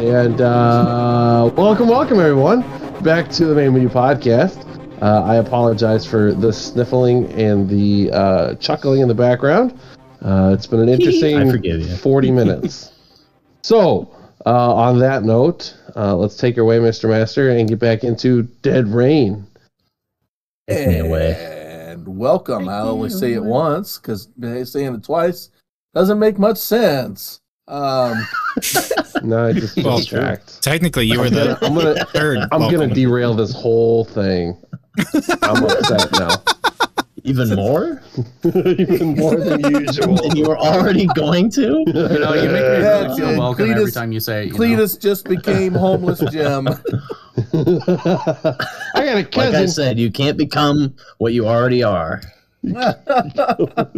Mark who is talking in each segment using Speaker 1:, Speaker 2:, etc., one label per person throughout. Speaker 1: And uh, welcome, welcome everyone back to the Main Menu Podcast. Uh, I apologize for the sniffling and the uh, chuckling in the background. Uh, it's been an
Speaker 2: I
Speaker 1: interesting
Speaker 2: forgive you.
Speaker 1: 40 minutes. so, uh, on that note, uh, let's take her away, Mr. Master, and get back into Dead Rain.
Speaker 2: Take me away.
Speaker 3: And welcome. I always say it once because saying it twice doesn't make much sense. Um,
Speaker 1: No, I just
Speaker 4: Well,
Speaker 1: distract.
Speaker 4: Technically, you were the
Speaker 1: I'm gonna,
Speaker 4: third.
Speaker 1: I'm gonna
Speaker 4: welcome.
Speaker 1: derail this whole thing. I'm upset now,
Speaker 2: Even more
Speaker 1: even more than usual.
Speaker 2: than you were already going to.
Speaker 5: You know, uh, you make me
Speaker 3: That's
Speaker 5: feel
Speaker 3: it.
Speaker 5: welcome every
Speaker 3: Cletus-
Speaker 5: time you say it. You know?
Speaker 3: Cletus just became homeless Jim.
Speaker 1: I got a
Speaker 2: Like I
Speaker 1: cousin.
Speaker 2: said, you can't become what you already are. I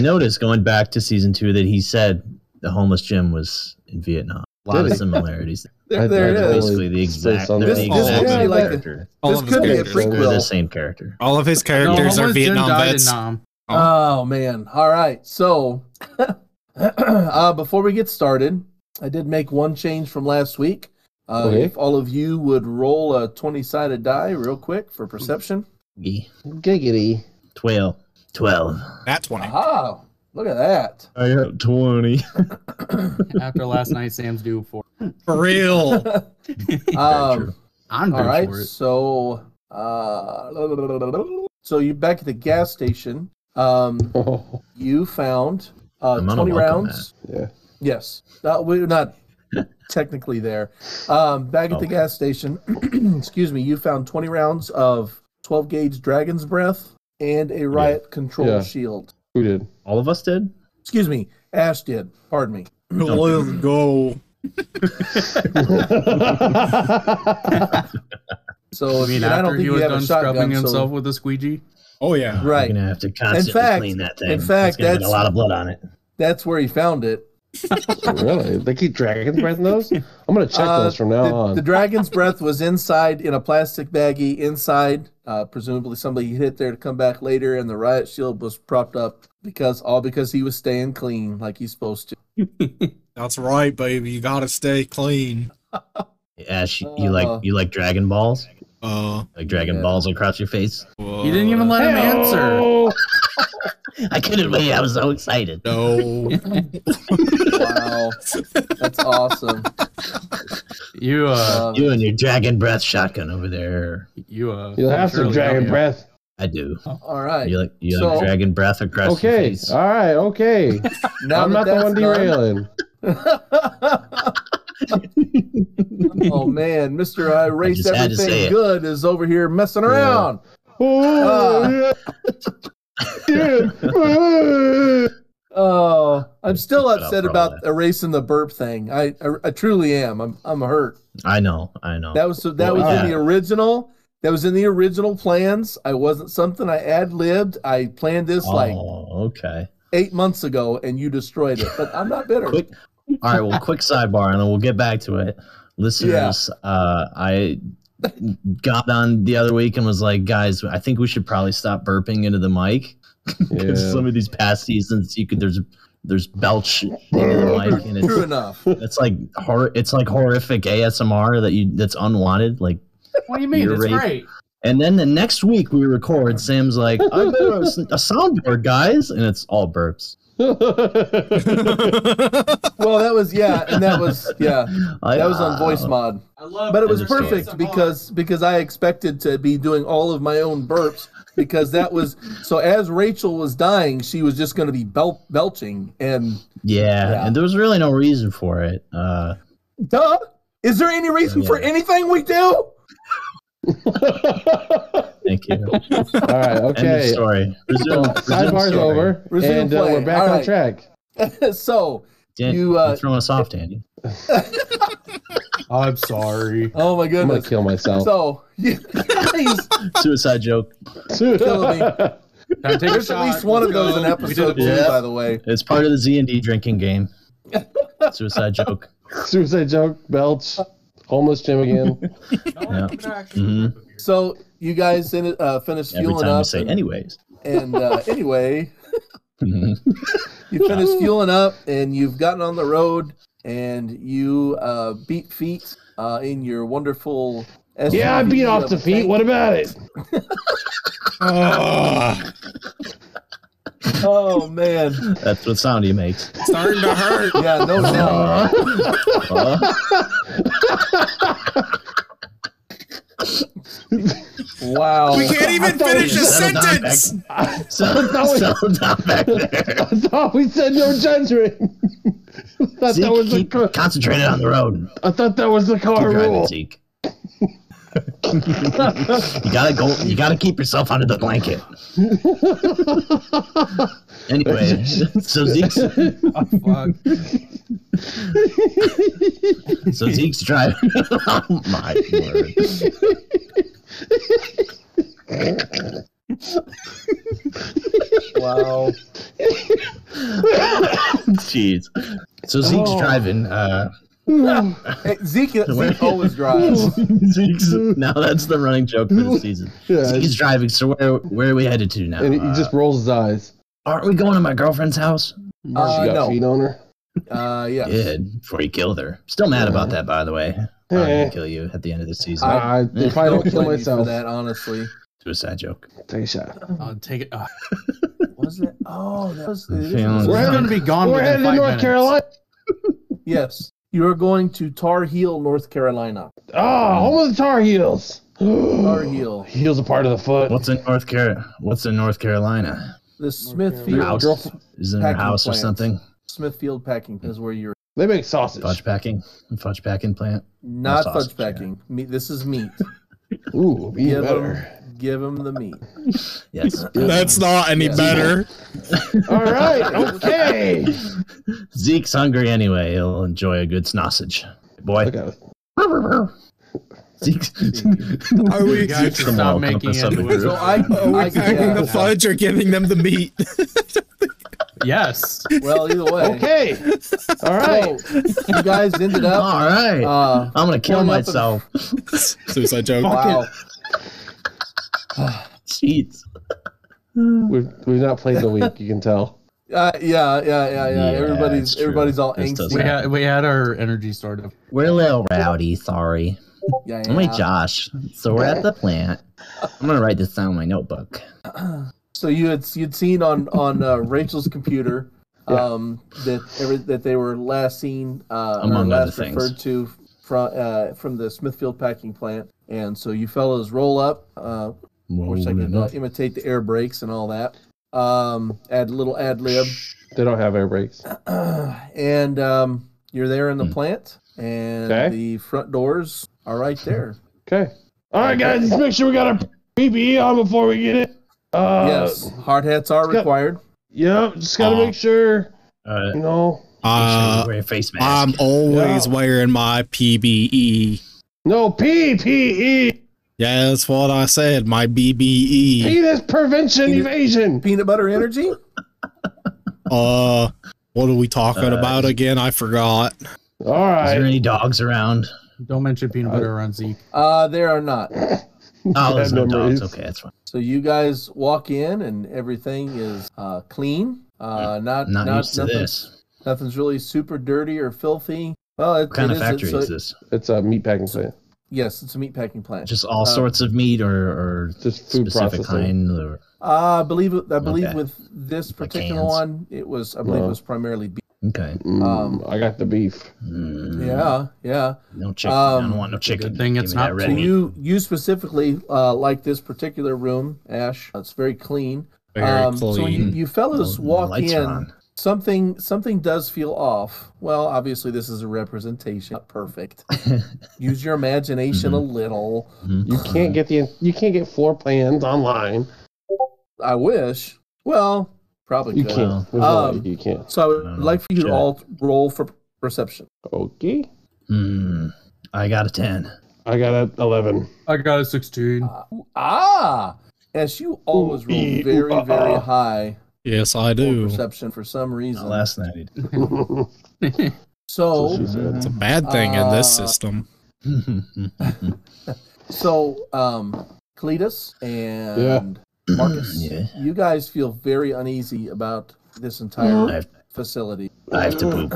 Speaker 2: noticed going back to season two that he said the homeless Jim was in Vietnam. A lot
Speaker 1: Did
Speaker 2: of
Speaker 1: he?
Speaker 2: similarities.
Speaker 3: There,
Speaker 1: I-
Speaker 3: there it
Speaker 1: I
Speaker 2: They're
Speaker 1: totally
Speaker 3: is.
Speaker 2: basically the
Speaker 1: spaced
Speaker 2: exact,
Speaker 1: on
Speaker 2: they're
Speaker 1: that.
Speaker 2: the
Speaker 3: This- this
Speaker 2: exact
Speaker 3: guy,
Speaker 2: same
Speaker 3: like-
Speaker 2: character.
Speaker 4: All
Speaker 3: this
Speaker 4: of his
Speaker 3: could be a
Speaker 4: characters.
Speaker 3: prequel.
Speaker 2: They're the same character.
Speaker 4: All of his
Speaker 5: No,
Speaker 4: characters are
Speaker 5: Homeless Jim
Speaker 4: Vietnam
Speaker 5: died in
Speaker 4: vets.
Speaker 5: Nam.
Speaker 3: Oh man. All right. So uh, before we get started, I did make one change from last week. Uh,
Speaker 1: Okay.
Speaker 3: If all of you would roll a twenty-sided die real quick for perception.
Speaker 2: Yeah.
Speaker 1: Giggity.
Speaker 2: 12. 12.
Speaker 4: That's one.
Speaker 3: Aha! Look at that.
Speaker 2: I got 20.
Speaker 5: After last night, Sam's due for.
Speaker 4: For real.
Speaker 3: Um,
Speaker 5: I'm due
Speaker 3: all right.
Speaker 5: for it.
Speaker 3: So, uh, so you back at the gas station. Um,
Speaker 1: Oh,
Speaker 3: you found uh,
Speaker 2: I'm on a
Speaker 3: twenty
Speaker 2: welcome
Speaker 3: rounds.
Speaker 1: yeah.
Speaker 3: Yes. Uh, we're not technically there. Um, back at the
Speaker 5: Oh.
Speaker 2: Okay.
Speaker 3: gas station, excuse me, you found 20 rounds of 12 gauge Dragon's Breath and a riot control
Speaker 1: Yeah.
Speaker 3: shield.
Speaker 1: Who did?
Speaker 2: All of us did?
Speaker 3: Excuse me, Ash did. Pardon me.
Speaker 2: Let's
Speaker 4: go.
Speaker 3: So
Speaker 5: I mean,
Speaker 3: and I don't
Speaker 5: after
Speaker 3: think
Speaker 5: he
Speaker 3: you
Speaker 5: was
Speaker 3: have a
Speaker 5: done scrubbing
Speaker 3: shotgun.
Speaker 5: himself
Speaker 3: So,
Speaker 5: with a squeegee.
Speaker 4: Oh yeah.
Speaker 2: We're
Speaker 3: right.
Speaker 2: going to have to constantly
Speaker 3: fact-
Speaker 2: clean that
Speaker 3: in
Speaker 2: thing. it's
Speaker 3: fact,
Speaker 2: gonna get
Speaker 3: that's-
Speaker 2: a lot of blood on it.
Speaker 3: That's where he found it.
Speaker 1: really? They keep dragon's breath in those? I'm gonna check
Speaker 3: Uh,
Speaker 1: those from now
Speaker 3: the,
Speaker 1: on.
Speaker 3: the dragon's breath was inside in a plastic baggie inside. Uh, presumably somebody hit there to come back later, and the riot shield was propped up because all because he was staying clean like he's supposed to.
Speaker 6: That's right, baby. You gotta stay clean.
Speaker 2: Ash, you like you
Speaker 3: Uh-huh.
Speaker 2: like Dragon Balls?
Speaker 6: Uh,
Speaker 2: Like Dragon
Speaker 3: Yeah.
Speaker 2: Balls across your face?
Speaker 5: You didn't even
Speaker 6: uh,
Speaker 5: let him answer.
Speaker 1: Oh,
Speaker 2: I couldn't wait. I was so excited.
Speaker 6: No.
Speaker 3: Wow, that's awesome.
Speaker 5: You uh,
Speaker 3: Um,
Speaker 2: You and your dragon breath shotgun over there.
Speaker 5: you uh.
Speaker 1: You'll have some
Speaker 5: surely
Speaker 1: dragon
Speaker 5: don't you?
Speaker 1: breath.
Speaker 2: I do.
Speaker 3: all right.
Speaker 2: You like you
Speaker 3: So- Uh,
Speaker 2: like dragon breath across your
Speaker 1: Okay.
Speaker 2: face.
Speaker 1: All right. Okay.
Speaker 3: Now
Speaker 1: I'm not
Speaker 3: that
Speaker 1: the
Speaker 3: that's
Speaker 1: one
Speaker 3: done-
Speaker 1: derailing.
Speaker 3: oh man, Mister I erase
Speaker 2: just had to say
Speaker 3: everything
Speaker 2: it.
Speaker 3: good is over here messing around.
Speaker 1: Oh, yeah.
Speaker 3: Oh, I'm still
Speaker 2: Shut up
Speaker 3: upset
Speaker 2: for all
Speaker 3: about erasing the burp thing. I, I I truly am. I'm I'm hurt.
Speaker 2: I know. I know.
Speaker 3: That was so that
Speaker 2: What
Speaker 3: was
Speaker 2: was
Speaker 3: in
Speaker 2: that?
Speaker 3: the original. That was in the original plans. I wasn't something I ad libbed. I planned this
Speaker 2: oh,
Speaker 3: like
Speaker 2: okay.
Speaker 3: eight months ago, and you destroyed it. But I'm not bitter.
Speaker 2: Quick. All right. Well, quick sidebar, and then we'll get back to it. Listeners, uh, I got on the other week and was like, guys, I think we should probably stop burping into the mic. 'Cause
Speaker 1: Yeah.
Speaker 2: Some of these past seasons, you could there's there's belch in your mic, and
Speaker 3: True
Speaker 2: it's
Speaker 3: enough.
Speaker 2: it's like hor- it's like horrific ASMR that you that's unwanted. Like,
Speaker 5: What do you mean?
Speaker 2: You're
Speaker 5: It's
Speaker 2: right.
Speaker 5: great.
Speaker 2: and then the next week we record, Sam's like, I better have s- a soundboard, guys, and it's all burps.
Speaker 3: Well, that was yeah, and that was yeah,
Speaker 2: I-
Speaker 3: that was on
Speaker 2: uh,
Speaker 3: voice mod.
Speaker 5: I love.
Speaker 3: But it was
Speaker 2: Understood.
Speaker 3: perfect because because I expected to be doing all of my own burps because that was so as Rachel was dying, she was just going to be bel- belching and
Speaker 2: Yeah,
Speaker 3: Yeah.
Speaker 2: and there was really no reason for it. Uh,
Speaker 3: duh. Is there any reason for
Speaker 2: Yeah.
Speaker 3: anything we do?
Speaker 2: thank you.
Speaker 1: All right.
Speaker 2: End of
Speaker 1: Okay.
Speaker 2: story. Resume, resume
Speaker 1: Sidebar's
Speaker 2: story.
Speaker 1: over,
Speaker 3: Resume
Speaker 1: and uh,
Speaker 3: play.
Speaker 1: we're back
Speaker 3: All
Speaker 1: on
Speaker 3: right.
Speaker 1: track.
Speaker 3: so,
Speaker 2: Dan,
Speaker 3: You,
Speaker 2: you
Speaker 3: uh,
Speaker 2: are throwing us off, Danny.
Speaker 5: I'm sorry.
Speaker 3: oh my
Speaker 1: I'm gonna
Speaker 3: goodness.
Speaker 1: kill myself.
Speaker 3: So, you guys,
Speaker 2: Suicide joke.
Speaker 3: killing me.
Speaker 5: Can I take
Speaker 3: there's
Speaker 5: a
Speaker 3: at
Speaker 5: shot?
Speaker 3: least one of
Speaker 5: Let's
Speaker 3: those in
Speaker 5: go. We did
Speaker 3: episode two,
Speaker 5: it.
Speaker 2: Yeah.
Speaker 3: by the way.
Speaker 2: It's part of the Z and D drinking game. Suicide joke.
Speaker 1: Suicide joke, belch, homeless Jim again.
Speaker 2: Yeah. Mhm.
Speaker 3: So, you guys in, uh, finished
Speaker 2: Every
Speaker 3: fueling
Speaker 2: time you
Speaker 3: up,
Speaker 2: say,
Speaker 3: and,
Speaker 2: anyways.
Speaker 3: and uh, anyway,
Speaker 2: Mhm.
Speaker 3: you finished fueling up, and you've gotten on the road. and you uh, beat feet uh, in your wonderful.
Speaker 1: Yeah, I
Speaker 3: SUV
Speaker 1: beat off
Speaker 3: of
Speaker 1: the
Speaker 3: a
Speaker 1: feet.
Speaker 3: tank.
Speaker 1: What about it?
Speaker 6: Oh,
Speaker 3: Oh man!
Speaker 2: That's what sound he makes.
Speaker 6: it's starting to hurt.
Speaker 3: Yeah, no doubt.
Speaker 2: Uh,
Speaker 3: Wow.
Speaker 6: We can't even finish a
Speaker 2: Settle down,
Speaker 6: sentence.
Speaker 2: sound, sound down back there.
Speaker 1: I thought we said no judgment. I thought
Speaker 2: Zeke,
Speaker 1: that was the
Speaker 2: keep
Speaker 1: car,
Speaker 2: concentrated on the road.
Speaker 1: I thought that was the car
Speaker 2: Keep driving,
Speaker 1: rule.
Speaker 2: Zeke. you gotta go. You gotta keep yourself under the blanket. Anyway, so Zeke's so Zeke's driving. oh my word!
Speaker 3: Wow.
Speaker 2: Jeez. So
Speaker 1: Oh.
Speaker 2: Zeke's driving. Uh,
Speaker 3: Hey, Zeke, Zeke
Speaker 2: Where-
Speaker 3: always drives.
Speaker 2: Zeke's now that's the running joke for the season.
Speaker 1: Yeah,
Speaker 2: Zeke's driving. So where where are we headed to now?
Speaker 1: and he
Speaker 2: Uh,
Speaker 1: just rolls his eyes.
Speaker 2: aren't we going to my girlfriend's house?
Speaker 3: Uh,
Speaker 1: she got
Speaker 3: no.
Speaker 1: feet on her.
Speaker 3: Uh, yeah.
Speaker 2: Good. Before he killed her. Still mad about that, by the way. Probably
Speaker 1: Eh.
Speaker 2: gonna kill you at the end of the season.
Speaker 3: I-
Speaker 1: Uh, if I
Speaker 3: Don't
Speaker 1: don't kill
Speaker 3: blame you for
Speaker 1: myself,
Speaker 3: that, honestly.
Speaker 2: Suicide joke.
Speaker 1: take a shot.
Speaker 5: I'll take it. Uh,
Speaker 3: Was it? Oh, that was.
Speaker 2: I'm
Speaker 3: it is-
Speaker 2: feeling-
Speaker 5: we're
Speaker 1: headed-
Speaker 5: going to be gone.
Speaker 1: We're
Speaker 5: within
Speaker 1: headed to
Speaker 5: five
Speaker 1: North
Speaker 5: minutes.
Speaker 1: Carolina.
Speaker 3: Yes. You are going to Tar Heel, North Carolina.
Speaker 1: Ah, home of the Tar Heels.
Speaker 3: Tar Heel.
Speaker 1: Heels a part of the foot.
Speaker 2: What's in North Car? What's in North Carolina?
Speaker 3: The
Speaker 1: Your
Speaker 3: Smithfield
Speaker 2: House?
Speaker 1: girlfriend-
Speaker 2: Is it a
Speaker 3: Packing
Speaker 2: house or
Speaker 3: plants.
Speaker 2: something?
Speaker 3: Smithfield packing is where you're
Speaker 1: They make sausage.
Speaker 2: Fudge packing, fudge packing plant.
Speaker 3: not
Speaker 2: sausage,
Speaker 3: fudge packing. Me- this is meat.
Speaker 1: Ooh, even
Speaker 3: Give
Speaker 1: better.
Speaker 3: him, give him the meat.
Speaker 2: Yes.
Speaker 6: That's not any
Speaker 3: Yeah.
Speaker 6: better.
Speaker 1: All right, okay.
Speaker 2: Zeke's hungry anyway. He'll enjoy a good sausage. Boy.
Speaker 1: I got it.
Speaker 2: Zeke's.
Speaker 6: Are we,
Speaker 5: You guys should
Speaker 2: Come
Speaker 5: stop
Speaker 2: on,
Speaker 5: making
Speaker 2: compass up the
Speaker 5: it.
Speaker 2: group.
Speaker 3: So I,
Speaker 6: are
Speaker 3: I
Speaker 6: we packing the
Speaker 3: yeah.
Speaker 6: fudge or giving them the meat?
Speaker 5: Yes.
Speaker 3: Well, either way.
Speaker 1: Okay. All right.
Speaker 3: So you guys ended up.
Speaker 2: All right.
Speaker 3: Uh,
Speaker 2: I'm gonna kill
Speaker 3: pulling up a-
Speaker 2: myself.
Speaker 6: Suicide joke.
Speaker 3: wow. Uh,
Speaker 2: Jeez.
Speaker 1: We've, we've not played in a week, you can tell.
Speaker 3: Uh, yeah, yeah, yeah, yeah.
Speaker 2: Yeah, it's
Speaker 3: everybody's
Speaker 2: true.
Speaker 3: everybody's all
Speaker 2: This does
Speaker 5: We
Speaker 3: angsty.
Speaker 2: happen.
Speaker 5: had, we had our energy stored up.
Speaker 2: We're a little rowdy. Sorry.
Speaker 3: Yeah,
Speaker 2: I'm like
Speaker 3: yeah.
Speaker 2: Josh. So we're at the plant. I'm gonna write this down in my notebook.
Speaker 3: So you had you'd seen on on uh, Rachel's computer
Speaker 1: Yeah.
Speaker 3: um, that every, that they were last seen uh, or
Speaker 2: Among other
Speaker 3: last
Speaker 2: things.
Speaker 3: referred to from uh, from the Smithfield packing plant, and so you fellows roll up. Uh, which I could uh, imitate the air brakes and all that. Um, add a little ad lib,
Speaker 1: They don't have air brakes.
Speaker 3: and um, you're there in the
Speaker 2: Hmm.
Speaker 3: plant, and
Speaker 1: Okay.
Speaker 3: the front doors are right there.
Speaker 1: Okay. All right, guys, let's make sure we got our PPE on before we get it. Uh,
Speaker 3: yes, hard hats are
Speaker 1: let's go.
Speaker 3: required.
Speaker 1: Yep, just got to
Speaker 6: Aw.
Speaker 1: make sure,
Speaker 2: Uh,
Speaker 1: you know.
Speaker 6: Uh,
Speaker 2: wear a face mask.
Speaker 6: I'm always wearing my E PBE.
Speaker 1: No, E. PPE.
Speaker 6: Yeah, that's what I said. My E. BBE.
Speaker 1: Penis prevention
Speaker 3: Penis-
Speaker 1: evasion.
Speaker 3: Peanut butter energy.
Speaker 6: Uh, what are we talking
Speaker 2: Uh,
Speaker 6: about again? I forgot.
Speaker 1: All
Speaker 2: Is
Speaker 1: right.
Speaker 2: there any dogs around?
Speaker 5: Don't mention peanut butter around Zeke.
Speaker 3: Uh, there are not.
Speaker 2: Oh, there's no
Speaker 1: memories.
Speaker 2: dogs. Okay, that's fine.
Speaker 3: So you guys walk in, and everything is uh, clean. Uh, not
Speaker 2: I'm not,
Speaker 3: not
Speaker 2: used to
Speaker 3: nothing-
Speaker 2: this.
Speaker 3: Nothing's really super dirty or filthy. Well, it,
Speaker 2: What kind
Speaker 3: it
Speaker 2: of factory
Speaker 3: so
Speaker 2: is
Speaker 3: it-
Speaker 2: this?
Speaker 1: It's a meat packing plant.
Speaker 3: Yes, it's a meat packing plant.
Speaker 2: Just all
Speaker 3: uh,
Speaker 2: sorts of meat or, or
Speaker 1: Just food
Speaker 2: specific
Speaker 1: processing.
Speaker 2: kind? Or,
Speaker 3: Uh, I believe I believe
Speaker 2: Okay.
Speaker 3: with this particular
Speaker 2: cans.
Speaker 3: one, it was I believe
Speaker 1: No.
Speaker 3: it was primarily beef.
Speaker 2: okay.
Speaker 1: Mm,
Speaker 3: Um,
Speaker 1: I got the beef.
Speaker 2: Mm,
Speaker 3: Yeah, yeah.
Speaker 2: No chicken. I
Speaker 3: Um,
Speaker 2: don't want no chicken.
Speaker 5: good thing
Speaker 2: Give
Speaker 5: it's
Speaker 2: me that
Speaker 5: not
Speaker 2: red
Speaker 5: pork.
Speaker 3: So
Speaker 2: meat.
Speaker 3: you you specifically uh, like this particular room, Ash. It's very clean.
Speaker 6: Very
Speaker 3: um,
Speaker 6: clean.
Speaker 3: So when you, you fellas
Speaker 2: Oh, The
Speaker 3: walk
Speaker 2: lights are
Speaker 3: in,
Speaker 2: on.
Speaker 3: something something does feel off. Well, obviously this is a representation, not perfect. Use your imagination
Speaker 2: Mm-hmm.
Speaker 3: a little.
Speaker 2: Hmm,
Speaker 1: You can't get the you can't get floor plans online.
Speaker 3: I wish. Well, probably
Speaker 1: You
Speaker 3: could.
Speaker 1: can't. There's no way
Speaker 3: Um,
Speaker 1: you can't.
Speaker 3: So I would
Speaker 2: No, no,
Speaker 3: like for you
Speaker 2: shut
Speaker 3: to
Speaker 2: up.
Speaker 3: all roll for perception.
Speaker 1: Okay.
Speaker 2: Hmm. I got a 10.
Speaker 1: I got a eleven.
Speaker 5: I got a 16.
Speaker 3: Ah, yes, you always roll
Speaker 1: ee,
Speaker 3: very,
Speaker 1: ooh, ah,
Speaker 3: very
Speaker 1: ah.
Speaker 3: high
Speaker 6: yes, I
Speaker 3: for
Speaker 6: do.
Speaker 3: perception for some
Speaker 2: Not
Speaker 3: reason.
Speaker 2: last night.
Speaker 3: so,
Speaker 6: It's a bad thing in this
Speaker 3: Uh,
Speaker 6: system.
Speaker 3: so, um, Cletus and Marcus,
Speaker 2: Yeah.
Speaker 3: you guys feel very uneasy about this entire
Speaker 2: I have,
Speaker 3: facility.
Speaker 2: I have to poop.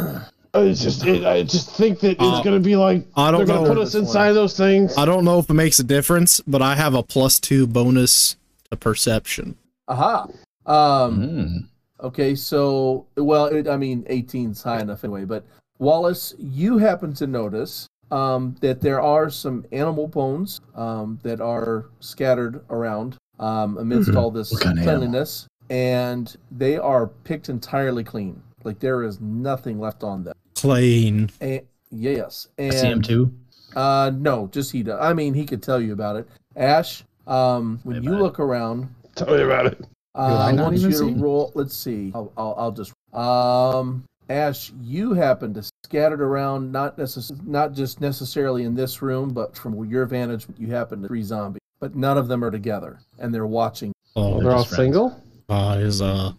Speaker 1: I just, it, I just think that
Speaker 6: Uh,
Speaker 1: it's gonna be like
Speaker 6: I
Speaker 1: they're
Speaker 6: don't
Speaker 1: gonna put
Speaker 6: know.
Speaker 1: us inside those things.
Speaker 6: I don't know if it makes a difference, but I have a plus two bonus to perception.
Speaker 3: Aha. Um,
Speaker 2: Hmm.
Speaker 3: Okay, so well, it, I mean, 18's high enough anyway. But Wallace, you happen to notice um, that there are some animal bones um, that are scattered around um, amidst all this
Speaker 2: Hmm. What kind of animal?
Speaker 3: cleanliness, and they are picked entirely clean. Like there is nothing left on them.
Speaker 6: Clean.
Speaker 3: And, yes,
Speaker 2: I
Speaker 3: and
Speaker 2: see him too.
Speaker 3: uh, no, just he does. I mean, he could tell you about it. Ash, um, when
Speaker 2: Way
Speaker 3: you
Speaker 2: back.
Speaker 3: look around,
Speaker 1: Tell me about it.
Speaker 3: uh,
Speaker 5: I
Speaker 3: I
Speaker 5: not
Speaker 3: want
Speaker 5: even
Speaker 3: you to
Speaker 5: see?
Speaker 3: roll. Let's see. I'll, I'll, I'll just. Um, Ash, you happen to scattered around, not necess- not just necessarily in this room, but from your vantage, you happen to three zombies, but none of them are together, and they're watching.
Speaker 6: Oh,
Speaker 1: They're all
Speaker 2: just friends.
Speaker 1: single.
Speaker 6: God, is uh,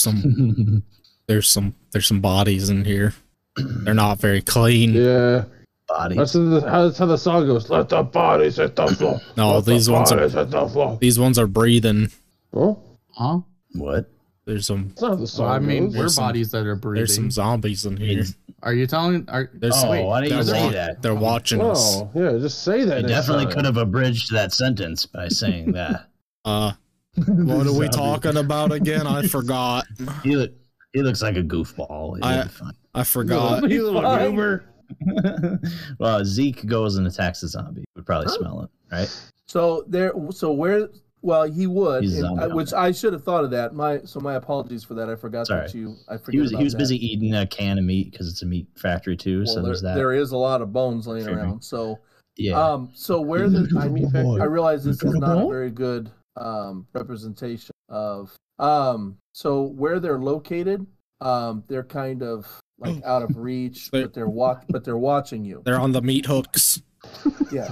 Speaker 6: some, there's some, there's some bodies in here. They're not very clean.
Speaker 1: Yeah,
Speaker 2: Body.
Speaker 1: that's, the, how- that's how the song goes. Let the bodies hit the floor.
Speaker 6: No,
Speaker 1: Let
Speaker 6: these
Speaker 1: the
Speaker 6: ones are-
Speaker 1: bodies hit the floor.
Speaker 6: These ones are breathing.
Speaker 1: Well,
Speaker 5: Huh?
Speaker 2: What?
Speaker 6: There's some,
Speaker 1: that's not how the song.
Speaker 5: Well, I mean,
Speaker 1: goes.
Speaker 5: we're
Speaker 6: There's some-
Speaker 5: bodies that are
Speaker 6: there's some
Speaker 5: breathing.
Speaker 6: zombies in here.
Speaker 5: Are you telling? Are
Speaker 6: There's
Speaker 2: Oh,
Speaker 6: some,
Speaker 2: why didn't you
Speaker 6: they're,
Speaker 2: say
Speaker 6: wa-
Speaker 2: that?
Speaker 6: they're watching us.
Speaker 1: Oh, yeah, just say that.
Speaker 2: You
Speaker 1: next
Speaker 2: definitely
Speaker 1: time.
Speaker 2: could have abridged that sentence by saying that.
Speaker 6: Uh, what are we
Speaker 2: Zombie.
Speaker 6: talking about again? I forgot.
Speaker 2: He look. He looks like a goofball. He'll
Speaker 6: I-
Speaker 2: be fine.
Speaker 6: I forgot.
Speaker 1: You little
Speaker 3: Fine.
Speaker 1: goober.
Speaker 2: well, Zeke goes and attacks the zombie. Would probably smell it, right?
Speaker 3: So there. So where? Well, he would,
Speaker 2: He's a
Speaker 3: and-
Speaker 2: zombie,
Speaker 3: I- which I should have thought of that. My so my apologies for that. I forgot
Speaker 2: It's
Speaker 3: that
Speaker 2: all right.
Speaker 3: you. I forgot.
Speaker 2: He was he was busy eating a can of meat because it's a meat factory too.
Speaker 3: Well,
Speaker 2: so
Speaker 3: there,
Speaker 2: there's that.
Speaker 3: there is a lot of bones laying
Speaker 2: Sure.
Speaker 3: around. So,
Speaker 2: yeah.
Speaker 3: um, so where the I mean, I realize this is not a
Speaker 2: Incredible.
Speaker 3: very good um, representation of. Um, so where they're located, um, they're kind of like out of reach,
Speaker 6: They-
Speaker 3: but they're watch, but they're watching you.
Speaker 6: They're on the meat hooks.
Speaker 3: Yes,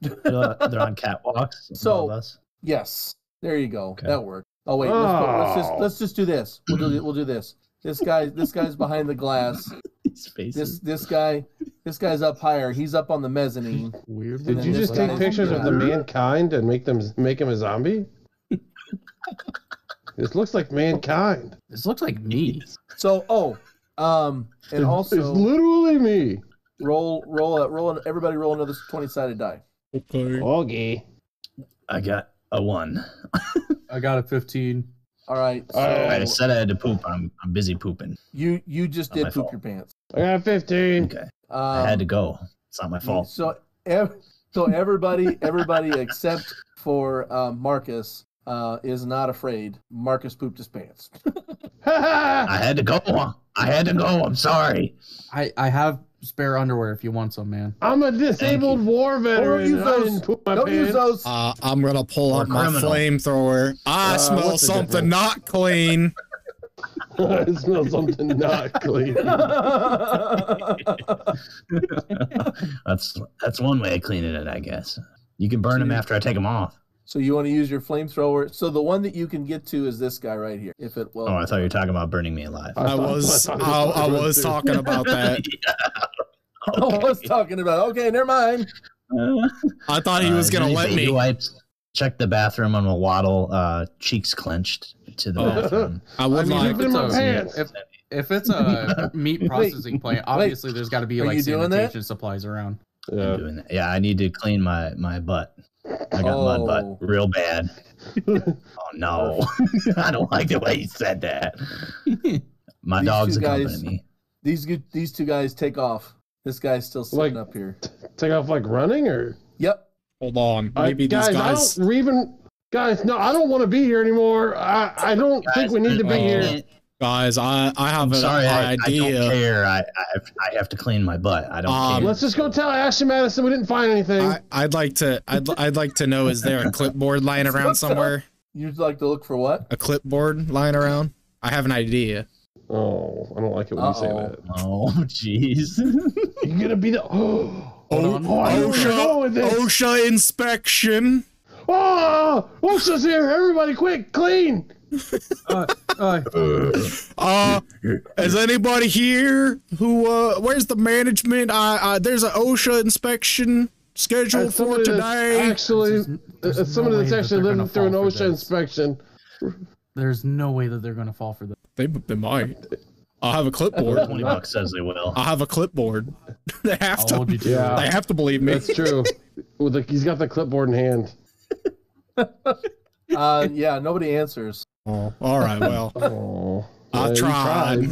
Speaker 2: They're on- they're on catwalks.
Speaker 3: So-
Speaker 2: above us.
Speaker 3: yes, there you go.
Speaker 2: Okay.
Speaker 3: That worked. Oh wait, let's, go, let's just
Speaker 1: Oh.
Speaker 3: let's just do this. We'll do we'll do this. This guy, this guy's behind the glass.
Speaker 2: These faces.
Speaker 3: This this guy, this guy's up higher. He's up on the mezzanine.
Speaker 5: weird.
Speaker 1: Did you
Speaker 3: This
Speaker 1: just
Speaker 3: guy
Speaker 1: take
Speaker 3: is
Speaker 1: pictures of the
Speaker 3: dead.
Speaker 1: mankind and make them make him a zombie? this looks like mankind.
Speaker 5: This looks like me.
Speaker 3: So oh, um, and also
Speaker 1: it's literally me.
Speaker 3: roll roll a, roll an- everybody roll another 20 sided die
Speaker 6: Okay.
Speaker 1: Augie.
Speaker 2: I got a one.
Speaker 5: I got a 15.
Speaker 3: all right so
Speaker 2: I said I had to poop. I'm I'm busy pooping.
Speaker 3: you you just
Speaker 2: Not
Speaker 3: did
Speaker 2: my
Speaker 3: poop
Speaker 2: fault.
Speaker 3: your pants
Speaker 1: I got 15.
Speaker 2: Okay.
Speaker 3: um,
Speaker 2: I had to go. It's not my fault.
Speaker 3: so ev- so everybody everybody except for uh, marcus uh, is not afraid marcus pooped his pants
Speaker 2: I had to go. I had to go. I'm sorry.
Speaker 5: I I have spare underwear if you want some, man.
Speaker 1: I'm a disabled war
Speaker 3: Don't
Speaker 1: veteran.
Speaker 3: use
Speaker 1: and I
Speaker 3: those.
Speaker 1: didn't poop my
Speaker 3: don't use
Speaker 1: pants.
Speaker 3: those
Speaker 6: Uh, I'm gonna pull
Speaker 2: Or
Speaker 6: out my
Speaker 2: criminal.
Speaker 6: flamethrower. I
Speaker 1: Uh,
Speaker 6: smell
Speaker 1: what's the
Speaker 6: something
Speaker 1: difference?
Speaker 6: not clean.
Speaker 1: I smell something not clean.
Speaker 2: Ah. that's that's one way of cleaning it, I guess. You can burn them after I take them off.
Speaker 3: so you want to use your flamethrower so the one that you can get to is this guy right here if it will
Speaker 2: Oh, I thought you were talking about burning me alive.
Speaker 1: I
Speaker 6: I
Speaker 1: thought-
Speaker 6: was I,
Speaker 1: thought-
Speaker 6: I was
Speaker 1: too.
Speaker 6: talking about that.
Speaker 3: I was talking about okay never mind
Speaker 6: I thought he
Speaker 2: Uh,
Speaker 6: was
Speaker 2: is
Speaker 6: gonna
Speaker 2: there any
Speaker 6: let
Speaker 2: baby
Speaker 6: me.
Speaker 2: Wipes? Check the bathroom on a waddle, uh, cheeks clenched to the
Speaker 6: Oh.
Speaker 2: bathroom.
Speaker 6: I would
Speaker 5: I mean,
Speaker 6: like.
Speaker 1: Pooped in my
Speaker 5: it's a-
Speaker 1: pants.
Speaker 5: If if it's a meat processing plant, obviously there's got to be
Speaker 3: Are
Speaker 5: like
Speaker 3: you doing that?
Speaker 5: sanitation supplies around.
Speaker 2: I'm
Speaker 1: Yeah.
Speaker 2: doing that. Yeah, I need to clean my my butt. I got mud
Speaker 3: Oh.
Speaker 2: butt real bad. oh no, I don't like the way you said that. My
Speaker 3: These
Speaker 2: dog's
Speaker 3: two
Speaker 2: accompanying
Speaker 3: guys-
Speaker 2: me.
Speaker 3: these gu- these two guys take off this guy's still sitting
Speaker 1: Like-
Speaker 3: up here
Speaker 1: Take off like running or?
Speaker 3: yep
Speaker 6: Hold on,
Speaker 1: I-
Speaker 6: maybe these
Speaker 1: Uh, guys,
Speaker 6: guys.
Speaker 1: I don't even. Guys, no, I don't want to be here anymore. I, I don't think we need to be
Speaker 6: uh,
Speaker 1: here.
Speaker 6: Guys, I I have
Speaker 2: I'm
Speaker 6: an
Speaker 2: sorry, I, I don't
Speaker 6: idea.
Speaker 2: care. I, I have- I have to clean my butt. I don't
Speaker 6: Um,
Speaker 2: care.
Speaker 1: Let's just go tell Ashton Madison we didn't find anything.
Speaker 6: I, I'd like to. I'd I'd like to know. Is there a clipboard lying around somewhere?
Speaker 3: You'd like to look for what?
Speaker 6: A clipboard lying around? I have an idea.
Speaker 1: oh, I don't like it when you say
Speaker 3: Uh-oh.
Speaker 1: that.
Speaker 2: Oh jeez.
Speaker 1: You're gonna be the. Oh,
Speaker 5: Hold on.
Speaker 1: oh I know where you're
Speaker 6: OSHA
Speaker 1: going with this.
Speaker 6: OSHA inspection.
Speaker 1: Oh, OSHA's here. Everybody, quick, clean.
Speaker 5: Uh, uh,
Speaker 6: Uh, is anybody here who, uh, where's the management? Uh, uh there's an OSHA inspection scheduled
Speaker 1: As
Speaker 6: for
Speaker 1: somebody
Speaker 6: today.
Speaker 1: that's actually,
Speaker 5: There's- there's
Speaker 1: as somebody
Speaker 5: no
Speaker 1: that's
Speaker 5: way that
Speaker 1: actually
Speaker 5: they're
Speaker 1: living
Speaker 5: gonna
Speaker 1: through an
Speaker 5: fall for
Speaker 1: OSHA
Speaker 5: this.
Speaker 1: inspection.
Speaker 5: there's no way that they're gonna fall for this.
Speaker 6: They, they might. I'll have a clipboard.
Speaker 2: Twenty bucks says they will.
Speaker 6: I'll have a clipboard. they have
Speaker 5: I'll
Speaker 6: to.
Speaker 5: hold you to
Speaker 1: Yeah.
Speaker 5: it.
Speaker 6: They have to believe me.
Speaker 1: That's true. With the, he's got the clipboard in hand.
Speaker 3: Uh, yeah, nobody answers.
Speaker 6: Oh, all right. Well,
Speaker 1: Oh,
Speaker 6: I tried.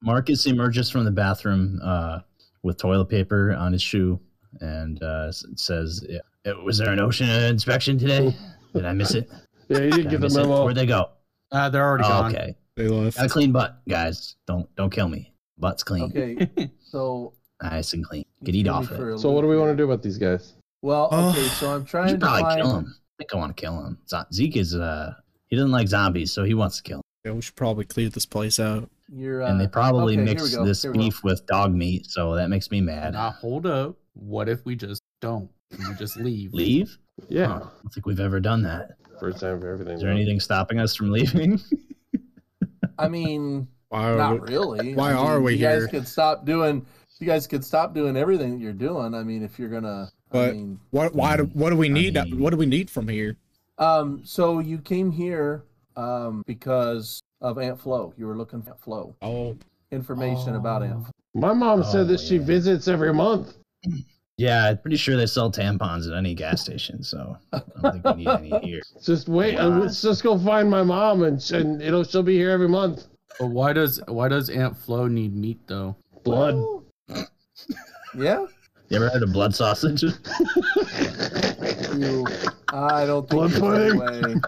Speaker 2: Marcus emerges from the bathroom uh, with toilet paper on his shoe and uh, s- says, "Yeah, "Was there an ocean inspection today? Did I miss it?
Speaker 1: Yeah, he
Speaker 2: Did
Speaker 1: didn't
Speaker 2: I
Speaker 1: get the
Speaker 2: miss it?
Speaker 1: memo.
Speaker 2: Where'd they go?
Speaker 5: Uh, they're already
Speaker 2: Oh,
Speaker 5: gone.
Speaker 2: okay,
Speaker 6: they left.
Speaker 2: got a clean butt, guys. Don't don't kill me. Butt's clean,
Speaker 3: Okay, so
Speaker 2: nice and clean. Get eat off it.
Speaker 1: So what do we want to do about these guys?
Speaker 3: Well,
Speaker 6: Oh.
Speaker 3: okay, so I'm
Speaker 2: You
Speaker 3: trying
Speaker 2: should
Speaker 3: to
Speaker 2: probably
Speaker 3: find.
Speaker 2: kill him. I think I want to kill him. Zo- Zeke is uh, he doesn't like zombies, so he wants to kill him.
Speaker 6: Yeah, we should probably clear this place out.
Speaker 3: Your, uh,
Speaker 2: And they probably
Speaker 3: okay, here we
Speaker 2: mix
Speaker 3: go,
Speaker 2: this
Speaker 3: here we go.
Speaker 2: beef with dog meat, so that makes me mad.
Speaker 5: Now hold up. What if we just don't? We just leave.
Speaker 2: Leave? Huh,
Speaker 1: Yeah,
Speaker 2: I don't think we've ever done that.
Speaker 1: first time for everything.
Speaker 2: Is there
Speaker 1: though.
Speaker 2: anything stopping us from leaving?
Speaker 3: I mean,
Speaker 6: Why are
Speaker 3: not
Speaker 6: we-
Speaker 3: really.
Speaker 6: Oh, why
Speaker 3: I mean,
Speaker 6: are we
Speaker 3: you
Speaker 6: here?
Speaker 3: guys could stop doing. You guys could stop doing everything that you're doing. I mean, if you're gonna. I
Speaker 6: But-
Speaker 3: mean,
Speaker 6: What? Why? Do, what do we need?
Speaker 2: mean-
Speaker 6: what do we need from here?
Speaker 3: um, so you came here um because of Aunt Flo. You were looking for Aunt Flo
Speaker 6: Oh,
Speaker 3: information about Aunt. Flo.
Speaker 1: My mom
Speaker 2: Oh,
Speaker 1: said that she
Speaker 2: yeah.
Speaker 1: visits every month.
Speaker 2: yeah, I'm pretty sure they sell tampons at any gas station, so I don't think we need any here.
Speaker 1: Just wait. uh,
Speaker 2: Wow.
Speaker 1: Let's just go find my mom, and, sh- and it'll she'll be here every month.
Speaker 5: But why does why does Aunt Flo need meat though?
Speaker 1: Blood.
Speaker 6: Oh.
Speaker 3: Yeah.
Speaker 2: You ever heard of blood sausage?
Speaker 3: You, I don't think.
Speaker 1: Blood
Speaker 3: there's any way.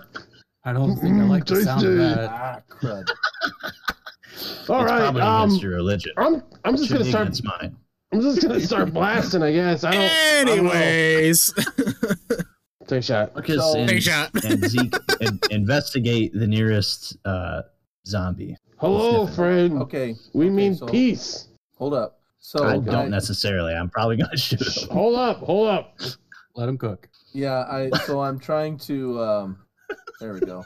Speaker 5: I don't think I
Speaker 1: Mm,
Speaker 5: like the sound of
Speaker 1: tasty.
Speaker 5: that.
Speaker 3: Ah, crud.
Speaker 1: All
Speaker 2: it's
Speaker 1: right.
Speaker 2: probably
Speaker 1: Um,
Speaker 2: against your religion.
Speaker 1: I'm I'm
Speaker 2: It's
Speaker 1: just
Speaker 2: your
Speaker 1: gonna start.
Speaker 2: ignorance, mine.
Speaker 1: I'm just gonna start blasting. I guess. I don't. I don't know.
Speaker 6: anyways,
Speaker 1: take a shot.
Speaker 2: Marcus
Speaker 3: So-
Speaker 2: and,
Speaker 6: Big shot.
Speaker 2: and Zeke in- investigate the nearest uh, zombie.
Speaker 1: Hello,
Speaker 2: Sniffing.
Speaker 1: friend.
Speaker 3: Okay,
Speaker 1: We
Speaker 3: okay,
Speaker 1: mean
Speaker 3: so-
Speaker 1: peace.
Speaker 3: hold up. So
Speaker 2: I don't
Speaker 3: I-
Speaker 2: necessarily. I'm probably gonna shoot him.
Speaker 1: Hold up. Hold up.
Speaker 5: Let him cook.
Speaker 3: Yeah, I so I'm trying to um there we go.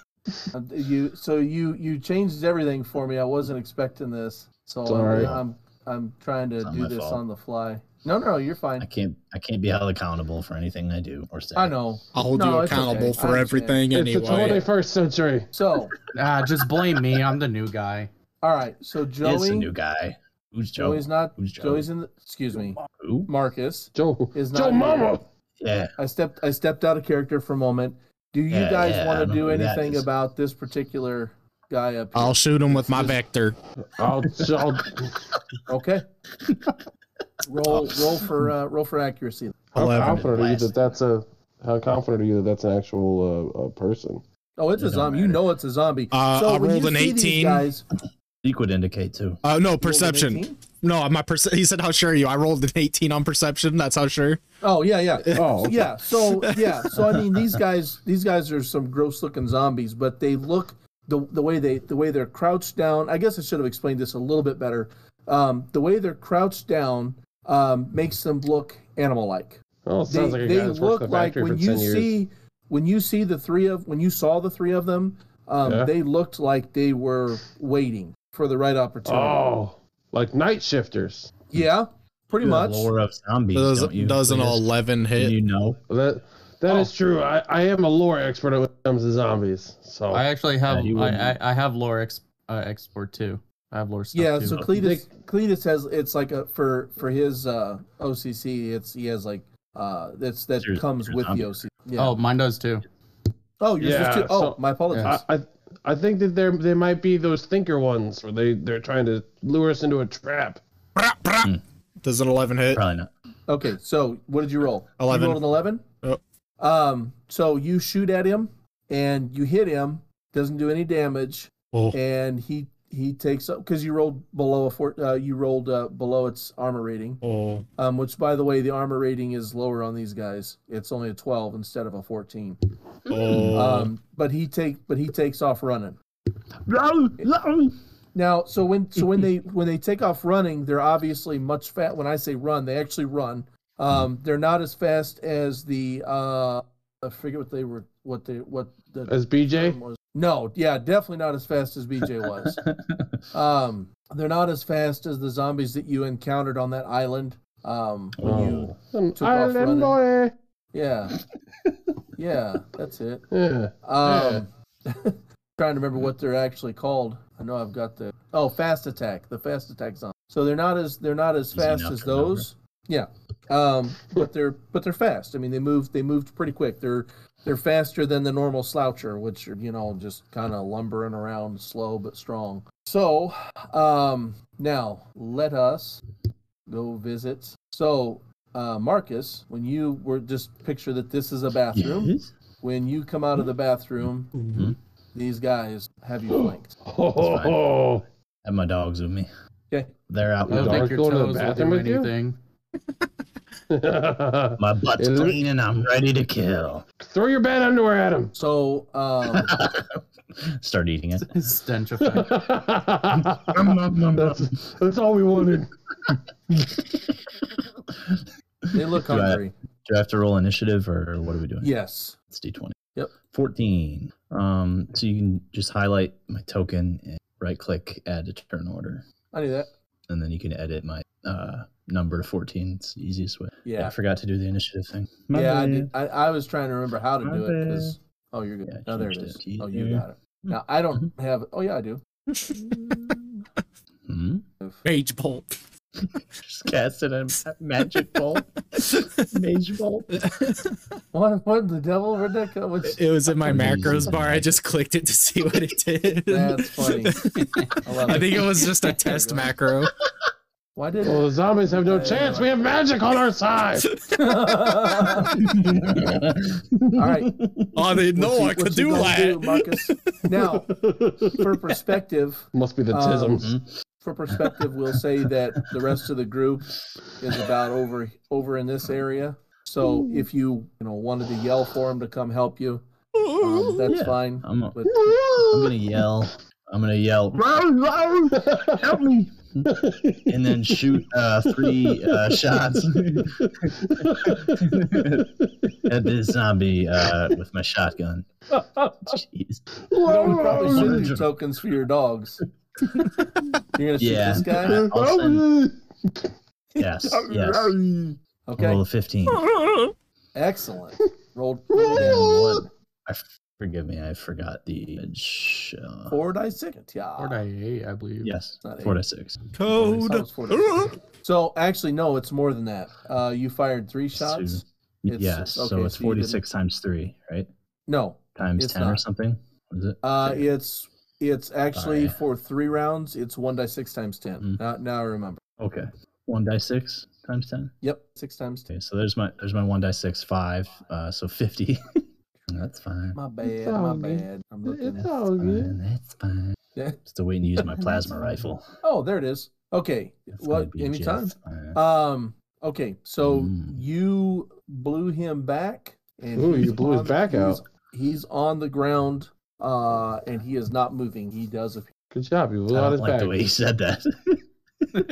Speaker 3: Uh, You so you you changed everything for me. I wasn't expecting this. So
Speaker 1: Sorry.
Speaker 3: I'm, I'm I'm trying to
Speaker 2: It's not
Speaker 3: do
Speaker 2: my
Speaker 3: this
Speaker 2: fault.
Speaker 3: on the fly. No, no, you're
Speaker 2: I
Speaker 3: fine.
Speaker 2: can't. I can't be held accountable for anything I do or say.
Speaker 3: I know.
Speaker 6: I'll hold
Speaker 3: No,
Speaker 6: you
Speaker 3: it's okay.
Speaker 6: accountable
Speaker 3: I
Speaker 6: for
Speaker 3: understand.
Speaker 6: everything
Speaker 1: It's the
Speaker 6: anyway.
Speaker 1: 21st century.
Speaker 3: So,
Speaker 5: Ah, just blame me. I'm the new guy.
Speaker 3: all right. So Joey
Speaker 2: It's a new guy. Who's Joe?
Speaker 3: Joey's not
Speaker 2: Who's Joey?
Speaker 3: Joey's in the, excuse me.
Speaker 2: Who?
Speaker 3: Marcus.
Speaker 1: Joe.
Speaker 3: Is not
Speaker 1: Joe
Speaker 3: here.
Speaker 1: Mama.
Speaker 2: Yeah.
Speaker 3: I stepped I stepped out of character for a moment. Do you
Speaker 2: Yeah,
Speaker 3: guys
Speaker 2: yeah, I
Speaker 3: want
Speaker 2: know
Speaker 3: to do
Speaker 2: who that
Speaker 3: anything
Speaker 2: is.
Speaker 3: about this particular guy up here?
Speaker 6: I'll shoot him with my vector.
Speaker 1: I'll, I'll,
Speaker 3: Okay. roll roll for uh, roll for accuracy.
Speaker 1: how
Speaker 6: Eleven.
Speaker 1: confident are you that
Speaker 2: Blast.
Speaker 1: that's a? How confident are you that that's an actual uh, uh, person?
Speaker 3: Oh, it's
Speaker 2: It
Speaker 3: a
Speaker 2: don't
Speaker 3: zombie. You
Speaker 2: matter.
Speaker 3: know it's a zombie.
Speaker 6: Uh, I
Speaker 3: when you
Speaker 6: rolled an
Speaker 3: see these
Speaker 6: 18.
Speaker 3: guys- you rolled
Speaker 2: Zeke would indicate too.
Speaker 6: Uh, no,
Speaker 3: an
Speaker 6: perception.
Speaker 3: 18?
Speaker 6: No, my perce- He said, "How sure are you?" I rolled an eighteen on perception. That's how sure.
Speaker 3: Oh yeah, yeah,
Speaker 1: Oh, okay.
Speaker 3: yeah. So yeah, so I mean, these guys, these guys are some gross-looking zombies, but they look the the way they the way they're crouched down. I guess I should have explained this a little bit better. Um, the way they're crouched down um, makes them look animal-like.
Speaker 1: Oh, it sounds like a guy that's worked in the factory
Speaker 3: when
Speaker 1: for
Speaker 3: you
Speaker 1: ten years.
Speaker 3: see when you see the three of when you saw the three of them, um,
Speaker 1: Yeah.
Speaker 3: they looked like they were waiting for the right opportunity.
Speaker 1: oh, like night shifters.
Speaker 3: yeah, pretty
Speaker 2: The
Speaker 3: much.
Speaker 2: lore of zombies.
Speaker 6: Does,
Speaker 2: don't you?
Speaker 6: does an
Speaker 2: Cletus?
Speaker 6: eleven
Speaker 2: Do
Speaker 6: hit?
Speaker 2: you know?
Speaker 1: That that is true. I, I am a lore expert when it comes to zombies. So
Speaker 5: I actually have
Speaker 2: Yeah, you
Speaker 5: I,
Speaker 2: wouldn't.
Speaker 5: I, I have lore ex, uh, export too. I have lore stuff
Speaker 3: Yeah,
Speaker 5: too.
Speaker 3: so Cletus Cletus has it's like a for for his uh, OCC, it's he has like uh that's that
Speaker 2: There's-
Speaker 3: comes
Speaker 2: there's
Speaker 3: with the
Speaker 2: zombie.
Speaker 3: OCC. Yeah.
Speaker 5: Oh, mine does too.
Speaker 3: oh, yours
Speaker 1: Yeah,
Speaker 3: was too. Oh,
Speaker 1: so-
Speaker 3: my apologies.
Speaker 1: I, I I think that there they might be those thinker ones where they they're trying to lure us into a trap.
Speaker 6: Brah, brah. Does an eleven hit?
Speaker 2: Probably not.
Speaker 3: Okay, so what did you roll? You
Speaker 6: 11.
Speaker 3: rolled an eleven.
Speaker 6: Yep.
Speaker 3: Um, so you shoot at him and you hit him. Doesn't do any damage,
Speaker 6: Oh,
Speaker 3: and he he takes up because you rolled below a four. Uh, you rolled uh, below its armor rating.
Speaker 6: oh,
Speaker 3: Um, which by the way, the armor rating is lower on these guys. It's only a twelve instead of a fourteen.
Speaker 6: oh.
Speaker 3: Um, but he take but he takes off running. Now, so when so when they when they take off running, they're obviously much fat. When I say run, they actually run. Um, they're not as fast as the uh, I forget what they were what they what the
Speaker 1: As BJ,
Speaker 3: was. No, yeah, definitely not as fast as BJ was. um, they're not as fast as the zombies that you encountered on that island. Um, when you
Speaker 1: Oh. An
Speaker 3: took off
Speaker 1: island boy.
Speaker 3: yeah, yeah, that's it.
Speaker 1: Yeah.
Speaker 3: Um, trying to remember what they're actually called. I know I've got the oh fast attack, the fast attack zombie. So they're not as they're not as
Speaker 2: Easy
Speaker 3: fast
Speaker 2: enough
Speaker 3: as
Speaker 2: to remember.
Speaker 3: those. Yeah, um, but they're but they're fast. I mean, they moved they moved pretty quick. They're they're faster than the normal sloucher, which are you know just kind of lumbering around, slow but strong. So um, now let us go visit. So uh, Marcus, when you were just picture that this is a bathroom
Speaker 2: Oh, Yes.
Speaker 3: when you come out of the bathroom,
Speaker 2: Mm-hmm.
Speaker 3: these guys have you flanked.
Speaker 1: Oh,
Speaker 2: Have my dogs with me.
Speaker 3: Okay.
Speaker 2: They're out.
Speaker 5: I don't
Speaker 1: Dog
Speaker 5: think your
Speaker 1: going to the
Speaker 5: toes will
Speaker 1: bathroom
Speaker 5: do
Speaker 1: with you?
Speaker 5: anything.
Speaker 2: My
Speaker 1: Is
Speaker 2: butt's
Speaker 1: it-
Speaker 2: clean and I'm ready to kill.
Speaker 1: Throw your bad underwear at him.
Speaker 3: So, um,
Speaker 2: Start eating it.
Speaker 5: Stench effect.
Speaker 2: Nom, nom, nom, nom.
Speaker 1: that's, that's all we wanted.
Speaker 3: they look
Speaker 2: Do I-
Speaker 3: hungry.
Speaker 2: Do I have to roll initiative or what are we doing?
Speaker 3: Yes.
Speaker 2: It's D20.
Speaker 3: Yep.
Speaker 2: 14. Um, so you can just highlight my token and right click add to turn order.
Speaker 3: I knew that.
Speaker 2: And then you can edit my uh, number to 14. It's the easiest way. I
Speaker 3: Yeah.
Speaker 2: forgot to do the initiative thing.
Speaker 3: Yeah, I, did. I, I was trying to remember how to
Speaker 2: My
Speaker 3: do it. 'cause- Oh, you're good.
Speaker 2: Yeah,
Speaker 3: oh, there it
Speaker 2: changed
Speaker 3: is.
Speaker 2: it.
Speaker 3: Oh, you
Speaker 2: Yeah. Mm-hmm.
Speaker 3: got it. Now, I don't have. Oh, yeah, I do.
Speaker 2: Hmm?
Speaker 6: Rage bolt.
Speaker 2: Just casted a magic bolt. Mage bolt.
Speaker 3: What, what the devil? Where'd that go? What's,
Speaker 6: It was in my
Speaker 2: Amazing.
Speaker 6: macros bar. I just clicked it to see what it did.
Speaker 3: that's funny. I love
Speaker 6: I
Speaker 3: it.
Speaker 6: think it was just a test macro.
Speaker 3: Why did
Speaker 1: Well, the zombies have no chance. We have magic on our side.
Speaker 3: All right.
Speaker 6: I didn't
Speaker 3: What
Speaker 6: Oh, know
Speaker 3: you-
Speaker 6: I could
Speaker 3: what you
Speaker 6: do
Speaker 3: gonna
Speaker 6: that.
Speaker 3: Marcus. Now, for perspective,
Speaker 1: Must be the
Speaker 3: Um,
Speaker 1: tisms.
Speaker 3: for perspective, we'll say that the rest of the group is about over over in this area. So if you you know wanted to yell for him to come help you, um, that's
Speaker 2: Yeah.
Speaker 3: fine.
Speaker 2: I'm, I'm
Speaker 3: But
Speaker 2: gonna yell. I'm gonna yell. Help me! and then shoot uh, three uh, shots at this zombie uh, with my shotgun. Jeez.
Speaker 3: you probably should do tokens for your dogs. You're gonna shoot
Speaker 2: Yeah.
Speaker 3: this guy,
Speaker 2: I'll send- Yes. Yes. Roll
Speaker 3: okay? Oh,
Speaker 2: a fifteen.
Speaker 3: Excellent. Rolled
Speaker 2: And what? I forgive me. I forgot the. Uh,
Speaker 3: four die second. Yeah.
Speaker 5: Or die eight, I believe.
Speaker 2: yes.
Speaker 3: Not
Speaker 2: Four
Speaker 3: eight.
Speaker 2: to six.
Speaker 3: That was four die. So actually, no, it's more than that. Uh, you fired three shots. It's-
Speaker 2: yes.
Speaker 3: okay,
Speaker 2: so it's
Speaker 3: so you didn't-
Speaker 2: forty-six times three, right?
Speaker 3: No,
Speaker 2: Times
Speaker 3: It's
Speaker 2: ten or
Speaker 3: not.
Speaker 2: something. Is it?
Speaker 3: Uh, it's it's actually
Speaker 2: Sorry.
Speaker 3: for three rounds. It's one die six times 10
Speaker 1: Mm-hmm.
Speaker 2: Mm.
Speaker 3: Now, now I remember.
Speaker 2: Okay. One die six times ten.
Speaker 3: Yep, six times ten.
Speaker 2: Okay, so there's my there's my one die six five, uh, so fifty. That's fine.
Speaker 3: My
Speaker 1: It's
Speaker 3: bad,
Speaker 1: all
Speaker 3: my
Speaker 1: good.
Speaker 3: bad. I'm
Speaker 1: It's
Speaker 3: looking.
Speaker 1: all good.
Speaker 2: Fine, That's fine.
Speaker 3: Yeah.
Speaker 2: Still waiting to use my plasma rifle.
Speaker 3: Oh, there it is. Okay,
Speaker 2: That's gonna
Speaker 3: what?
Speaker 2: be
Speaker 3: Anytime.
Speaker 2: just fine.
Speaker 3: Um. Okay, so
Speaker 2: Mm.
Speaker 3: you blew him back, and
Speaker 1: Ooh, you
Speaker 3: he's
Speaker 1: blew his
Speaker 3: on-
Speaker 1: back
Speaker 3: he's-
Speaker 1: out.
Speaker 3: He's on the ground, uh, and he is not moving. He does appear.
Speaker 1: Good job. You blew
Speaker 2: I
Speaker 1: out
Speaker 2: don't
Speaker 1: his
Speaker 2: like
Speaker 1: back.
Speaker 2: the way you said that.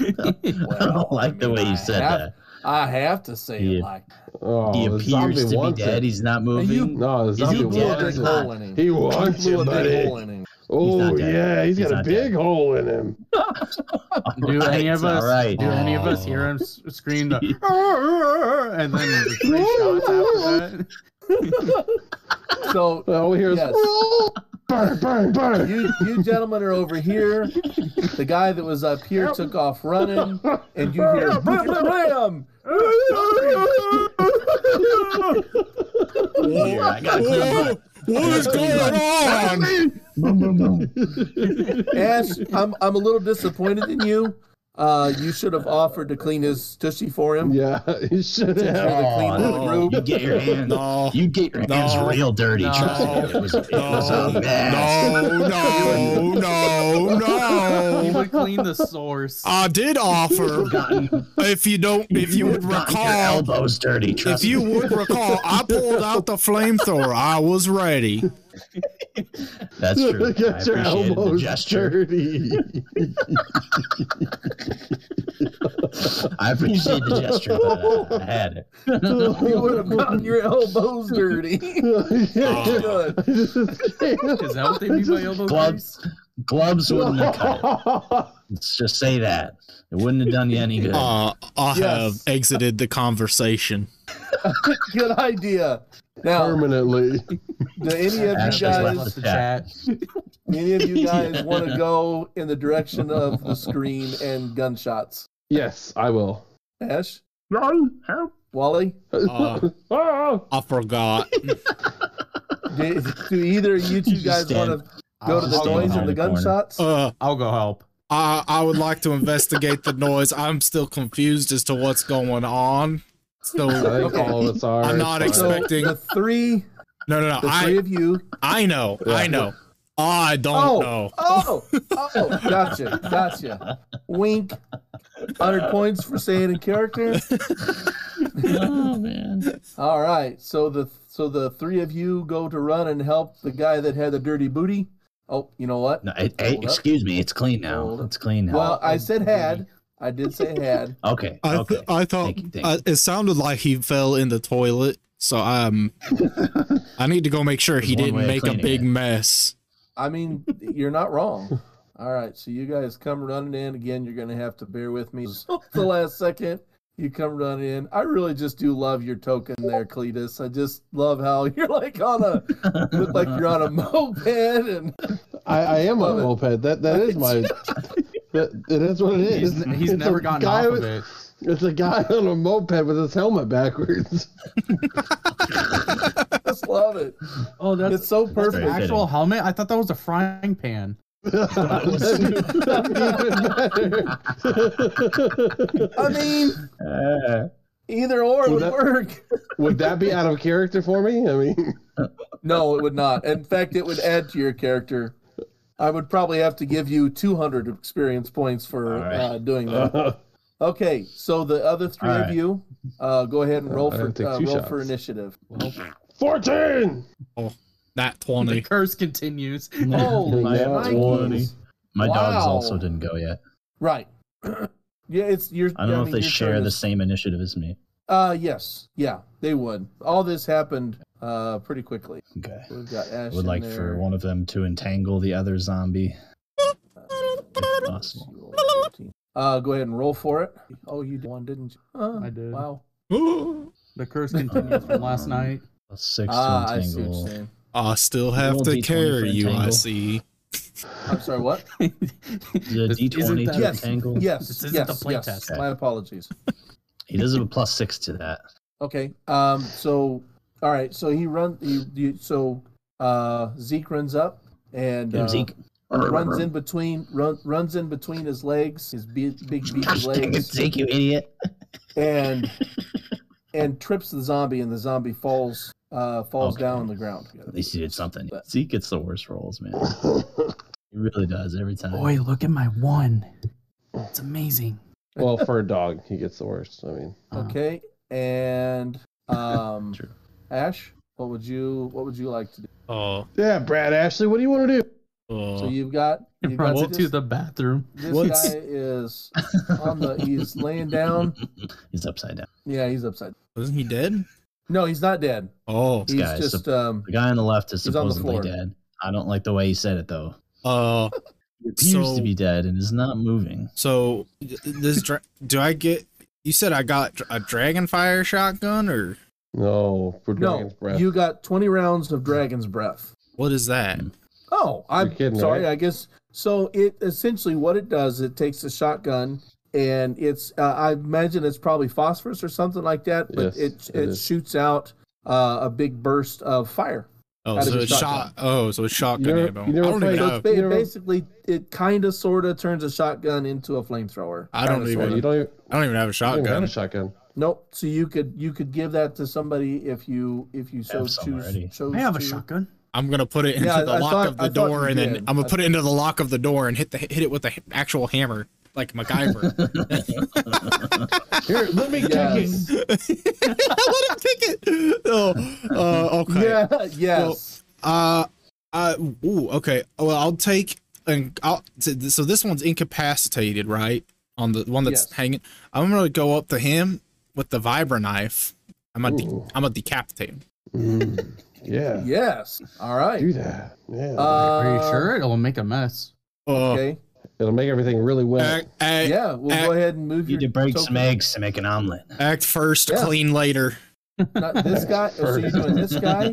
Speaker 2: I
Speaker 3: Well,
Speaker 2: don't like the
Speaker 3: mean,
Speaker 2: way
Speaker 3: I
Speaker 2: you said
Speaker 3: have-
Speaker 2: that.
Speaker 3: I have to say it
Speaker 2: Yeah.
Speaker 3: like
Speaker 1: Oh,
Speaker 2: he
Speaker 1: the
Speaker 2: appears
Speaker 1: zombie
Speaker 2: to be
Speaker 1: wants
Speaker 2: dead.
Speaker 1: it.
Speaker 2: He's not moving.
Speaker 1: No, the zombie
Speaker 2: he
Speaker 3: you blew a
Speaker 1: wants it.
Speaker 2: dead or
Speaker 3: big
Speaker 2: not?
Speaker 3: hole in him.
Speaker 1: He
Speaker 3: You
Speaker 1: wants
Speaker 3: blew
Speaker 1: it,
Speaker 3: a big hole
Speaker 1: buddy.
Speaker 3: in him.
Speaker 1: Oh
Speaker 2: not dead.
Speaker 1: yeah, he's
Speaker 2: He's
Speaker 1: got a
Speaker 2: not
Speaker 1: big
Speaker 2: dead.
Speaker 1: hole in him.
Speaker 5: Do any of us?
Speaker 2: Right.
Speaker 5: Do any of us hear him s- scream the, and then the three shots after that?
Speaker 3: So
Speaker 1: All we hear is
Speaker 3: Yes.
Speaker 1: "Oh, burn, burn, burn.
Speaker 3: you you gentlemen are over here. The guy that was up here took off running, and you hear bam.
Speaker 2: Here, I gotta clean my butt.
Speaker 6: What is going on?
Speaker 2: Boom, boom, boom.
Speaker 3: Ash, I'm I'm a little disappointed in you. Uh, you should have offered to clean his tushy for him.
Speaker 1: Yeah, he should
Speaker 3: You're
Speaker 1: have.
Speaker 3: the clean
Speaker 2: Oh,
Speaker 3: little group.
Speaker 2: You get your hands.
Speaker 6: No.
Speaker 2: You get your hands
Speaker 6: No.
Speaker 2: real dirty.
Speaker 5: No.
Speaker 2: Trust me. It was, it was
Speaker 6: No,
Speaker 2: a mess.
Speaker 6: no, no,
Speaker 5: He
Speaker 6: no, no.
Speaker 5: would clean the source.
Speaker 6: I did offer.
Speaker 2: Gotten-
Speaker 6: If you don't, if you would
Speaker 2: Got your
Speaker 6: recall,
Speaker 2: elbows dirty. Trust
Speaker 6: if you
Speaker 2: me.
Speaker 6: would recall, I pulled out the flamethrower. I was ready.
Speaker 2: that's true. I
Speaker 1: Get your
Speaker 2: appreciated the
Speaker 1: elbows
Speaker 2: gesture.
Speaker 1: dirty.
Speaker 2: I appreciate the gesture, but I, I had it.
Speaker 3: You would have gotten your elbows dirty.
Speaker 1: Yeah.
Speaker 3: Good.
Speaker 5: Is that what they mean by elbow
Speaker 2: Gloves.
Speaker 5: grease?
Speaker 2: Gloves wouldn't have cut it. Let's just say that. It wouldn't have done you any good.
Speaker 6: Uh, I have
Speaker 3: Yes.
Speaker 6: exited the conversation.
Speaker 3: Good idea. Now,
Speaker 1: Permanently.
Speaker 3: do any of you
Speaker 2: Ashley's
Speaker 3: guys
Speaker 2: left the chat.
Speaker 3: any of you guys want to go in the direction of the scream and gunshots?
Speaker 1: Yes, I will.
Speaker 3: Ash,
Speaker 2: No, help.
Speaker 3: Wally,
Speaker 6: Uh,
Speaker 1: Ah!
Speaker 6: I forgot.
Speaker 3: do, do either of you two
Speaker 2: Just
Speaker 3: guys want to go to the
Speaker 2: I'll stand
Speaker 3: noise of
Speaker 2: behind
Speaker 3: the
Speaker 2: the corner.
Speaker 3: gunshots?
Speaker 6: Uh,
Speaker 5: I'll go help.
Speaker 6: I I would like to investigate the noise. I'm still confused as to what's going on.
Speaker 1: I
Speaker 6: So
Speaker 1: think all of us are.
Speaker 6: I'm
Speaker 1: It's
Speaker 6: not
Speaker 1: fine.
Speaker 3: so
Speaker 6: expecting-
Speaker 3: the three,
Speaker 6: no, no, no.
Speaker 3: the three
Speaker 6: I
Speaker 3: of you.
Speaker 6: I know. I know. I don't
Speaker 3: Oh.
Speaker 6: know.
Speaker 3: Oh, oh, gotcha, gotcha. Wink. Hundred points for staying in character.
Speaker 2: Oh man.
Speaker 3: All right. So the so the three of you go to run and help the guy that had the dirty booty. Oh, you know what?
Speaker 2: No, it, it-
Speaker 3: Hold up.
Speaker 2: excuse me. It's clean now.
Speaker 3: Hold up.
Speaker 2: It's clean now.
Speaker 3: Well, I said had. I did say had.
Speaker 2: okay.
Speaker 6: I
Speaker 2: okay.
Speaker 6: th- I thought
Speaker 2: Thank you, thank
Speaker 6: uh, it sounded like he fell in the toilet. So um, I need to go make sure he
Speaker 2: There's one way of
Speaker 6: didn't make a
Speaker 2: cleaning
Speaker 6: big
Speaker 2: it.
Speaker 6: mess.
Speaker 3: I mean, you're not wrong. All right, so you guys come running in again. You're gonna have to bear with me the last second. You come running in. I really just do love your token there, Cletus. I just love how you're like on a look like you're on a moped and
Speaker 1: I, I am on
Speaker 3: Love
Speaker 1: a
Speaker 3: it.
Speaker 1: moped. That that is my. That, it is what it is.
Speaker 5: He's, he's
Speaker 1: It's a
Speaker 5: never gotten
Speaker 1: guy
Speaker 5: off of
Speaker 1: with-
Speaker 5: it.
Speaker 1: It's a guy on a moped with his helmet backwards.
Speaker 3: I just love it.
Speaker 5: Oh,
Speaker 3: It's so
Speaker 2: That's
Speaker 5: an
Speaker 3: perfect.
Speaker 2: very
Speaker 5: actual
Speaker 2: fitting.
Speaker 5: helmet. I thought that was a frying pan.
Speaker 1: That's even better.
Speaker 3: I mean,
Speaker 2: Uh,
Speaker 3: either or would
Speaker 1: Well, that-
Speaker 3: work.
Speaker 1: Would that be out of character for me? I mean,
Speaker 3: No, it would not. In fact, it would add to your character. I would probably have to give you 200 experience points for
Speaker 2: All right.
Speaker 3: uh, doing that. Okay, so the other three
Speaker 2: All
Speaker 3: of
Speaker 2: right.
Speaker 3: you, uh, go ahead and roll
Speaker 1: I
Speaker 3: for
Speaker 1: didn't take
Speaker 3: uh,
Speaker 1: two
Speaker 3: roll for
Speaker 1: shots.
Speaker 3: initiative.
Speaker 1: fourteen.
Speaker 6: That
Speaker 5: The
Speaker 6: twenty.
Speaker 5: curse continues.
Speaker 3: Holy
Speaker 2: my,
Speaker 1: yeah,
Speaker 3: Mikeys.
Speaker 1: twenty.
Speaker 2: my dogs
Speaker 3: Wow.
Speaker 2: also didn't go yet.
Speaker 3: Right. yeah, it's your.
Speaker 2: I don't know
Speaker 3: mean,
Speaker 2: if they
Speaker 3: your
Speaker 2: share
Speaker 3: turn
Speaker 2: the
Speaker 3: is-
Speaker 2: same initiative as me.
Speaker 3: Uh, yes. Yeah, they would. All this happened uh pretty quickly.
Speaker 2: Okay.
Speaker 3: We've got Ash.
Speaker 2: I would
Speaker 3: in
Speaker 2: like
Speaker 3: there.
Speaker 2: for one of them to entangle the other zombie. If possible.
Speaker 3: Uh, go ahead and roll for it. Oh, you did one, didn't you? Uh,
Speaker 5: I did.
Speaker 3: Wow.
Speaker 5: The curse continues from last night.
Speaker 2: Plus Six
Speaker 3: Ah,
Speaker 2: to
Speaker 3: I see what you're
Speaker 2: entangle.
Speaker 3: saying.
Speaker 6: I still have
Speaker 2: Roll
Speaker 6: to
Speaker 2: D20 for
Speaker 6: carry you. I
Speaker 2: entangle.
Speaker 6: see.
Speaker 3: I'm sorry. What?
Speaker 2: The
Speaker 5: This
Speaker 2: D twenty to
Speaker 5: isn't that-
Speaker 3: Yes.
Speaker 2: entangle.
Speaker 3: Yes.
Speaker 5: This isn't
Speaker 3: yes,
Speaker 5: the
Speaker 3: yes.
Speaker 5: playtest.
Speaker 3: My apologies.
Speaker 2: He does have a plus six to that.
Speaker 3: Okay. Um. So, all right. So he runs. You, you. So, uh, Zeke runs up and
Speaker 2: Get him,
Speaker 3: uh,
Speaker 2: Zeke.
Speaker 3: runs in between. Run, runs in between his legs. His be- big beefy
Speaker 2: Gosh dang it,
Speaker 3: legs.
Speaker 2: Zeke, you idiot!
Speaker 3: And and trips the zombie, and the zombie falls. Uh, falls
Speaker 2: Okay.
Speaker 3: down on the ground.
Speaker 2: At least he did something. Zeke gets the worst rolls, man. He really does every time.
Speaker 5: Boy, look at my one. It's amazing.
Speaker 1: well, for a dog, he gets the worst. I mean,
Speaker 5: Uh,
Speaker 3: Okay. And um,
Speaker 2: True.
Speaker 3: Ash, what would you what would you like to do?
Speaker 6: Oh,
Speaker 1: yeah, Brad Ashley, what do you want to do?
Speaker 6: oh.
Speaker 3: So you've got
Speaker 5: It
Speaker 3: you've got
Speaker 5: runs to
Speaker 3: this,
Speaker 5: the bathroom.
Speaker 3: this
Speaker 6: what's-
Speaker 3: guy is on the uh, he's laying down.
Speaker 2: He's upside down.
Speaker 3: Yeah, he's upside.
Speaker 6: isn't he dead?
Speaker 3: No, he's not dead.
Speaker 6: Oh,
Speaker 3: He's
Speaker 2: guy is
Speaker 3: just um
Speaker 2: The guy on the left is
Speaker 3: He's on the
Speaker 2: supposedly
Speaker 3: floor.
Speaker 2: dead. I don't like the way he said it though.
Speaker 6: uh,
Speaker 2: He appears
Speaker 6: so-
Speaker 2: to be dead and is not moving.
Speaker 6: So th- this dra- do I get? You said I got dr- a dragon fire shotgun, or
Speaker 1: No, for
Speaker 3: no.
Speaker 1: Dragon's Breath.
Speaker 3: You got twenty rounds of dragon's breath.
Speaker 6: what is that?
Speaker 2: Hmm.
Speaker 3: Oh, I'm
Speaker 1: kidding,
Speaker 3: sorry.
Speaker 1: right?
Speaker 3: I guess so. It essentially what it does. It takes a shotgun. And it's, uh, I imagine it's probably phosphorus or something like that, but
Speaker 1: Yes,
Speaker 3: it
Speaker 1: it
Speaker 3: it,
Speaker 1: is.
Speaker 3: shoots out uh, a big burst of fire.
Speaker 6: Oh,
Speaker 3: Out of
Speaker 6: so
Speaker 3: your
Speaker 6: it's shot.
Speaker 3: shotgun.
Speaker 6: Oh, so it's shotgun
Speaker 1: You're-
Speaker 6: ammo.
Speaker 1: you never
Speaker 6: I don't even
Speaker 1: played-
Speaker 3: So
Speaker 6: know.
Speaker 3: it's ba-
Speaker 1: You know-
Speaker 3: basically, it kind of sort of turns a shotgun into a flamethrower.
Speaker 6: I don't
Speaker 3: Kinda,
Speaker 1: Yeah,
Speaker 6: even.
Speaker 1: you don't even,
Speaker 6: I don't even have a
Speaker 1: you don't even have a
Speaker 6: shotgun.
Speaker 1: shotgun.
Speaker 3: Nope. So you could you could give that to somebody if you if you so
Speaker 2: have some
Speaker 3: choose.
Speaker 2: already.
Speaker 3: chose
Speaker 5: I have a
Speaker 3: to.
Speaker 5: shotgun.
Speaker 6: I'm gonna put it into
Speaker 3: Yeah,
Speaker 6: the
Speaker 3: I
Speaker 6: lock
Speaker 3: thought-
Speaker 6: of the
Speaker 3: I thought
Speaker 6: door,
Speaker 3: you
Speaker 6: and then
Speaker 3: did.
Speaker 6: I'm gonna
Speaker 3: I-
Speaker 6: put it into the lock of the door and hit the hit it with the h- actual hammer, like MacGyver.
Speaker 1: Here, let me
Speaker 3: Yes.
Speaker 1: kick it.
Speaker 6: Let him pick it. Oh, uh, okay.
Speaker 3: Yeah. Yes.
Speaker 6: Uh, uh, ooh, okay. Well, I'll take and I'll so so this one's incapacitated, right? On the one that's
Speaker 3: Yes.
Speaker 6: hanging, I'm gonna go up to him with the vibra knife. I'm gonna, de-
Speaker 1: Ooh.
Speaker 6: I'm gonna decapitate him.
Speaker 1: Mm, yeah,
Speaker 3: yes. All right.
Speaker 1: do that. Yeah.
Speaker 3: Uh,
Speaker 5: Are you sure it'll make a mess?
Speaker 2: Oh.
Speaker 6: Uh,
Speaker 3: Okay.
Speaker 1: It'll make everything really wet.
Speaker 6: act, act,
Speaker 3: Yeah, we'll
Speaker 6: act-
Speaker 3: go ahead and move
Speaker 2: You
Speaker 3: your
Speaker 2: need to break
Speaker 3: token.
Speaker 2: some eggs to make an omelet.
Speaker 6: act first,
Speaker 3: Yeah.
Speaker 6: clean later.
Speaker 3: Not this guy. Oh, so you're doing this guy?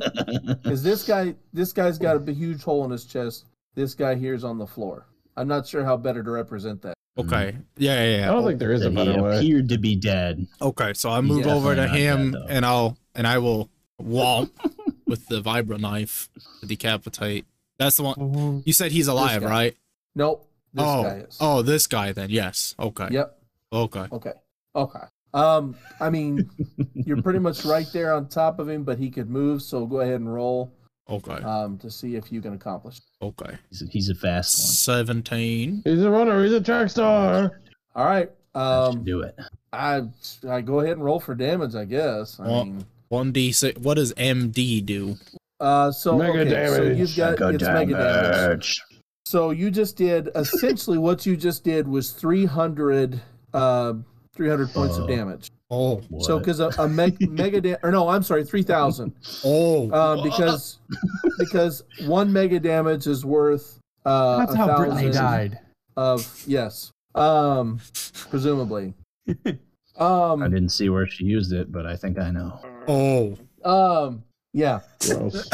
Speaker 3: Because this guy, this guy's got a b- huge hole in his chest. This guy here's on the floor. I'm not sure how better to represent that. Mm-hmm.
Speaker 6: Okay. Yeah, yeah,
Speaker 1: I
Speaker 6: yeah.
Speaker 1: don't think there is a
Speaker 2: that he
Speaker 1: better way.
Speaker 2: appeared to be dead.
Speaker 6: Okay, so I
Speaker 2: He's
Speaker 6: move over to
Speaker 2: definitely not
Speaker 6: him
Speaker 2: dead, though.
Speaker 6: and I'll and I will walk with the vibra knife to decapitate. That's the one. You said he's alive,
Speaker 3: guy.
Speaker 6: right?
Speaker 3: Nope. This
Speaker 6: oh,
Speaker 3: guy is.
Speaker 6: oh, this guy then. Yes. Okay.
Speaker 3: Yep.
Speaker 6: Okay.
Speaker 3: Okay. Okay. Um, I mean, you're pretty much right there on top of him, but he could move. So go ahead and roll
Speaker 6: Okay.
Speaker 3: um, to see if you can accomplish.
Speaker 6: Okay.
Speaker 2: He's a, he's a fast
Speaker 6: Seventeen.
Speaker 1: He's a runner. He's a track star.
Speaker 3: All right.
Speaker 2: one. That
Speaker 3: Um,
Speaker 2: should do it.
Speaker 3: I I go ahead and roll for damage, I guess. I
Speaker 6: Well-
Speaker 3: mean,
Speaker 6: One d six. What does MD do?
Speaker 3: uh, so
Speaker 1: Mega
Speaker 3: okay, so
Speaker 1: damage.
Speaker 3: you've got it's mega damage. So you just did essentially what you just did was 300, uh, 300 points of
Speaker 2: Oh.
Speaker 3: damage.
Speaker 6: Oh.
Speaker 3: So because a, a me- mega da- or no, I'm sorry, three thousand.
Speaker 6: Oh.
Speaker 3: Uh, because because one mega damage is worth uh,
Speaker 7: That's
Speaker 3: a
Speaker 7: how
Speaker 3: thousand
Speaker 7: Brittany died.
Speaker 3: of yes, um, presumably.
Speaker 2: I
Speaker 3: Um,
Speaker 2: didn't see where she used it, but I think I know.
Speaker 6: oh.
Speaker 3: um, yeah.
Speaker 1: Gross.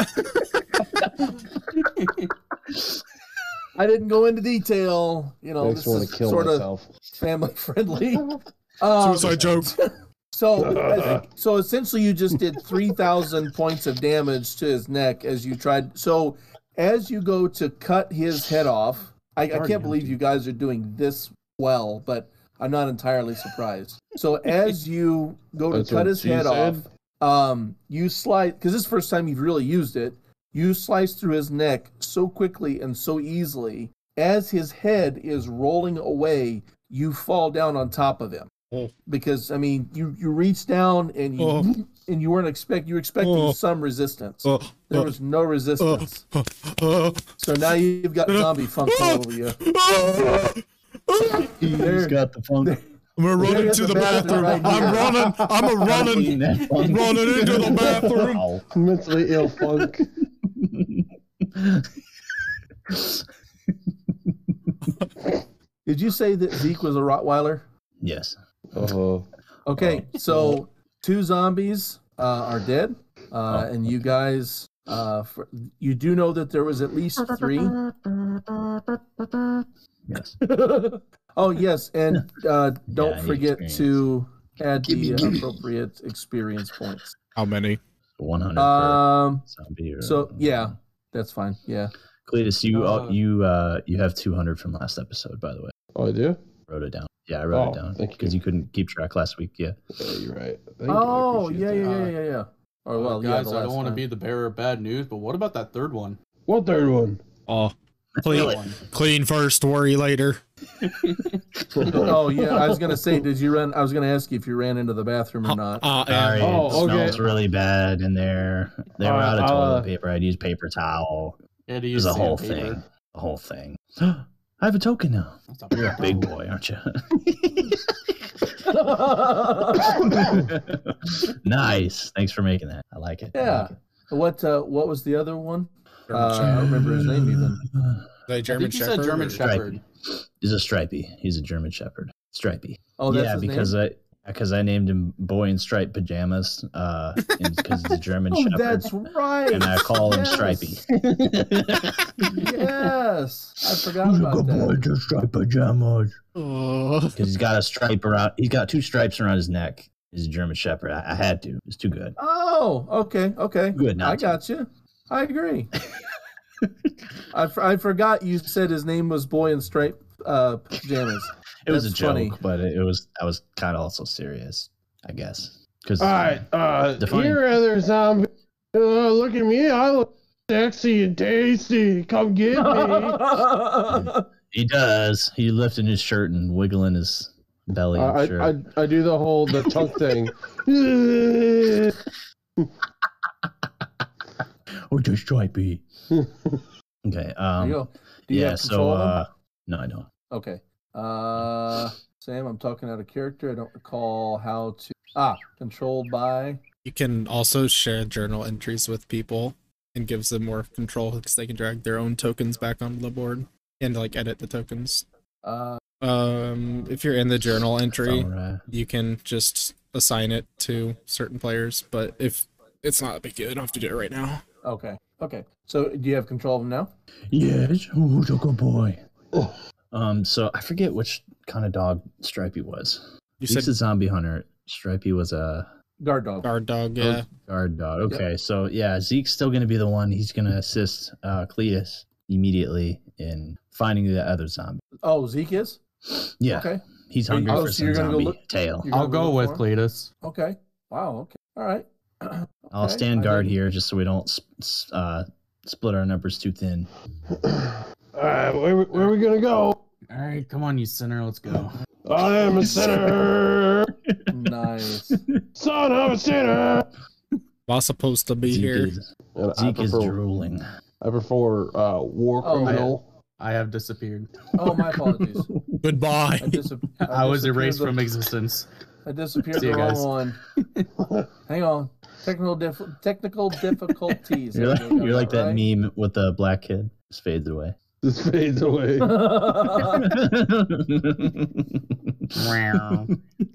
Speaker 3: I didn't go into detail. You know,
Speaker 1: Makes
Speaker 3: this
Speaker 1: me want
Speaker 3: is
Speaker 1: to kill
Speaker 3: sort of
Speaker 1: myself.
Speaker 3: family friendly. Um,
Speaker 6: Suicide joke.
Speaker 3: so, so essentially, you just did three thousand points of damage to his neck as you tried. So, as you go to cut his head off, I, I can't believe you guys are doing this well, but I'm not entirely surprised. So, as you go to
Speaker 1: That's
Speaker 3: cut
Speaker 1: what
Speaker 3: his
Speaker 1: she
Speaker 3: head
Speaker 1: said.
Speaker 3: off, um, you slice because this is the first time you've really used it. You slice through his neck so quickly and so easily. As his head is rolling away, you fall down on top of him. Because I mean, you you reach down and you
Speaker 6: Oh.
Speaker 3: and you weren't expect you were expecting
Speaker 6: Oh.
Speaker 3: some resistance.
Speaker 6: Oh.
Speaker 3: There was no
Speaker 6: Oh.
Speaker 3: resistance.
Speaker 6: Oh. Oh.
Speaker 3: So now you've got zombie funk all over you.
Speaker 6: Oh. Oh.
Speaker 2: He's got the funk.
Speaker 6: I'm gonna run
Speaker 3: There's a
Speaker 6: into the
Speaker 3: bastard
Speaker 6: bathroom.
Speaker 3: right
Speaker 6: I'm
Speaker 3: here.
Speaker 6: running. I'm a running. I'm running into the bathroom.
Speaker 2: Ow.
Speaker 1: Mentally ill funk.
Speaker 3: Did you say that Zeke was a Rottweiler?
Speaker 2: Yes.
Speaker 1: Oh,
Speaker 3: Okay, so two zombies uh, are dead, uh, and you guys, uh, for, you do know that there was at least three.
Speaker 2: Yes.
Speaker 3: oh yes, and uh, don't
Speaker 2: Yeah, the
Speaker 3: forget to add
Speaker 2: Gimme,
Speaker 3: the
Speaker 2: gimme.
Speaker 3: appropriate experience points.
Speaker 6: How many?
Speaker 2: 100 per
Speaker 3: Um,
Speaker 2: zombie. Or,
Speaker 3: so yeah, that's fine. Yeah,
Speaker 2: Cletus, you uh,
Speaker 7: Uh,
Speaker 2: you uh, you have 200 from last episode, by the way.
Speaker 1: oh, I do.
Speaker 2: Wrote it down. Yeah, I wrote
Speaker 1: Oh,
Speaker 2: it down
Speaker 1: thank
Speaker 2: because you. couldn't keep track last week. Yeah.
Speaker 1: Yeah, you're right. Thank you, I
Speaker 3: Oh
Speaker 1: appreciate that.
Speaker 3: yeah, yeah, yeah,
Speaker 7: Uh,
Speaker 3: yeah, yeah. Or well, yeah,
Speaker 5: guys,
Speaker 3: the
Speaker 5: I don't
Speaker 3: last
Speaker 5: want to
Speaker 3: time.
Speaker 5: be the bearer of bad news, but what about that third one?
Speaker 1: What third one?
Speaker 6: Oh, clean,
Speaker 5: One.
Speaker 6: clean first, worry later.
Speaker 3: Oh yeah, I was gonna say, did you run? I was gonna ask you if you ran into the bathroom or not.
Speaker 6: Uh,
Speaker 2: Sorry,
Speaker 6: and-
Speaker 1: Oh,
Speaker 2: it
Speaker 1: okay.
Speaker 2: smells really bad in there. They were
Speaker 1: Uh,
Speaker 2: out of
Speaker 1: I'll,
Speaker 2: toilet
Speaker 1: uh,
Speaker 2: paper. I'd use paper towel.
Speaker 5: Yeah,
Speaker 2: It was the whole thing. The whole thing. I have a token now. You're a big boy, aren't you? nice. Thanks for making that. I like it. I
Speaker 3: Yeah.
Speaker 2: like it.
Speaker 3: What uh, what was the other one? Uh, I don't remember his name even.
Speaker 6: the
Speaker 5: Oh, uh, I
Speaker 6: German
Speaker 5: think you said
Speaker 6: Shepherd.
Speaker 5: German
Speaker 6: or-
Speaker 5: Shepherd.
Speaker 2: He's a stripey. He's a German Shepherd. Stripey.
Speaker 3: Oh, that's
Speaker 2: yeah,
Speaker 3: his
Speaker 2: because
Speaker 3: name?
Speaker 2: I because I named him Boy in Striped Pajamas. Uh, because he's a German
Speaker 3: Oh,
Speaker 2: Shepherd.
Speaker 3: that's right.
Speaker 2: and I call him
Speaker 3: Yes.
Speaker 2: Stripey.
Speaker 3: Yes, I forgot about that.
Speaker 2: in striped pajamas.
Speaker 6: Oh,
Speaker 2: Because he's got a stripe around. He's got two stripes around his neck. He's a German Shepherd. I, I had to. It's too good.
Speaker 3: Oh, okay, okay.
Speaker 2: Good. Not
Speaker 3: I got you. I agree. I, for- I forgot you said his name was Boy in Striped uh, Pajamas.
Speaker 2: to. It was a
Speaker 3: that's
Speaker 2: joke,
Speaker 3: funny.
Speaker 2: but it, it was. I was kind of also serious. I guess. Because
Speaker 1: All right, uh,
Speaker 2: Define.
Speaker 1: here other zombie. Uh, look at me, I look sexy and tasty. Come get me.
Speaker 2: he does. He lifting his shirt and wiggling his belly.
Speaker 1: Uh,
Speaker 2: I'm sure.
Speaker 1: I, I, I do the whole the tongue thing. Ugh.
Speaker 2: or just stripey. okay.
Speaker 3: there
Speaker 2: Um.
Speaker 3: you go. Do you
Speaker 2: yeah.
Speaker 3: have
Speaker 2: So.
Speaker 3: control of him?
Speaker 2: Uh, no, I don't.
Speaker 3: Okay. Uh, Sam, I'm talking out of character. I don't recall how to. Ah, controlled by.
Speaker 6: you can also share journal entries with people and gives them more control because they can drag their own tokens back onto the board. and like edit the tokens.
Speaker 3: Uh,
Speaker 6: Um, if you're in the journal entry,
Speaker 2: All right.
Speaker 6: you can just assign it to certain players. But if it's not a big deal, you don't have to do it right now.
Speaker 3: okay. Okay. So do you have control of them now?
Speaker 2: Yes, oh, who's a good boy? Um, so I forget which kind of dog Stripey was.
Speaker 6: You
Speaker 2: This
Speaker 6: said
Speaker 2: is Zombie Hunter. Stripey was a
Speaker 3: Guard dog.
Speaker 6: guard dog.
Speaker 5: Oh.
Speaker 6: Yeah.
Speaker 2: guard dog. Okay, so yeah, Zeke's still going to be the one. He's going to assist uh, Cletus immediately in finding the other zombie.
Speaker 3: Oh, Zeke is?
Speaker 2: Yeah,
Speaker 3: Okay.
Speaker 2: he's
Speaker 3: Are you-
Speaker 2: hungry
Speaker 3: oh,
Speaker 2: for
Speaker 3: so
Speaker 2: some
Speaker 3: you're gonna go
Speaker 2: zombie
Speaker 3: look-
Speaker 2: tail.
Speaker 3: You're
Speaker 5: I'll
Speaker 3: gonna
Speaker 5: go
Speaker 3: look
Speaker 5: with
Speaker 3: for him?
Speaker 5: Cletus.
Speaker 3: Okay. Wow. Okay. All right.
Speaker 2: I'll
Speaker 3: Okay,
Speaker 2: stand
Speaker 3: I
Speaker 2: guard
Speaker 3: didn't-
Speaker 2: here just so we don't s- s- uh, split our numbers too thin.
Speaker 1: All right, where, we- where are we gonna go?
Speaker 5: All right, come on, you sinner, let's go.
Speaker 1: I am a sinner.
Speaker 3: Nice.
Speaker 1: Son of a sinner.
Speaker 6: I'm supposed to be
Speaker 2: Zeke
Speaker 6: here.
Speaker 2: is,
Speaker 1: And I
Speaker 2: Zeke is
Speaker 1: prefer,
Speaker 2: drooling.
Speaker 1: I prefer uh, war
Speaker 3: Oh,
Speaker 1: criminal.
Speaker 5: I have disappeared.
Speaker 3: Oh, my apologies.
Speaker 6: Goodbye.
Speaker 3: I, disap-
Speaker 5: I was
Speaker 3: disappeared
Speaker 5: erased
Speaker 3: the-
Speaker 5: from existence.
Speaker 3: I disappeared
Speaker 5: See
Speaker 3: the
Speaker 5: you
Speaker 3: wrong
Speaker 5: guys.
Speaker 3: one. Hang on. Technical dif- technical difficulties.
Speaker 2: You're like,
Speaker 3: There we go,
Speaker 2: you're like that
Speaker 3: right?
Speaker 2: meme with the black kid. Just fades away.
Speaker 1: This fades away.
Speaker 3: uh,
Speaker 5: Wow.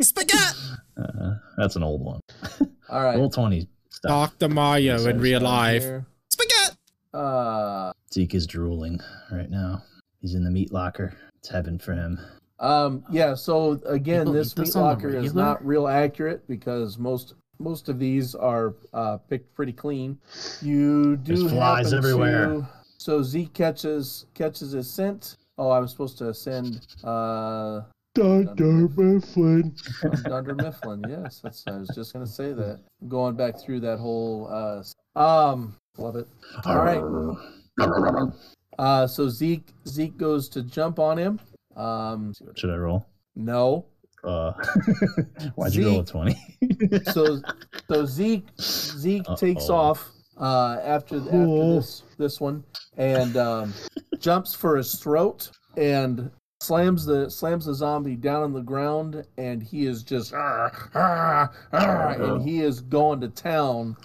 Speaker 6: Spaghetti.
Speaker 2: Uh, that's an old one.
Speaker 3: all right.
Speaker 2: Old 20 stuff.
Speaker 6: Talk to Mario in real life.
Speaker 3: Here.
Speaker 6: Spaghetti.
Speaker 3: Uh,
Speaker 2: Zeke is drooling right now. He's in the meat locker. It's heaven for him.
Speaker 3: um, yeah. So again,
Speaker 5: People
Speaker 3: this
Speaker 5: eat this
Speaker 3: meat
Speaker 5: on the
Speaker 3: locker is
Speaker 5: regular?
Speaker 3: not real accurate because most most of these are uh, picked pretty clean. You do
Speaker 2: There's flies
Speaker 3: happen
Speaker 2: everywhere.
Speaker 3: To, so Zeke catches catches his scent. Oh, I was supposed to send uh,
Speaker 1: Dr. Mifflin.
Speaker 3: Dunder Mifflin. Yes, that's, I was just gonna say that. Going back through that whole uh, um, love it. All right. Uh, so Zeke Zeke goes to jump on him. Um,
Speaker 2: Should I roll?
Speaker 3: no.
Speaker 2: Uh, why'd you roll a
Speaker 3: Zeke.
Speaker 2: 20?
Speaker 3: So so Zeke Zeke takes
Speaker 2: Uh-oh.
Speaker 3: off uh, after after this this one and um, jumps for his throat and slams the slams the zombie down on the ground and he is just "Arr, arr, arr," and he is going to town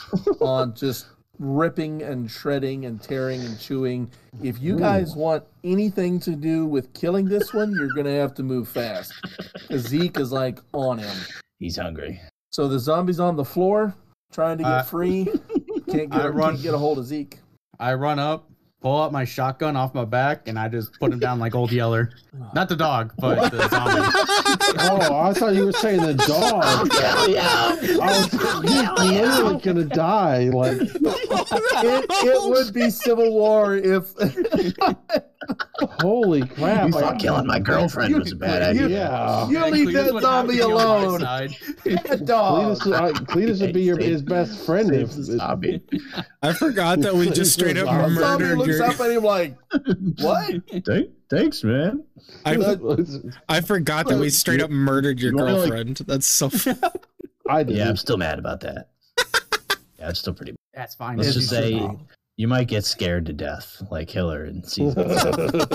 Speaker 3: on just ripping and shredding and tearing and chewing. If you guys want anything to do with killing this one, you're gonna have to move fast. 'Cause Zeke is like on him.
Speaker 2: He's hungry.
Speaker 3: So the zombie's on the floor trying to get
Speaker 5: Uh,
Speaker 3: free. Can't
Speaker 5: I
Speaker 3: get,
Speaker 5: run-
Speaker 3: can't get a hold of Zeke.
Speaker 5: I run up, pull out my shotgun off my back, and I just put him down like old Yeller. Not the dog, but the zombie.
Speaker 1: Oh, I thought you were saying the dog. I was literally gonna die. Like,
Speaker 3: It, it would be civil war if
Speaker 1: holy crap!
Speaker 2: You
Speaker 1: like,
Speaker 2: thought killing my girlfriend was a bad idea.
Speaker 1: yeah.
Speaker 3: you leave that zombie alone. That dog.
Speaker 1: Cletus, uh, Cletus would be your, his best friend if,
Speaker 2: Saves the zombie.
Speaker 6: I forgot that we just straight up
Speaker 1: Zombie
Speaker 3: Zombie
Speaker 6: murdered
Speaker 3: looks
Speaker 6: your.
Speaker 3: up at him like, "What?
Speaker 2: Thank- Thanks, man.
Speaker 6: I, I forgot that we straight up murdered your
Speaker 2: You wanna, like-
Speaker 6: girlfriend. That's so. Funny.
Speaker 1: I did.
Speaker 2: Yeah, I'm still mad about that. Yeah, I'm still pretty.
Speaker 5: That's fine.
Speaker 2: Let's
Speaker 5: Yes,
Speaker 2: just
Speaker 5: you should
Speaker 2: say
Speaker 5: be.
Speaker 2: you might get scared to death, like Hiller in season.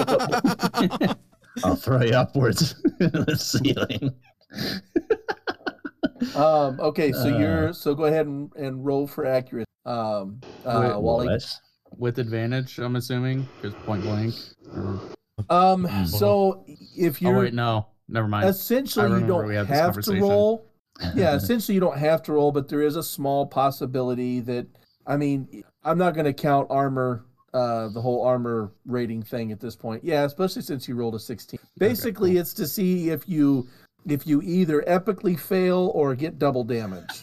Speaker 6: Oh,
Speaker 2: I'll throw you upwards in the ceiling.
Speaker 3: Um, okay, so
Speaker 2: Uh.
Speaker 3: you're so go ahead and, and roll for accuracy. Um, uh,
Speaker 2: Wait,
Speaker 3: Wally.
Speaker 2: what?
Speaker 5: with advantage. I'm assuming because point blank. Oh, Or-
Speaker 3: Um, so if
Speaker 5: oh
Speaker 3: you're
Speaker 5: Mm-hmm. wait, no, never mind. I
Speaker 3: essentially you
Speaker 5: remember
Speaker 3: don't
Speaker 5: we had
Speaker 3: have
Speaker 5: this
Speaker 3: to
Speaker 5: conversation.
Speaker 3: roll. yeah, essentially you don't have to roll, but there is a small possibility that I mean, I'm not going to count armor, uh, the whole armor rating thing at this point. Yeah, especially since you rolled a 16. Basically, it's to see if you if you either epically fail or get double damage,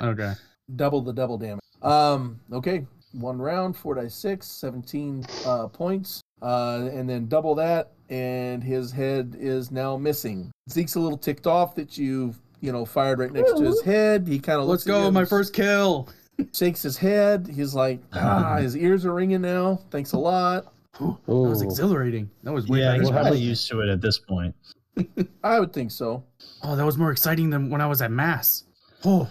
Speaker 5: Okay.
Speaker 3: double the double damage. Um, okay, one round, four dice six, 17 uh, points, uh, and then double that, and his head is now missing. Zeke's a little ticked off that you've you know fired right next to his head. He kind of
Speaker 5: Let's go. My first kill.
Speaker 3: shakes his head. He's like, ah, his ears are ringing now. Thanks a lot.
Speaker 5: That was
Speaker 1: Ooh.
Speaker 5: exhilarating. That was way
Speaker 2: Yeah, he's
Speaker 5: better.
Speaker 2: probably used to it at this point.
Speaker 3: I would think so.
Speaker 5: Oh, that was more exciting than when I was at mass. Oh,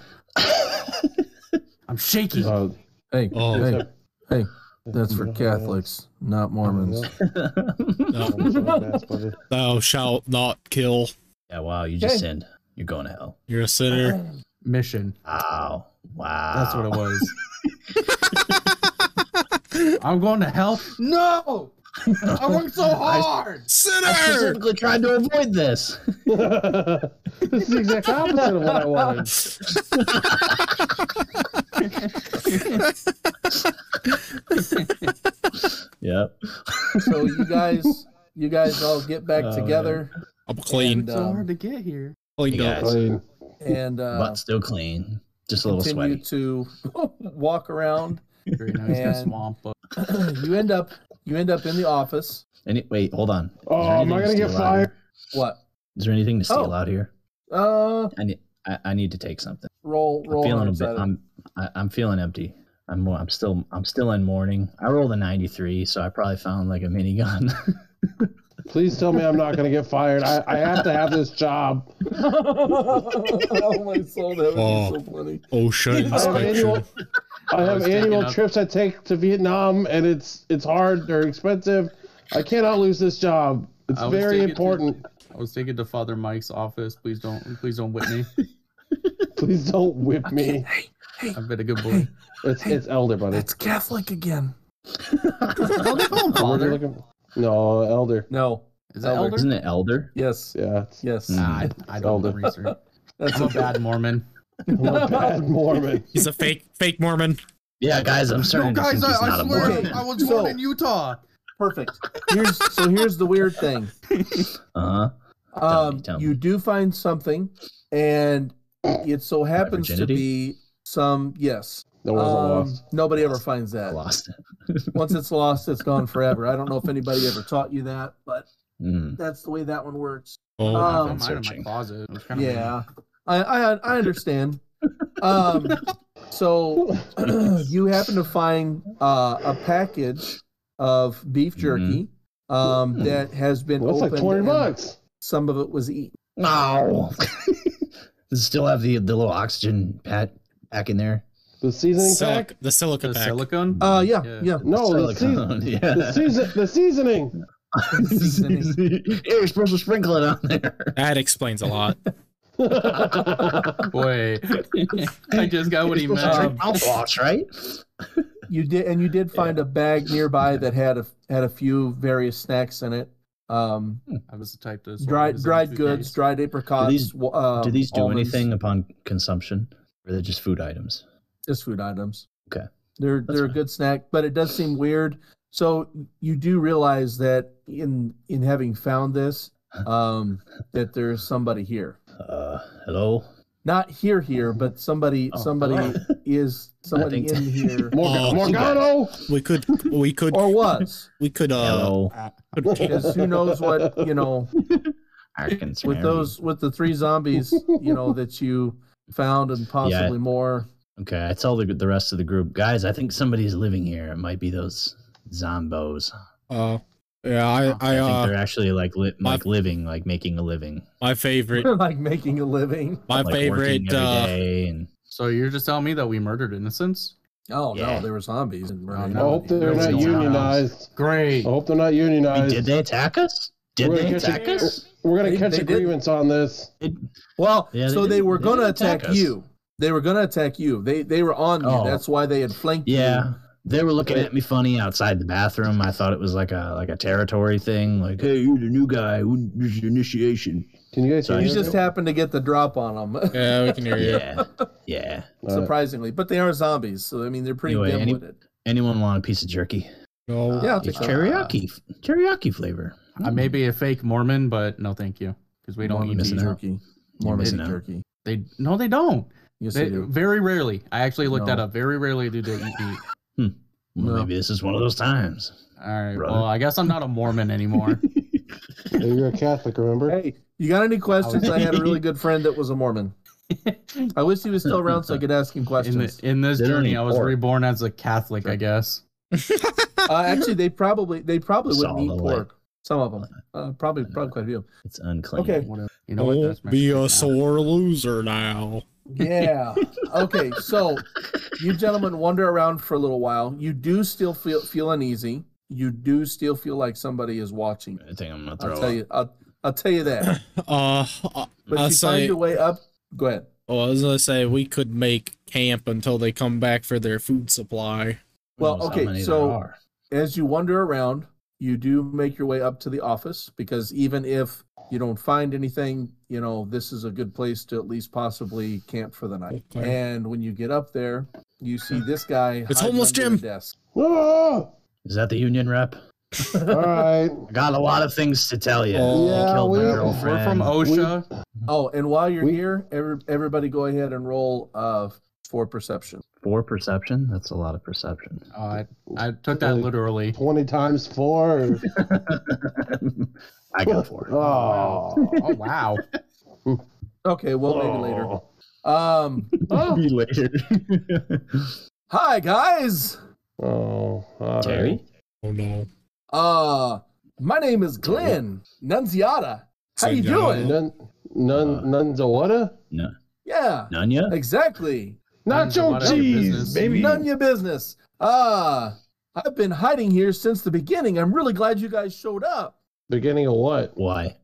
Speaker 5: I'm shaking.
Speaker 1: Uh,
Speaker 3: Hey,
Speaker 6: Oh.
Speaker 1: hey,
Speaker 3: hey, that's for Catholics, not Mormons.
Speaker 6: No, thou shalt not kill.
Speaker 2: yeah, wow, you just
Speaker 3: Okay.
Speaker 2: sinned. You're going to hell.
Speaker 6: You're a sinner.
Speaker 5: Mission.
Speaker 2: Ow. Wow.
Speaker 5: That's what it was. I'm going to hell. No. I worked so hard.
Speaker 2: I
Speaker 6: Sinner!
Speaker 2: specifically tried to avoid this.
Speaker 1: this is the exact opposite of what I wanted.
Speaker 2: Yep.
Speaker 3: So you guys, you guys all get back
Speaker 2: Oh,
Speaker 3: together
Speaker 6: I'm clean.
Speaker 3: and
Speaker 5: so hard
Speaker 3: um,
Speaker 5: to get here.
Speaker 6: Clean
Speaker 2: Yeah,
Speaker 6: up.
Speaker 2: it's-
Speaker 1: Clean.
Speaker 3: and uh,
Speaker 2: but still clean. Just a little
Speaker 3: continue
Speaker 2: sweaty.
Speaker 3: to walk around.
Speaker 5: Very nice and...
Speaker 3: And-
Speaker 5: swamp, but
Speaker 3: you end up, you end up in the office.
Speaker 2: Any, wait, hold on. Is there
Speaker 1: Oh, am
Speaker 2: anything
Speaker 1: I
Speaker 2: to
Speaker 1: gonna get
Speaker 2: steal out here?
Speaker 1: fired?
Speaker 3: What?
Speaker 2: Is there anything to steal
Speaker 3: Oh.
Speaker 2: out here?
Speaker 3: Uh,
Speaker 2: I need. I, I need to take something.
Speaker 3: roll,
Speaker 2: I'm
Speaker 3: roll.
Speaker 2: feeling a
Speaker 3: inside
Speaker 2: bit.
Speaker 3: of-
Speaker 2: I'm. I, I'm feeling empty. I'm. I'm still. I'm still in mourning. I rolled a 93, so I probably found like a minigun.
Speaker 1: Please tell me I'm not going to get fired. I, I have to have this job.
Speaker 3: oh my soul, that would
Speaker 6: Oh.
Speaker 3: be so funny.
Speaker 6: OSHA
Speaker 1: I have
Speaker 6: inspection.
Speaker 1: annual, I have
Speaker 5: was thinking
Speaker 1: annual
Speaker 5: of-
Speaker 1: trips I take to Vietnam, and it's it's hard. They're expensive. I cannot lose this job. It's
Speaker 5: I was
Speaker 1: very
Speaker 5: thinking-
Speaker 1: important.
Speaker 5: I was taking to Father Mike's office. Please don't, please don't whip me.
Speaker 1: Please don't whip me.
Speaker 5: I've been a good boy.
Speaker 1: It's it's elder, buddy.
Speaker 3: It's Catholic again.
Speaker 5: Don't they call him
Speaker 1: What are you
Speaker 5: Father?
Speaker 1: looking- No, elder.
Speaker 3: No.
Speaker 5: Is that
Speaker 3: Elder.
Speaker 5: elder?
Speaker 2: Isn't it elder? Hmm.
Speaker 3: Yes.
Speaker 1: Yeah, it's
Speaker 3: Yes.
Speaker 5: Nah, I, I don't
Speaker 1: Elder.
Speaker 5: do research.
Speaker 3: That's
Speaker 5: I'm a bad Mormon.
Speaker 1: I'm a bad Mormon.
Speaker 6: He's a fake fake Mormon.
Speaker 2: Yeah, Uh, guys. I'm starting to think he's not a
Speaker 3: swear-
Speaker 2: Mormon.
Speaker 3: Mormon. I was born in
Speaker 5: Utah.
Speaker 3: perfect. Here's so here's the weird thing.
Speaker 2: Uh huh. Tell
Speaker 3: Um,
Speaker 2: me, tell
Speaker 3: you
Speaker 2: me.
Speaker 3: do find something, and it so happens to
Speaker 2: virginity?
Speaker 3: be some yes.
Speaker 1: That wasn't
Speaker 3: Um,
Speaker 1: lost.
Speaker 3: Nobody ever finds
Speaker 2: I
Speaker 3: that.
Speaker 2: lost it.
Speaker 3: Once it's lost, it's gone forever. I don't know if anybody ever taught you that, but
Speaker 2: Mm.
Speaker 3: that's the way that one works.
Speaker 6: Oh,
Speaker 5: I
Speaker 3: Um,
Speaker 5: found mine in my
Speaker 2: searching.
Speaker 5: closet. It was kind of
Speaker 3: Yeah, I I, I understand. Um, so you happen to find uh, a package of beef jerky um,
Speaker 2: Mhm.
Speaker 3: that has been
Speaker 1: Well, that's
Speaker 3: opened.
Speaker 1: like twenty
Speaker 3: and
Speaker 1: bucks.
Speaker 3: Some of it was eaten.
Speaker 2: No. Does it still have the the little oxygen pat back in there?
Speaker 1: The seasoning
Speaker 6: Silic-
Speaker 1: pack.
Speaker 6: the silica
Speaker 5: The
Speaker 6: pack.
Speaker 5: silicone.
Speaker 3: Uh, yeah,
Speaker 5: Yeah.
Speaker 3: yeah.
Speaker 1: No, the, sea-
Speaker 2: Silicone,
Speaker 1: the,
Speaker 2: yeah.
Speaker 1: season- the seasoning.
Speaker 3: Seasoning.
Speaker 2: yeah, you're supposed to sprinkle it on there.
Speaker 6: that explains a lot.
Speaker 5: Boy, I just got what he
Speaker 2: You're supposed to drink
Speaker 5: meant.
Speaker 2: mouthwash, right?
Speaker 3: You did, and you did find a bag nearby that had a had a few various snacks in it. Um,
Speaker 5: I was the type to
Speaker 3: dried dried goods, dried apricots.
Speaker 2: these-
Speaker 3: wa- um,
Speaker 2: Do these do
Speaker 3: almonds,
Speaker 2: anything upon consumption? Or are they just food items?
Speaker 3: Just food items.
Speaker 2: Okay.
Speaker 3: they're
Speaker 2: That's
Speaker 3: they're a
Speaker 2: fine.
Speaker 3: good snack, but it does seem weird. So you do realize that in in having found this, um, that there's somebody here.
Speaker 2: Uh, hello?
Speaker 3: Not here, here, but somebody
Speaker 2: Oh,
Speaker 3: somebody
Speaker 2: hello.
Speaker 3: is somebody
Speaker 2: think-
Speaker 3: in here
Speaker 1: Morga-
Speaker 6: Oh,
Speaker 1: Morgano.
Speaker 6: We could we could
Speaker 3: or was
Speaker 6: we could uh
Speaker 2: hello.
Speaker 3: because who knows what you know
Speaker 2: I can swear
Speaker 3: with
Speaker 2: you.
Speaker 3: those with the three zombies you know that you found and possibly more
Speaker 2: Okay, I tell the the rest of the group, guys, I think somebody's living here. It might be those zombos.
Speaker 6: uh yeah, I I
Speaker 2: I,
Speaker 6: uh
Speaker 2: think they're actually like li-
Speaker 6: my-
Speaker 2: like living, like making a living.
Speaker 6: my favorite
Speaker 3: like making a living.
Speaker 6: my
Speaker 2: like working
Speaker 6: favorite
Speaker 2: every
Speaker 6: uh
Speaker 2: day and
Speaker 5: So you're just telling me that we murdered innocents?
Speaker 3: Oh
Speaker 2: Yeah.
Speaker 3: no, there were zombies and
Speaker 5: Oh,
Speaker 1: I
Speaker 5: no.
Speaker 1: hope they're
Speaker 5: There's
Speaker 1: not
Speaker 5: no one else.
Speaker 1: unionized. I
Speaker 5: Great.
Speaker 1: hope they're not
Speaker 2: Wait,
Speaker 1: unionized.
Speaker 2: did they attack us? Did
Speaker 1: We're
Speaker 2: they
Speaker 1: gonna catch
Speaker 2: attack
Speaker 1: a-
Speaker 2: us?
Speaker 1: We're gonna
Speaker 3: They-
Speaker 1: catch
Speaker 3: they
Speaker 1: a
Speaker 3: did.
Speaker 1: grievance on this.
Speaker 3: Well,
Speaker 2: Yeah, they
Speaker 3: so they
Speaker 2: didn't-
Speaker 3: were
Speaker 2: they
Speaker 3: going to
Speaker 2: didn't attack
Speaker 3: attack,
Speaker 2: us.
Speaker 3: you. They were going to attack you. They they were on
Speaker 2: Oh.
Speaker 3: you. That's why they had flanked you.
Speaker 2: Yeah, they were looking at me funny outside the bathroom. I thought it was like a like a territory thing. Like, hey, you're the new guy. Who- This is initiation.
Speaker 1: Can you guys?
Speaker 2: So
Speaker 1: hear
Speaker 2: you
Speaker 3: You
Speaker 1: me?
Speaker 3: just happened to get the drop on them,
Speaker 6: Yeah, we can hear you.
Speaker 2: Yeah, yeah.
Speaker 1: All right.
Speaker 3: surprisingly. But they are zombies, so I mean they're pretty
Speaker 2: Anyway,
Speaker 3: dim
Speaker 2: any-
Speaker 3: with it.
Speaker 2: Anyone want a piece of jerky?
Speaker 6: No.
Speaker 3: Yeah, I'll take
Speaker 2: It's
Speaker 3: that.
Speaker 2: teriyaki, teriyaki flavor.
Speaker 5: I may be a fake Mormon, but no, thank you, because we don't
Speaker 3: Mormon
Speaker 5: eat
Speaker 2: missing
Speaker 5: meat.
Speaker 2: out.
Speaker 3: jerky. Mormon
Speaker 2: missing
Speaker 3: beef
Speaker 2: out.
Speaker 3: jerky.
Speaker 5: They no, they don't.
Speaker 3: Yes,
Speaker 5: They,
Speaker 3: they do.
Speaker 5: very rarely. I actually looked
Speaker 3: No.
Speaker 5: that up. Very rarely do they eat meat.
Speaker 2: Well,
Speaker 3: No.
Speaker 2: Maybe this is one of those times.
Speaker 5: All right.
Speaker 2: Brother.
Speaker 5: Well, I guess I'm not a Mormon anymore.
Speaker 1: Hey, You're a Catholic, remember?
Speaker 3: Hey, you got any questions? I had a really good friend that was a Mormon. I wish he was still around so I could ask him
Speaker 5: in, the,
Speaker 3: questions.
Speaker 5: in this
Speaker 2: They don't
Speaker 5: journey,
Speaker 2: eat
Speaker 5: I was
Speaker 2: pork.
Speaker 5: reborn as a Catholic, I guess.
Speaker 3: Uh, actually, they probably they probably
Speaker 2: Saw
Speaker 3: wouldn't eat
Speaker 2: the light.
Speaker 3: pork. Some of them, uh, probably probably quite a few.
Speaker 2: It's unclean.
Speaker 3: Okay.
Speaker 5: Whatever. You know what?
Speaker 6: Don't
Speaker 5: That's my
Speaker 6: be
Speaker 5: shit now.
Speaker 6: a sore loser now.
Speaker 3: Yeah. Okay. So you gentlemen wander around for a little while. You do still feel feel uneasy. You do still feel like somebody is watching.
Speaker 2: I think I'm gonna throw
Speaker 3: I'll
Speaker 2: up.
Speaker 3: tell you. I'll, I'll tell you that.
Speaker 6: Uh, uh
Speaker 3: But
Speaker 6: I'll
Speaker 3: you find
Speaker 6: say-
Speaker 3: your way up. Go ahead.
Speaker 6: oh, I was gonna say we could make camp until they come back for their food supply.
Speaker 2: Who
Speaker 3: Well,
Speaker 2: knows how
Speaker 3: okay,
Speaker 2: many there
Speaker 3: so-
Speaker 2: are.
Speaker 3: As you wander around, you do make your way up to the office because even if you don't find anything, you know, this is a good place to at least possibly camp for the night.
Speaker 6: Okay.
Speaker 3: And when you get up there, you see this guy.
Speaker 6: It's
Speaker 3: hiding
Speaker 6: homeless
Speaker 3: under a
Speaker 6: Jim.
Speaker 3: Desk.
Speaker 1: Oh,
Speaker 2: Is that the union rep?
Speaker 1: all right.
Speaker 2: I got a lot of things to tell you.
Speaker 1: Oh.
Speaker 2: He
Speaker 1: Yeah,
Speaker 2: killed my
Speaker 1: we- we're
Speaker 2: girlfriend.
Speaker 5: We're from OSHA.
Speaker 3: Oh, and while you're
Speaker 1: We-
Speaker 3: here, every, everybody go ahead and roll uh, for perception.
Speaker 2: Four perception. That's a lot of perception.
Speaker 5: Oh, I, I took that literally.
Speaker 1: 20 times four.
Speaker 2: I got four.
Speaker 1: Oh.
Speaker 5: Oh wow.
Speaker 3: Okay, well maybe later. Um,
Speaker 2: Maybe later.
Speaker 3: hi guys.
Speaker 1: Oh, all right.
Speaker 2: Terry?
Speaker 6: Oh no.
Speaker 3: Uh, my name is Glenn Nunziata. How you doing?
Speaker 6: Nunziata.
Speaker 1: None, none,
Speaker 2: Uh,
Speaker 1: none to what? a-
Speaker 2: No,
Speaker 3: Yeah,
Speaker 2: Nanya.
Speaker 3: exactly.
Speaker 1: Nacho
Speaker 5: Nuns to what a
Speaker 1: cheese,
Speaker 5: business.
Speaker 1: baby.
Speaker 3: None your business. Ah, I've been hiding here since the beginning. I'm really glad you guys showed up.
Speaker 1: Beginning of what?
Speaker 2: Why?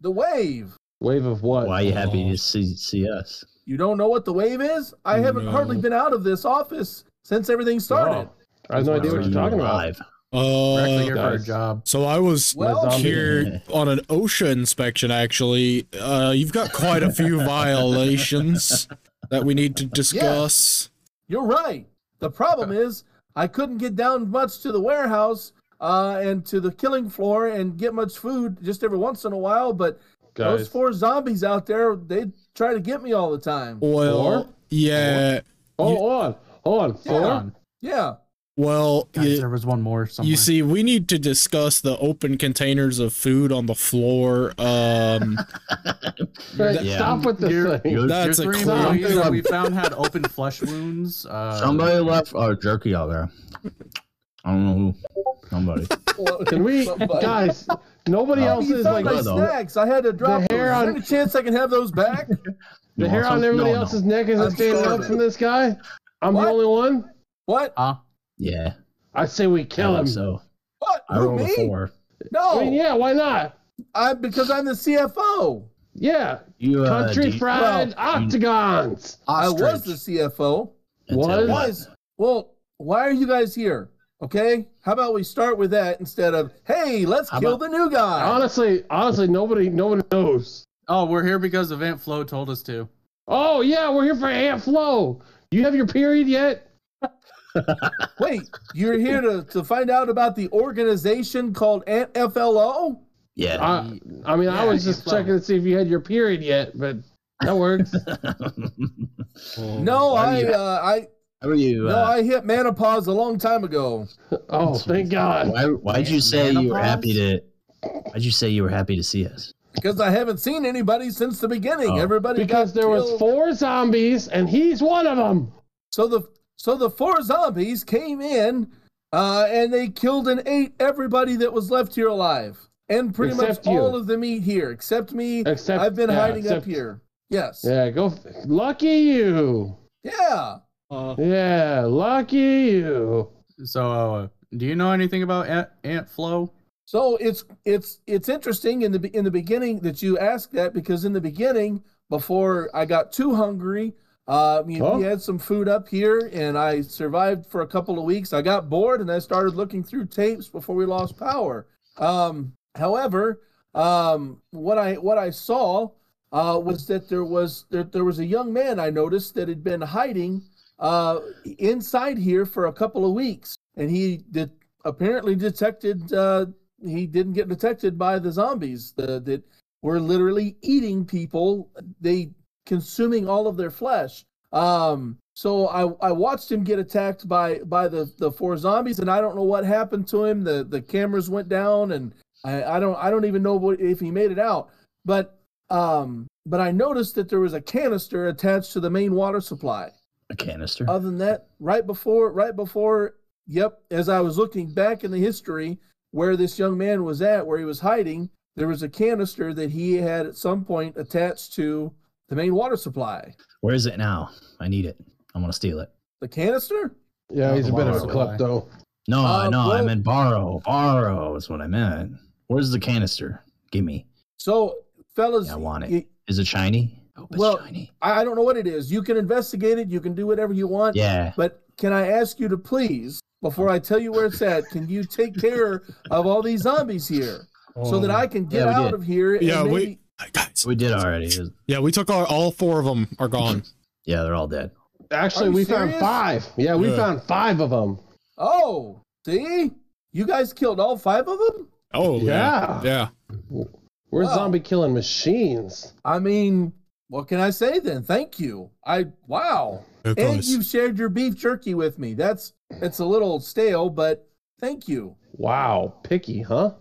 Speaker 3: The wave.
Speaker 1: Wave of what? Oh.
Speaker 2: Why are you happy to see, see us?
Speaker 3: You don't know what the wave is? I haven't
Speaker 6: No.
Speaker 3: hardly been out of this office since everything started.
Speaker 1: Oh, I have no idea what you're talking about.
Speaker 5: We're actually
Speaker 6: Uh,
Speaker 5: here for a
Speaker 1: guys.
Speaker 5: job.
Speaker 6: so I was
Speaker 3: Well,
Speaker 1: zombie-
Speaker 6: here on an OSHA inspection. Actually, uh, you've got quite a few violations that we need to discuss.
Speaker 3: You're right. The problem is, I couldn't get down much to the warehouse uh, and to the killing floor and get much food just every once in a while. But
Speaker 1: Guys,
Speaker 3: those four zombies out there, they try to get me all the time.
Speaker 6: Well,
Speaker 1: Or-
Speaker 6: yeah.
Speaker 1: Oh, hold on. Hold on.
Speaker 3: Yeah.
Speaker 5: Hold
Speaker 1: Four?
Speaker 5: on.
Speaker 3: Yeah.
Speaker 6: Well,
Speaker 5: Guys,
Speaker 6: you-
Speaker 5: there was one more somewhere.
Speaker 6: You see, we need to discuss the open containers of food on the floor. Um,
Speaker 1: Right,
Speaker 2: Yeah.
Speaker 1: Stop with this
Speaker 5: You're-
Speaker 1: thing.
Speaker 2: You're-
Speaker 5: Your
Speaker 6: that's a
Speaker 5: three
Speaker 6: clear.
Speaker 5: employees that we found had open flesh wounds. Uh,
Speaker 2: Somebody left our jerky out there. I don't know who. Somebody.
Speaker 1: Can we,
Speaker 3: Somebody-
Speaker 1: guys? Nobody
Speaker 2: Uh,
Speaker 1: else
Speaker 3: You
Speaker 1: is
Speaker 3: found
Speaker 1: like
Speaker 3: my
Speaker 2: no, though.
Speaker 3: snacks. I had to drop
Speaker 1: hair
Speaker 3: those.
Speaker 1: on-
Speaker 3: Is there any chance I can have those back?
Speaker 2: You
Speaker 1: the
Speaker 2: want
Speaker 1: hair on
Speaker 2: some?
Speaker 1: everybody
Speaker 2: No, no.
Speaker 1: else's neck isn't
Speaker 3: I'm
Speaker 1: standing up
Speaker 3: starving.
Speaker 1: from this guy. I'm
Speaker 3: What?
Speaker 1: the only one.
Speaker 3: What?
Speaker 5: uh,
Speaker 2: Yeah.
Speaker 1: I say we kill
Speaker 2: I
Speaker 1: him.
Speaker 2: think So
Speaker 3: What?
Speaker 2: I
Speaker 3: Who,
Speaker 2: rolled
Speaker 3: me?
Speaker 2: a four.
Speaker 1: I
Speaker 3: No,
Speaker 1: mean, yeah, why not?
Speaker 3: I because I'm the CFO.
Speaker 1: Yeah,
Speaker 2: You uh,
Speaker 1: country
Speaker 2: do-
Speaker 1: fried octagons.
Speaker 3: I was the CFO.
Speaker 2: until
Speaker 1: was-
Speaker 2: what?
Speaker 3: Was well. Why are you guys here? Okay. How about we start with that instead of hey, let's
Speaker 2: How
Speaker 3: kill
Speaker 2: about-
Speaker 3: the new guy.
Speaker 1: Honestly, honestly, nobody, no one knows.
Speaker 5: oh, we're here because Event Flow told us to.
Speaker 1: Oh yeah, we're here for Aunt Flo. You have your period yet?
Speaker 3: Wait, you're here to, to find out about the organization called Ant FLO?
Speaker 2: Yeah.
Speaker 1: I, I mean, I
Speaker 5: Yeah,
Speaker 1: was just
Speaker 5: Aunt Flo.
Speaker 1: checking to see if you had your period yet, but that works.
Speaker 3: No,
Speaker 2: why
Speaker 3: I
Speaker 2: do you-
Speaker 3: uh, I
Speaker 2: How are you?
Speaker 3: no,
Speaker 2: Uh,
Speaker 3: I hit menopause a long time ago.
Speaker 1: oh, thank God.
Speaker 2: why, why'd you say you were
Speaker 5: Menopause?
Speaker 2: happy to? Why'd you say you were happy to see us?
Speaker 3: Because I haven't seen anybody since the beginning.
Speaker 2: Oh.
Speaker 3: Everybody
Speaker 1: Because
Speaker 3: got
Speaker 1: there was
Speaker 3: killed.
Speaker 1: four zombies and he's one of them.
Speaker 3: So the so the four zombies came in, uh, and they killed and ate everybody that was left here alive, and pretty
Speaker 1: Except
Speaker 3: much all
Speaker 1: you.
Speaker 3: of the meat here, except me.
Speaker 1: Except
Speaker 3: I've been
Speaker 1: yeah,
Speaker 3: hiding
Speaker 1: except-
Speaker 3: up here. Yes. Yeah.
Speaker 1: Yeah, go. f- Lucky you. Uh, Yeah, lucky you.
Speaker 5: So, uh, do you know anything about Ant, Ant Flow?
Speaker 3: So it's it's it's interesting in the be- in the beginning that you asked that because in the beginning before I got too hungry, uh, we,
Speaker 1: Oh.
Speaker 3: we had some food up here and I survived for a couple of weeks. I got bored and I started looking through tapes before we lost power. Um, however, um, what I what I saw uh, was that there was there, there was a young man I noticed that had been hiding uh, inside here for a couple of weeks, and he did apparently detected uh, he didn't get detected by the zombies the, that were literally eating people they consuming all of their flesh um so i i watched him get attacked by by the the four zombies and i don't know what happened to him the the cameras went down and i i don't i don't even know what, if he made it out but um but i noticed that there was a canister attached to the main water supply
Speaker 2: A canister.
Speaker 3: other than that right before right before yep as i was looking back in the history where this young man was at where he was hiding there was a canister that he had at some point attached to the main water supply
Speaker 2: Where is it now? I need it. I'm gonna steal it.
Speaker 3: the canister
Speaker 1: Yeah,
Speaker 5: Not
Speaker 1: he's a
Speaker 5: the
Speaker 1: bit of a
Speaker 5: water supply.
Speaker 1: klepto.
Speaker 2: No,
Speaker 3: Uh,
Speaker 2: no, I
Speaker 3: well-
Speaker 2: meant borrow. Borrow is what I meant. Where's the canister? Give me.
Speaker 3: so fellas
Speaker 2: Yeah, I want it.
Speaker 3: y-
Speaker 2: Is it shiny? I hope it's
Speaker 3: Well-
Speaker 2: shiny.
Speaker 3: I I don't know what it is you can investigate it you can do whatever you want
Speaker 2: Yeah.
Speaker 3: but can i ask you to please before I tell you where it's at, can you take care of all these zombies here so that I can
Speaker 2: Yeah,
Speaker 3: get
Speaker 2: we
Speaker 3: out
Speaker 2: did.
Speaker 3: of here? and
Speaker 6: Oh. Yeah, we-
Speaker 3: maybe-
Speaker 6: Guys,
Speaker 2: We did already. It was-
Speaker 6: yeah, we took our, all four of them are gone.
Speaker 2: Yeah, they're all dead.
Speaker 1: Actually,
Speaker 3: Are you
Speaker 1: we
Speaker 3: serious?
Speaker 1: found five. Yeah, we
Speaker 6: Yeah.
Speaker 1: found five of them.
Speaker 3: Oh, see, you guys killed all five of them.
Speaker 6: Oh
Speaker 1: Yeah.
Speaker 6: yeah.
Speaker 1: We're
Speaker 3: Wow.
Speaker 1: zombie killing machines.
Speaker 3: I mean, what can I say then? Thank you. I wow.
Speaker 6: Of
Speaker 3: And
Speaker 6: course.
Speaker 3: you've shared your beef jerky with me. That's it's a little stale, but thank you.
Speaker 1: Wow, picky, huh?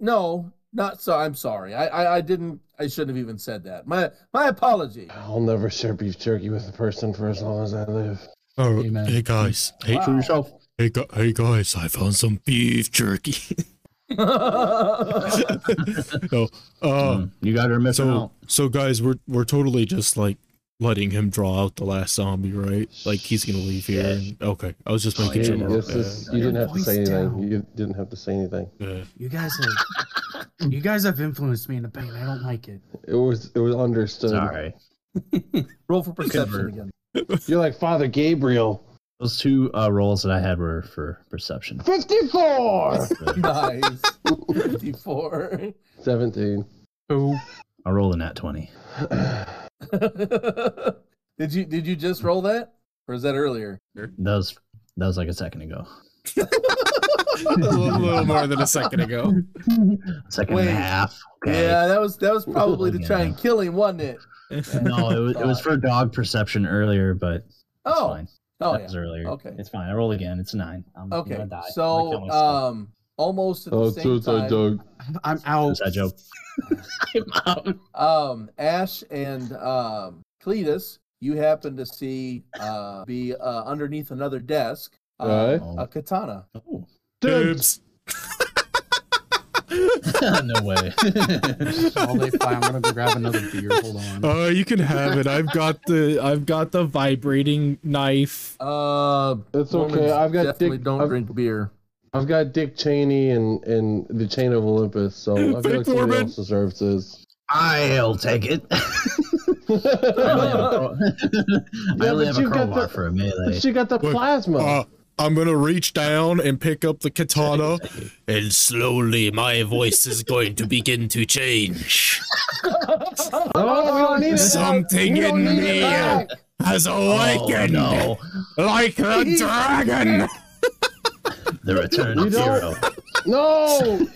Speaker 3: No, not so. I'm sorry. I, I I didn't. I shouldn't have even said that. My my apology.
Speaker 1: I'll never share beef jerky with a person for as long as I live.
Speaker 6: Oh,
Speaker 5: Amen.
Speaker 6: hey guys, hey,
Speaker 3: Wow.
Speaker 6: hey, gu- hey guys, I found some beef jerky. no, uh,
Speaker 2: Mm, you guys are missing
Speaker 6: so
Speaker 2: out.
Speaker 6: so guys, we're we're totally just like letting him draw out the last zombie, right? Like he's gonna leave here. and- okay, I was just
Speaker 2: Oh,
Speaker 6: making
Speaker 2: yeah,
Speaker 6: sure.
Speaker 2: yeah,
Speaker 6: about
Speaker 1: This
Speaker 6: that.
Speaker 1: is, you didn't have to say
Speaker 5: voice
Speaker 1: anything.
Speaker 5: down.
Speaker 1: You didn't have to say anything.
Speaker 6: Yeah.
Speaker 5: You guys have you guys have influenced me into pain. I don't like it.
Speaker 1: It was it was understood.
Speaker 2: Sorry.
Speaker 3: Roll for perception
Speaker 2: Convert.
Speaker 3: again.
Speaker 1: You're like Father Gabriel.
Speaker 2: Those two uh, rolls that I had were for perception.
Speaker 1: Fifty-four.
Speaker 3: Nice. Fifty-four.
Speaker 1: Seventeen.
Speaker 5: Oh,
Speaker 2: I rolled a nat 20.
Speaker 3: did you did you just roll that, or is that earlier?
Speaker 2: That was, that was like a second ago.
Speaker 4: a little more than a second ago.
Speaker 2: Second and
Speaker 3: Wait.
Speaker 2: a half. Okay.
Speaker 3: Yeah, that was that was probably to try and kill him, wasn't it?
Speaker 2: No, it was, it was for dog perception earlier, but it's
Speaker 3: Oh,
Speaker 2: fine.
Speaker 3: oh
Speaker 2: that
Speaker 3: yeah.
Speaker 2: was earlier.
Speaker 3: Okay.
Speaker 2: It's fine. I roll again. It's a nine. I'm I'm
Speaker 3: Okay,
Speaker 2: gonna die. I'm gonna
Speaker 3: so
Speaker 2: kill myself.
Speaker 3: um, almost
Speaker 1: Oh,
Speaker 3: at the same time,
Speaker 5: I'm out.
Speaker 2: Inside joke. I'm out.
Speaker 3: um, Ash and um, Cletus, you happen to see uh, be uh, underneath another desk uh,
Speaker 2: Aye.
Speaker 3: a katana.
Speaker 2: Oh.
Speaker 6: Dibs.
Speaker 2: no way.
Speaker 5: All day fine. I'm gonna go grab another beer. Hold on.
Speaker 6: Uh, you can have it. I've got the I've got the vibrating knife.
Speaker 3: Uh,
Speaker 1: It's
Speaker 3: Mormons
Speaker 1: okay. I've got
Speaker 3: definitely
Speaker 1: Dick.
Speaker 3: don't
Speaker 1: I've,
Speaker 3: drink beer.
Speaker 1: I've got Dick Cheney and and the Chain of Olympus, so I feel
Speaker 6: Dick
Speaker 1: like somebody
Speaker 6: Foreman.
Speaker 1: else deserves this.
Speaker 2: I'll take it. I only have a,
Speaker 1: but
Speaker 2: crow- I
Speaker 1: Yeah,
Speaker 2: only
Speaker 1: but
Speaker 2: have a
Speaker 1: you got
Speaker 2: crowbar
Speaker 1: the-
Speaker 2: for a melee.
Speaker 1: you got the
Speaker 6: Look,
Speaker 1: plasma.
Speaker 6: Uh, I'm gonna reach down and pick up the katana, and slowly my voice is going to begin to change.
Speaker 1: no, we don't need it.
Speaker 6: Something
Speaker 1: We don't
Speaker 6: in
Speaker 1: need it
Speaker 6: me
Speaker 1: back.
Speaker 6: has awakened,
Speaker 2: Oh, no.
Speaker 6: like the dragon.
Speaker 2: The return
Speaker 1: You
Speaker 2: of
Speaker 1: don't-
Speaker 2: hero.
Speaker 1: No.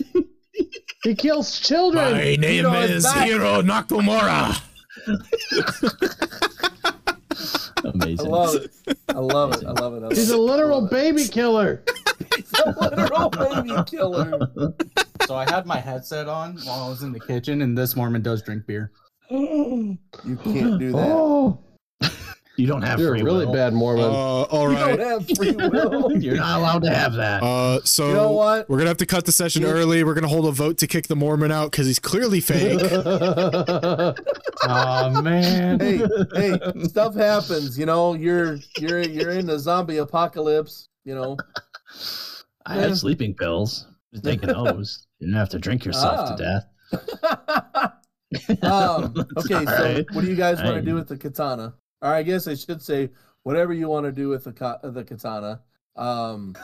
Speaker 1: he kills children.
Speaker 6: My name
Speaker 3: it's
Speaker 6: is
Speaker 3: back.
Speaker 6: Hiro Nakamura.
Speaker 3: I
Speaker 2: Amazing.
Speaker 3: love it. I love it. I love it. I love
Speaker 1: He's
Speaker 3: it.
Speaker 1: a literal
Speaker 3: Love it.
Speaker 1: baby killer.
Speaker 3: He's a literal baby killer.
Speaker 5: So I had my headset on while I was in the kitchen, and this Mormon does drink beer.
Speaker 3: You can't do that.
Speaker 1: Oh,
Speaker 2: You don't have
Speaker 1: you're
Speaker 2: free
Speaker 1: a really
Speaker 2: will.
Speaker 1: bad Mormon.
Speaker 6: Uh, all
Speaker 3: You don't
Speaker 6: right.
Speaker 3: have free will.
Speaker 2: You're not allowed to have that.
Speaker 6: Uh, so
Speaker 3: You know what?
Speaker 6: we're gonna have to cut the session
Speaker 3: You-
Speaker 6: early. We're gonna hold a vote to kick the Mormon out because he's clearly fake.
Speaker 5: Oh man.
Speaker 3: hey, hey, stuff happens. You know, you're you're you're in the zombie apocalypse. You know,
Speaker 2: I had sleeping pills. I was taking those. You didn't have to drink yourself
Speaker 3: Ah.
Speaker 2: to death.
Speaker 3: um,
Speaker 2: It's
Speaker 3: okay.
Speaker 2: all
Speaker 3: So,
Speaker 2: right.
Speaker 3: what do you guys want to
Speaker 2: Hey.
Speaker 3: do with the katana? Or I guess I should say whatever you want to do with the ka- uh, the katana. Um,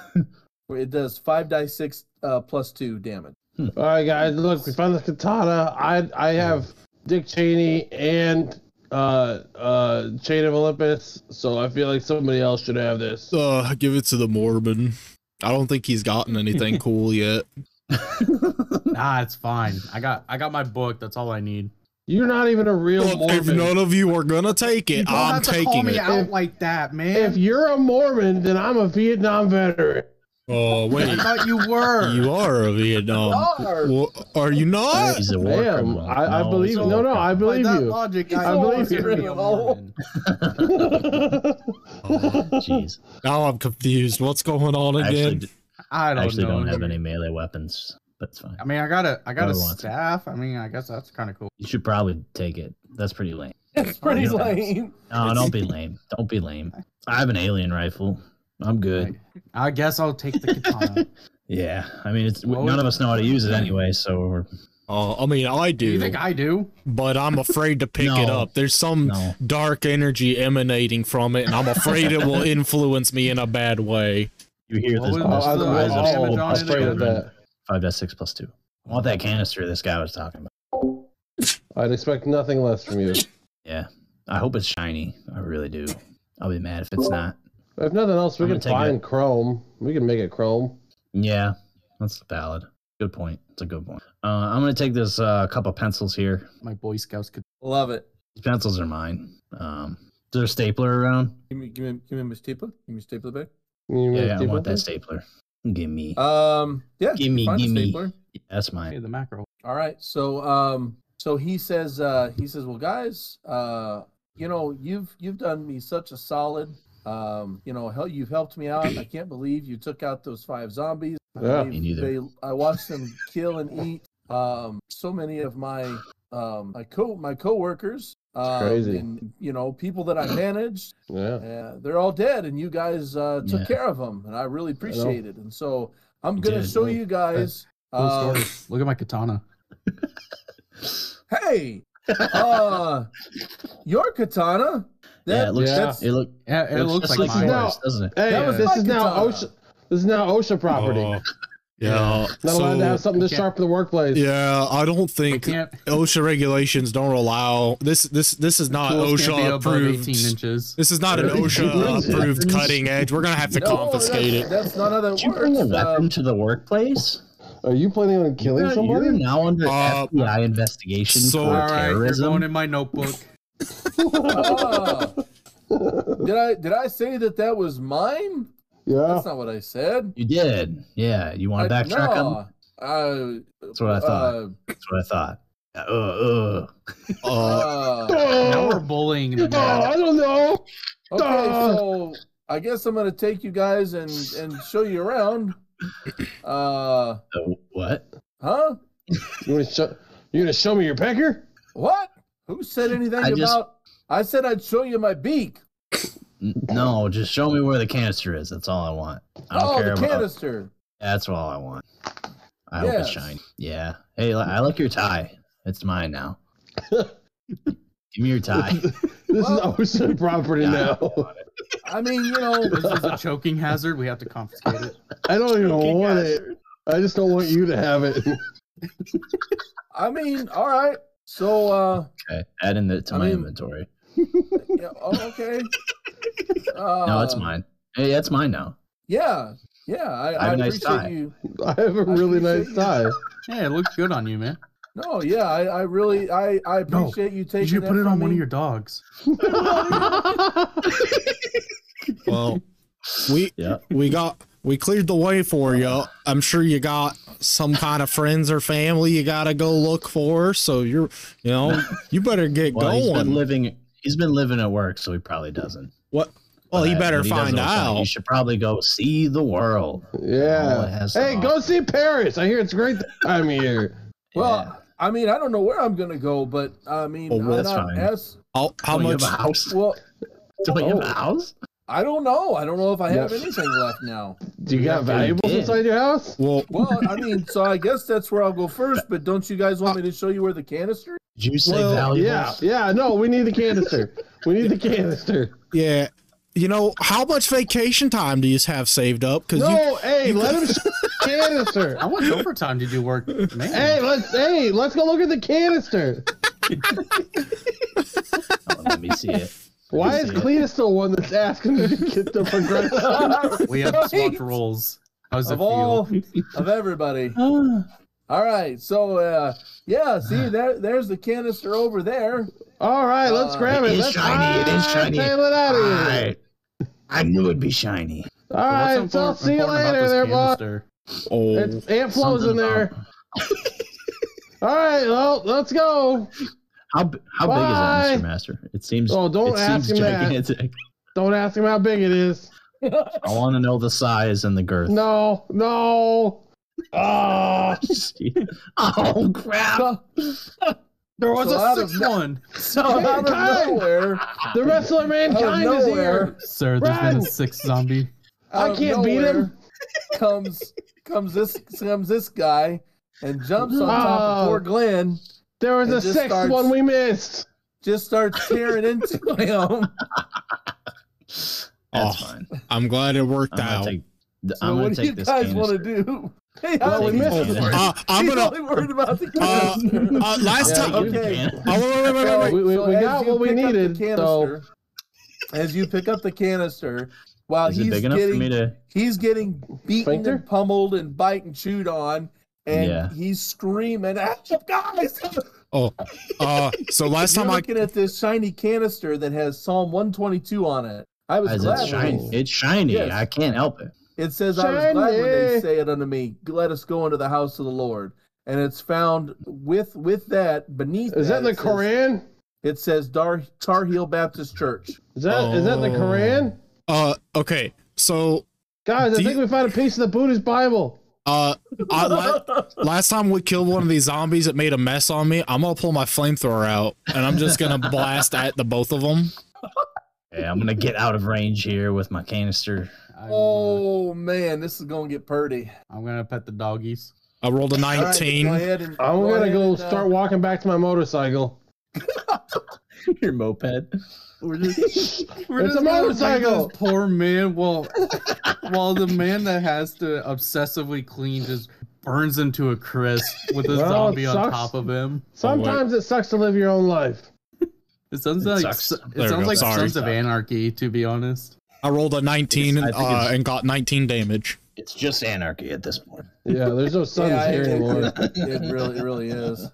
Speaker 3: it does five die six uh, plus two damage.
Speaker 1: All right, guys. Look, we found the katana. I I have Dick Cheney and uh uh Chain of Olympus, so I feel like somebody else should have this.
Speaker 6: Uh, give it to the Mormon. I don't think he's gotten anything cool yet.
Speaker 5: Nah, it's fine. I got I got my book. That's all I need.
Speaker 1: You're not even a real
Speaker 6: Look, if
Speaker 1: Mormon.
Speaker 6: none of you are gonna take it,
Speaker 5: You don't
Speaker 6: I'm
Speaker 5: have to call
Speaker 6: taking
Speaker 5: me
Speaker 6: it.
Speaker 5: out
Speaker 1: If-
Speaker 5: like that, man.
Speaker 1: if you're a Mormon, then I'm a Vietnam veteran.
Speaker 6: Oh
Speaker 5: I
Speaker 6: wait,
Speaker 5: thought you were.
Speaker 6: you are a
Speaker 2: Um,
Speaker 6: Vietnam.
Speaker 3: Are.
Speaker 6: Well, are you not?
Speaker 2: He's a war
Speaker 1: Damn,
Speaker 2: criminal.
Speaker 1: I, I
Speaker 2: he's
Speaker 1: believe.
Speaker 2: a
Speaker 1: No,
Speaker 2: war
Speaker 1: no, I
Speaker 2: criminal.
Speaker 5: By
Speaker 1: believe
Speaker 5: that
Speaker 1: you.
Speaker 5: logic,
Speaker 3: I
Speaker 5: I
Speaker 1: believe
Speaker 5: believe
Speaker 1: you.
Speaker 5: you're a Mormon.
Speaker 3: Oh,
Speaker 2: Jeez.
Speaker 6: Now I'm confused. What's going on
Speaker 2: I actually,
Speaker 6: again?
Speaker 2: d-
Speaker 5: I
Speaker 2: I
Speaker 5: don't
Speaker 2: actually
Speaker 5: know.
Speaker 2: don't have any melee weapons. That's fine.
Speaker 5: I mean, I got a I got a
Speaker 2: Another one.
Speaker 5: staff. I mean, I guess that's kind of cool.
Speaker 2: You should probably take it. That's pretty lame.
Speaker 3: It's pretty
Speaker 2: Yeah.
Speaker 3: lame.
Speaker 2: No, don't be lame. Don't be lame. I have an alien rifle. I'm good.
Speaker 5: I guess I'll take the katana.
Speaker 2: Yeah. I mean, it's
Speaker 5: Well,
Speaker 2: none of us know how to use it anyway, so we're
Speaker 6: Oh, I mean, I
Speaker 5: Do you
Speaker 6: do,
Speaker 5: think I do?
Speaker 6: but I'm afraid to pick it
Speaker 2: No.
Speaker 6: up. There's some
Speaker 2: no.
Speaker 6: dark energy emanating from it, and I'm afraid it will influence me in a bad way.
Speaker 2: You hear
Speaker 5: What
Speaker 2: this?
Speaker 5: was-
Speaker 1: I'll,
Speaker 5: What's
Speaker 1: I'll,
Speaker 5: the
Speaker 1: I'll,
Speaker 5: damage on
Speaker 1: I'll,
Speaker 5: it
Speaker 1: I'll spray with
Speaker 2: again?
Speaker 1: that.
Speaker 2: Five S six plus two. I want that canister this guy was talking about.
Speaker 1: I'd expect nothing less from you.
Speaker 2: Yeah. I hope it's shiny. I really do. I'll be mad if it's not.
Speaker 1: If nothing else, we
Speaker 2: I'm
Speaker 1: can
Speaker 2: gonna take
Speaker 1: find chrome. We can make it chrome.
Speaker 2: Yeah, that's valid. Good point. It's a good point. Uh, I'm gonna take this uh, couple pencils here.
Speaker 5: My Boy Scouts could.
Speaker 3: Love it.
Speaker 2: These pencils are mine. Um, is there a stapler around?
Speaker 3: Give me, give me, give me my stapler. Give me stapler back.
Speaker 1: You
Speaker 2: Yeah,
Speaker 1: wanna
Speaker 2: I
Speaker 1: keep
Speaker 2: want
Speaker 1: it?
Speaker 2: that stapler. Give me.
Speaker 3: Um, yeah.
Speaker 2: Gimme,
Speaker 3: find the
Speaker 2: gimme.
Speaker 3: stapler.
Speaker 2: that's
Speaker 5: Hey,
Speaker 2: mine.
Speaker 5: the macro.
Speaker 3: All right. So um so he says uh he says, "Well, guys, uh you know, you've you've done me such a solid. Um, you know, hell, you've helped me out. I can't believe you took out those five zombies. I
Speaker 1: Yeah.
Speaker 3: believe
Speaker 2: Me neither.
Speaker 3: They, I watched them kill and eat um so many of my um my co my coworkers um,
Speaker 1: crazy.
Speaker 3: and you know people that I managed.
Speaker 1: Yeah.
Speaker 3: Uh, they're all dead, and you guys uh, took
Speaker 2: Yeah.
Speaker 3: care of them, and I really appreciate it. And so I'm
Speaker 2: You
Speaker 3: gonna
Speaker 2: did.
Speaker 3: show you guys.
Speaker 5: Cool
Speaker 1: Uh,
Speaker 3: um,
Speaker 5: story. Look at my katana.
Speaker 3: Hey, uh, your katana.
Speaker 2: yeah, it
Speaker 3: That
Speaker 2: looks.
Speaker 1: that's-
Speaker 2: It, look,
Speaker 5: Yeah, it, looks,
Speaker 2: looks just
Speaker 5: like,
Speaker 2: like
Speaker 5: mine.
Speaker 1: No.
Speaker 2: yours, doesn't it?
Speaker 1: Hey,
Speaker 3: That was
Speaker 1: this
Speaker 3: my
Speaker 1: is now
Speaker 3: katana.
Speaker 1: OSHA. This is now OSHA property.
Speaker 6: Uh,
Speaker 4: Oh, yeah.
Speaker 1: Not
Speaker 4: so,
Speaker 1: allowed to have something this
Speaker 5: Yeah.
Speaker 1: sharp in the workplace.
Speaker 4: yeah, I don't think
Speaker 5: Can't,
Speaker 4: OSHA regulations don't allow this. This this is
Speaker 6: Uh,
Speaker 4: not
Speaker 5: tools can't be
Speaker 4: OSHA
Speaker 5: above eighteen
Speaker 4: approved.
Speaker 5: inches.
Speaker 4: This is not an
Speaker 1: Everything
Speaker 4: OSHA
Speaker 1: is-
Speaker 4: approved cutting edge. We're gonna have to
Speaker 3: no,
Speaker 4: confiscate
Speaker 3: that's,
Speaker 4: it.
Speaker 3: That's not how
Speaker 2: Did you bring a
Speaker 3: that
Speaker 2: weapon
Speaker 3: works.
Speaker 2: to the workplace?
Speaker 1: Are you planning on killing
Speaker 2: Yeah,
Speaker 1: somebody?
Speaker 2: You're now under
Speaker 4: Uh,
Speaker 2: FBI investigation
Speaker 4: so-
Speaker 2: for
Speaker 5: All right, you're
Speaker 2: terrorism.
Speaker 5: going in my notebook.
Speaker 3: Uh, uh, did I did I say that that was mine?
Speaker 1: yeah.
Speaker 3: That's not what I said.
Speaker 2: you did. Yeah. You want to
Speaker 3: I-
Speaker 2: Oh. backtrack on? that?
Speaker 3: no. Uh,
Speaker 2: That's what I thought. That's what I thought. Uh, uh,
Speaker 3: Uh, uh,
Speaker 5: now we're
Speaker 1: Oh,
Speaker 5: bullying
Speaker 1: oh,
Speaker 5: the man.
Speaker 1: I don't know.
Speaker 3: okay,
Speaker 1: Duh.
Speaker 3: so I guess I'm gonna take you guys and and show you around. Uh,
Speaker 2: uh, what?
Speaker 3: huh?
Speaker 1: You want to show? You gonna show me your pecker?
Speaker 3: What? Who said anything
Speaker 2: I
Speaker 3: about?
Speaker 2: just-
Speaker 3: I said I'd show you my beak.
Speaker 2: N- No, just show me where the canister is. That's all I want. I don't
Speaker 3: Oh,
Speaker 2: care
Speaker 3: the
Speaker 2: about
Speaker 3: canister.
Speaker 2: That's all I want. I hope it's
Speaker 3: Yes.
Speaker 2: shiny. Yeah. Hey, li- I like your tie. It's mine now. Give me your tie.
Speaker 1: This
Speaker 3: Well-
Speaker 1: is OSHA property
Speaker 2: Yeah.
Speaker 1: now.
Speaker 3: I mean, you know,
Speaker 5: This is a choking hazard. We have to confiscate it.
Speaker 1: I don't even want it. I just don't want you to have it.
Speaker 3: I mean, all right. So, uh,
Speaker 2: Okay. Add in the to
Speaker 3: I
Speaker 2: my
Speaker 3: mean-
Speaker 2: inventory.
Speaker 3: yeah, oh, okay. Uh,
Speaker 2: No, it's mine. Hey, that's mine now.
Speaker 3: Yeah, yeah. I,
Speaker 2: I
Speaker 3: I,
Speaker 2: have a nice
Speaker 3: appreciate
Speaker 2: tie.
Speaker 3: you.
Speaker 1: I have a really nice
Speaker 3: appreciate
Speaker 1: tie.
Speaker 5: Yeah, it looks good on you, man.
Speaker 3: No, yeah. I, I really, I, I
Speaker 5: No,
Speaker 3: appreciate you taking.
Speaker 5: You should
Speaker 3: that
Speaker 5: put it
Speaker 3: from
Speaker 5: on one
Speaker 3: me.
Speaker 5: of your dogs.
Speaker 4: Well, we
Speaker 2: Yeah.
Speaker 4: we got we cleared the way for you. I'm sure you got some kind of friends or family you gotta go look for. So you're you know you better get
Speaker 2: Well, he's been
Speaker 4: going.
Speaker 2: living. He's been living at work, so he probably doesn't.
Speaker 4: what? Well,
Speaker 2: But
Speaker 4: you
Speaker 2: I-
Speaker 4: better
Speaker 2: when he does
Speaker 4: find
Speaker 2: open it,
Speaker 4: out.
Speaker 2: You should probably go see the world. All it
Speaker 1: Yeah.
Speaker 2: has to
Speaker 1: Hey, go see Paris. I hear it's great that I'm here.
Speaker 3: Well,
Speaker 2: Yeah. Oh,
Speaker 3: I mean, I don't know where I'm gonna go, but I mean,
Speaker 4: Well,
Speaker 3: I'm
Speaker 2: that's
Speaker 3: not
Speaker 2: fine.
Speaker 3: as
Speaker 4: How, how
Speaker 2: Don't you
Speaker 4: much?
Speaker 2: have a house?
Speaker 3: well.
Speaker 2: Don't you have
Speaker 1: Oh.
Speaker 2: a house?
Speaker 3: I don't know. I don't know if I have
Speaker 1: Yeah.
Speaker 3: anything left now.
Speaker 1: Do you got
Speaker 2: Yeah,
Speaker 1: valuables
Speaker 2: yeah.
Speaker 1: inside your house?
Speaker 4: Well,
Speaker 3: Well, I mean, so I guess that's where I'll go first. But don't you guys want me to show you where the canister? is?
Speaker 2: Did you say
Speaker 4: Well,
Speaker 2: valuables?
Speaker 1: Yeah, yeah. No, we need the canister. We need the canister.
Speaker 4: yeah. You know, how much vacation time do you have saved up? Because you,
Speaker 1: No, hey, let him show the canister.
Speaker 5: How much overtime did you work, man?
Speaker 1: Hey, let's hey, let's go look at the canister.
Speaker 2: Oh, let me see it.
Speaker 1: Why
Speaker 2: Let
Speaker 1: is
Speaker 2: me see it.
Speaker 1: Cletus the one that's asking me to get the progression?
Speaker 5: we have swapped roles. How's it
Speaker 3: Of
Speaker 5: feel?
Speaker 3: all of everybody. All right, so uh, yeah, see there, there's the canister over there.
Speaker 1: All right, let's
Speaker 3: Uh,
Speaker 1: grab
Speaker 2: it
Speaker 1: it.
Speaker 2: is
Speaker 1: Let's
Speaker 2: shiny, it is
Speaker 1: ah,
Speaker 2: shiny.
Speaker 1: Tail it out of here.
Speaker 2: I, I knew it'd be shiny.
Speaker 1: All right,
Speaker 5: What's
Speaker 1: so I'll
Speaker 5: impor-
Speaker 1: see you
Speaker 5: important about
Speaker 1: later,
Speaker 5: this
Speaker 1: there, boss.
Speaker 5: canister?
Speaker 4: oh,
Speaker 1: It's Aunt Flo's in
Speaker 2: Something
Speaker 1: there.
Speaker 2: about-
Speaker 1: All right, well, let's go.
Speaker 2: How b- how
Speaker 1: Bye.
Speaker 2: big is it, Mr. Master? It seems.
Speaker 1: Oh, don't
Speaker 2: it
Speaker 1: ask
Speaker 2: seems
Speaker 1: him that.
Speaker 2: gigantic.
Speaker 1: Don't ask him how big it is.
Speaker 2: I want to know the size and the girth.
Speaker 1: No, no. Oh,
Speaker 2: oh crap!
Speaker 3: So,
Speaker 5: There was
Speaker 3: So out
Speaker 5: a
Speaker 3: of
Speaker 5: sixth
Speaker 3: no-
Speaker 5: one,
Speaker 3: so
Speaker 1: Oh,
Speaker 3: out of
Speaker 1: Mankind!
Speaker 3: nowhere,
Speaker 1: the wrestler
Speaker 3: out of
Speaker 1: mankind is here.
Speaker 3: nowhere,
Speaker 5: sir. There's been
Speaker 1: Run!
Speaker 5: a sixth zombie.
Speaker 1: I
Speaker 3: out of
Speaker 1: can't beat
Speaker 3: nowhere
Speaker 1: him.
Speaker 3: Comes comes this comes this guy and jumps on top of
Speaker 1: Oh.
Speaker 3: poor Glenn.
Speaker 1: There was
Speaker 3: It
Speaker 1: a
Speaker 3: just
Speaker 1: sixth
Speaker 3: starts-
Speaker 1: one we missed.
Speaker 3: Just starts tearing into him.
Speaker 2: That's
Speaker 4: Oh,
Speaker 2: fine.
Speaker 4: I'm glad it worked
Speaker 2: I'm gonna
Speaker 4: out.
Speaker 2: take Th-
Speaker 3: So
Speaker 2: I'm gonna
Speaker 3: what do
Speaker 2: take
Speaker 3: you
Speaker 2: this
Speaker 3: guys
Speaker 2: game.
Speaker 3: want to do? Hey,
Speaker 1: Well, we
Speaker 3: Alex,
Speaker 1: missed
Speaker 3: he's
Speaker 1: it.
Speaker 6: Uh, I'm gonna.
Speaker 3: only worried about the
Speaker 6: Uh,
Speaker 3: canister.
Speaker 6: Uh, last
Speaker 2: Yeah,
Speaker 6: time.
Speaker 2: you
Speaker 3: okay.
Speaker 2: can.
Speaker 6: Oh, wait, wait, wait, wait, wait.
Speaker 1: We- we- we
Speaker 3: as
Speaker 1: got
Speaker 3: you
Speaker 1: what we
Speaker 3: pick up the
Speaker 1: needed, so-
Speaker 3: canister- as you pick up the canister, while
Speaker 2: Is it
Speaker 3: he's
Speaker 2: big enough for
Speaker 3: getting
Speaker 2: me to?
Speaker 3: he's getting beaten
Speaker 1: Sphincter?
Speaker 3: and pummeled and bite and chewed on, and
Speaker 2: Yeah.
Speaker 3: he's screaming, "Help, guys!"
Speaker 6: Oh, uh, so last
Speaker 3: You're
Speaker 6: time I
Speaker 3: looking at this shiny canister that has Psalm 122 on it. I was
Speaker 2: As
Speaker 3: glad.
Speaker 2: it's
Speaker 3: when
Speaker 2: shiny,
Speaker 3: they-
Speaker 2: it's shiny.
Speaker 3: Yes.
Speaker 2: I can't help it.
Speaker 3: It says, "I was glad when they
Speaker 1: Shiny.
Speaker 3: say it unto me, let us go into the house of the Lord." And it's found with with that beneath.
Speaker 1: Is that in the
Speaker 3: it says-
Speaker 1: Koran?
Speaker 3: It says Dar, Tar Heel Baptist Church.
Speaker 1: Is that is that in the
Speaker 6: Oh.
Speaker 1: Koran?
Speaker 6: uh okay. So
Speaker 1: Guys, I
Speaker 6: Do
Speaker 1: think
Speaker 6: you-
Speaker 1: we found a piece of the Buddhist Bible.
Speaker 6: uh I, la- last time we killed one of these zombies it made a mess on me. I'm gonna pull my flamethrower out and I'm just gonna blast at the both of them.
Speaker 2: Yeah, I'm gonna get out of range here with my canister.
Speaker 5: I
Speaker 1: uh,
Speaker 5: will,
Speaker 3: Oh man, this is gonna get purdy.
Speaker 5: uh, I'm gonna pet the doggies.
Speaker 6: I rolled a
Speaker 3: All right,
Speaker 6: 19.
Speaker 3: go ahead and-
Speaker 1: I'm
Speaker 3: ahead
Speaker 1: gonna go
Speaker 3: and, uh,
Speaker 1: start walking back to my motorcycle.
Speaker 2: Your moped.
Speaker 5: We're just, we're
Speaker 1: It's a
Speaker 5: gonna make
Speaker 1: motorcycle!
Speaker 5: this Poor man. Well, while the man that has to obsessively clean just burns into a crisp with a
Speaker 1: Well, it
Speaker 5: zombie on
Speaker 1: sucks.
Speaker 5: top of him.
Speaker 1: Sometimes it sucks to live your own life.
Speaker 5: It sounds
Speaker 2: It
Speaker 5: like
Speaker 2: sucks.
Speaker 5: it
Speaker 6: There we
Speaker 5: sounds
Speaker 6: go.
Speaker 5: like
Speaker 6: Sorry.
Speaker 5: Sons of Anarchy. To be honest,
Speaker 6: I rolled a 19
Speaker 2: I
Speaker 6: and,
Speaker 2: think
Speaker 6: uh,
Speaker 2: it's-
Speaker 6: and got 19 damage.
Speaker 2: It's just anarchy at this point.
Speaker 1: Yeah, there's no suns
Speaker 3: Yeah,
Speaker 1: here
Speaker 3: it-
Speaker 1: anymore.
Speaker 3: It, it really, it really is.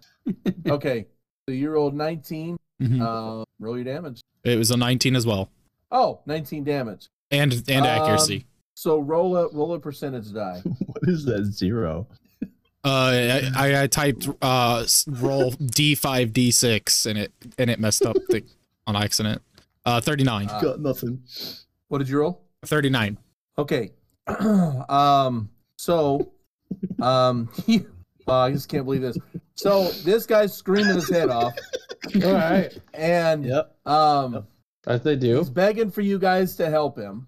Speaker 3: Okay, so you're old 19.
Speaker 6: Mhm.
Speaker 3: Uh, roll your damage.
Speaker 6: It was a 19 as well.
Speaker 3: Oh, 19 damage.
Speaker 6: And
Speaker 3: Um,
Speaker 6: and accuracy.
Speaker 3: So roll a roll a percentage die.
Speaker 2: What is that zero?
Speaker 6: Uh I, I, I typed uh s- roll D5 D6 and it and it messed up the, on accident. Uh 39.
Speaker 3: Uh,
Speaker 2: Got nothing.
Speaker 3: what did you roll?
Speaker 6: 39.
Speaker 3: Okay. um. So, um. wow, I just can't believe this. So this guy's screaming his head off,
Speaker 1: All right,
Speaker 3: and
Speaker 2: Yep.
Speaker 3: um,
Speaker 1: as they
Speaker 3: he's
Speaker 1: do.
Speaker 3: begging for you guys to help him.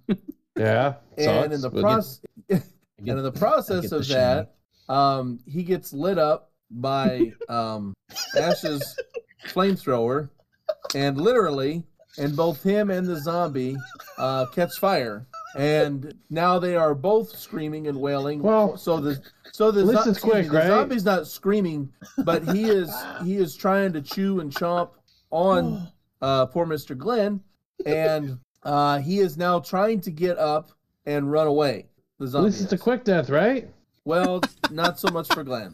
Speaker 1: Yeah,
Speaker 3: and in the process, and in the process
Speaker 2: get the
Speaker 3: of that, um, he gets lit up by um, Ash's flamethrower, and literally, and both him and the zombie uh, catch fire, and now they are both screaming and wailing.
Speaker 1: Well,
Speaker 3: so the so the,
Speaker 1: at least
Speaker 3: zo-
Speaker 1: it's
Speaker 3: excuse me,
Speaker 1: quick,
Speaker 3: the
Speaker 1: right?
Speaker 3: zombie's not screaming, but he is he is trying to chew and chomp on uh, poor Mister Glenn, and uh, he is now trying to get up and run away. The
Speaker 1: at
Speaker 3: zombie.
Speaker 1: least it's a
Speaker 3: is.
Speaker 1: quick death, right?
Speaker 3: Well, not so much for Glenn.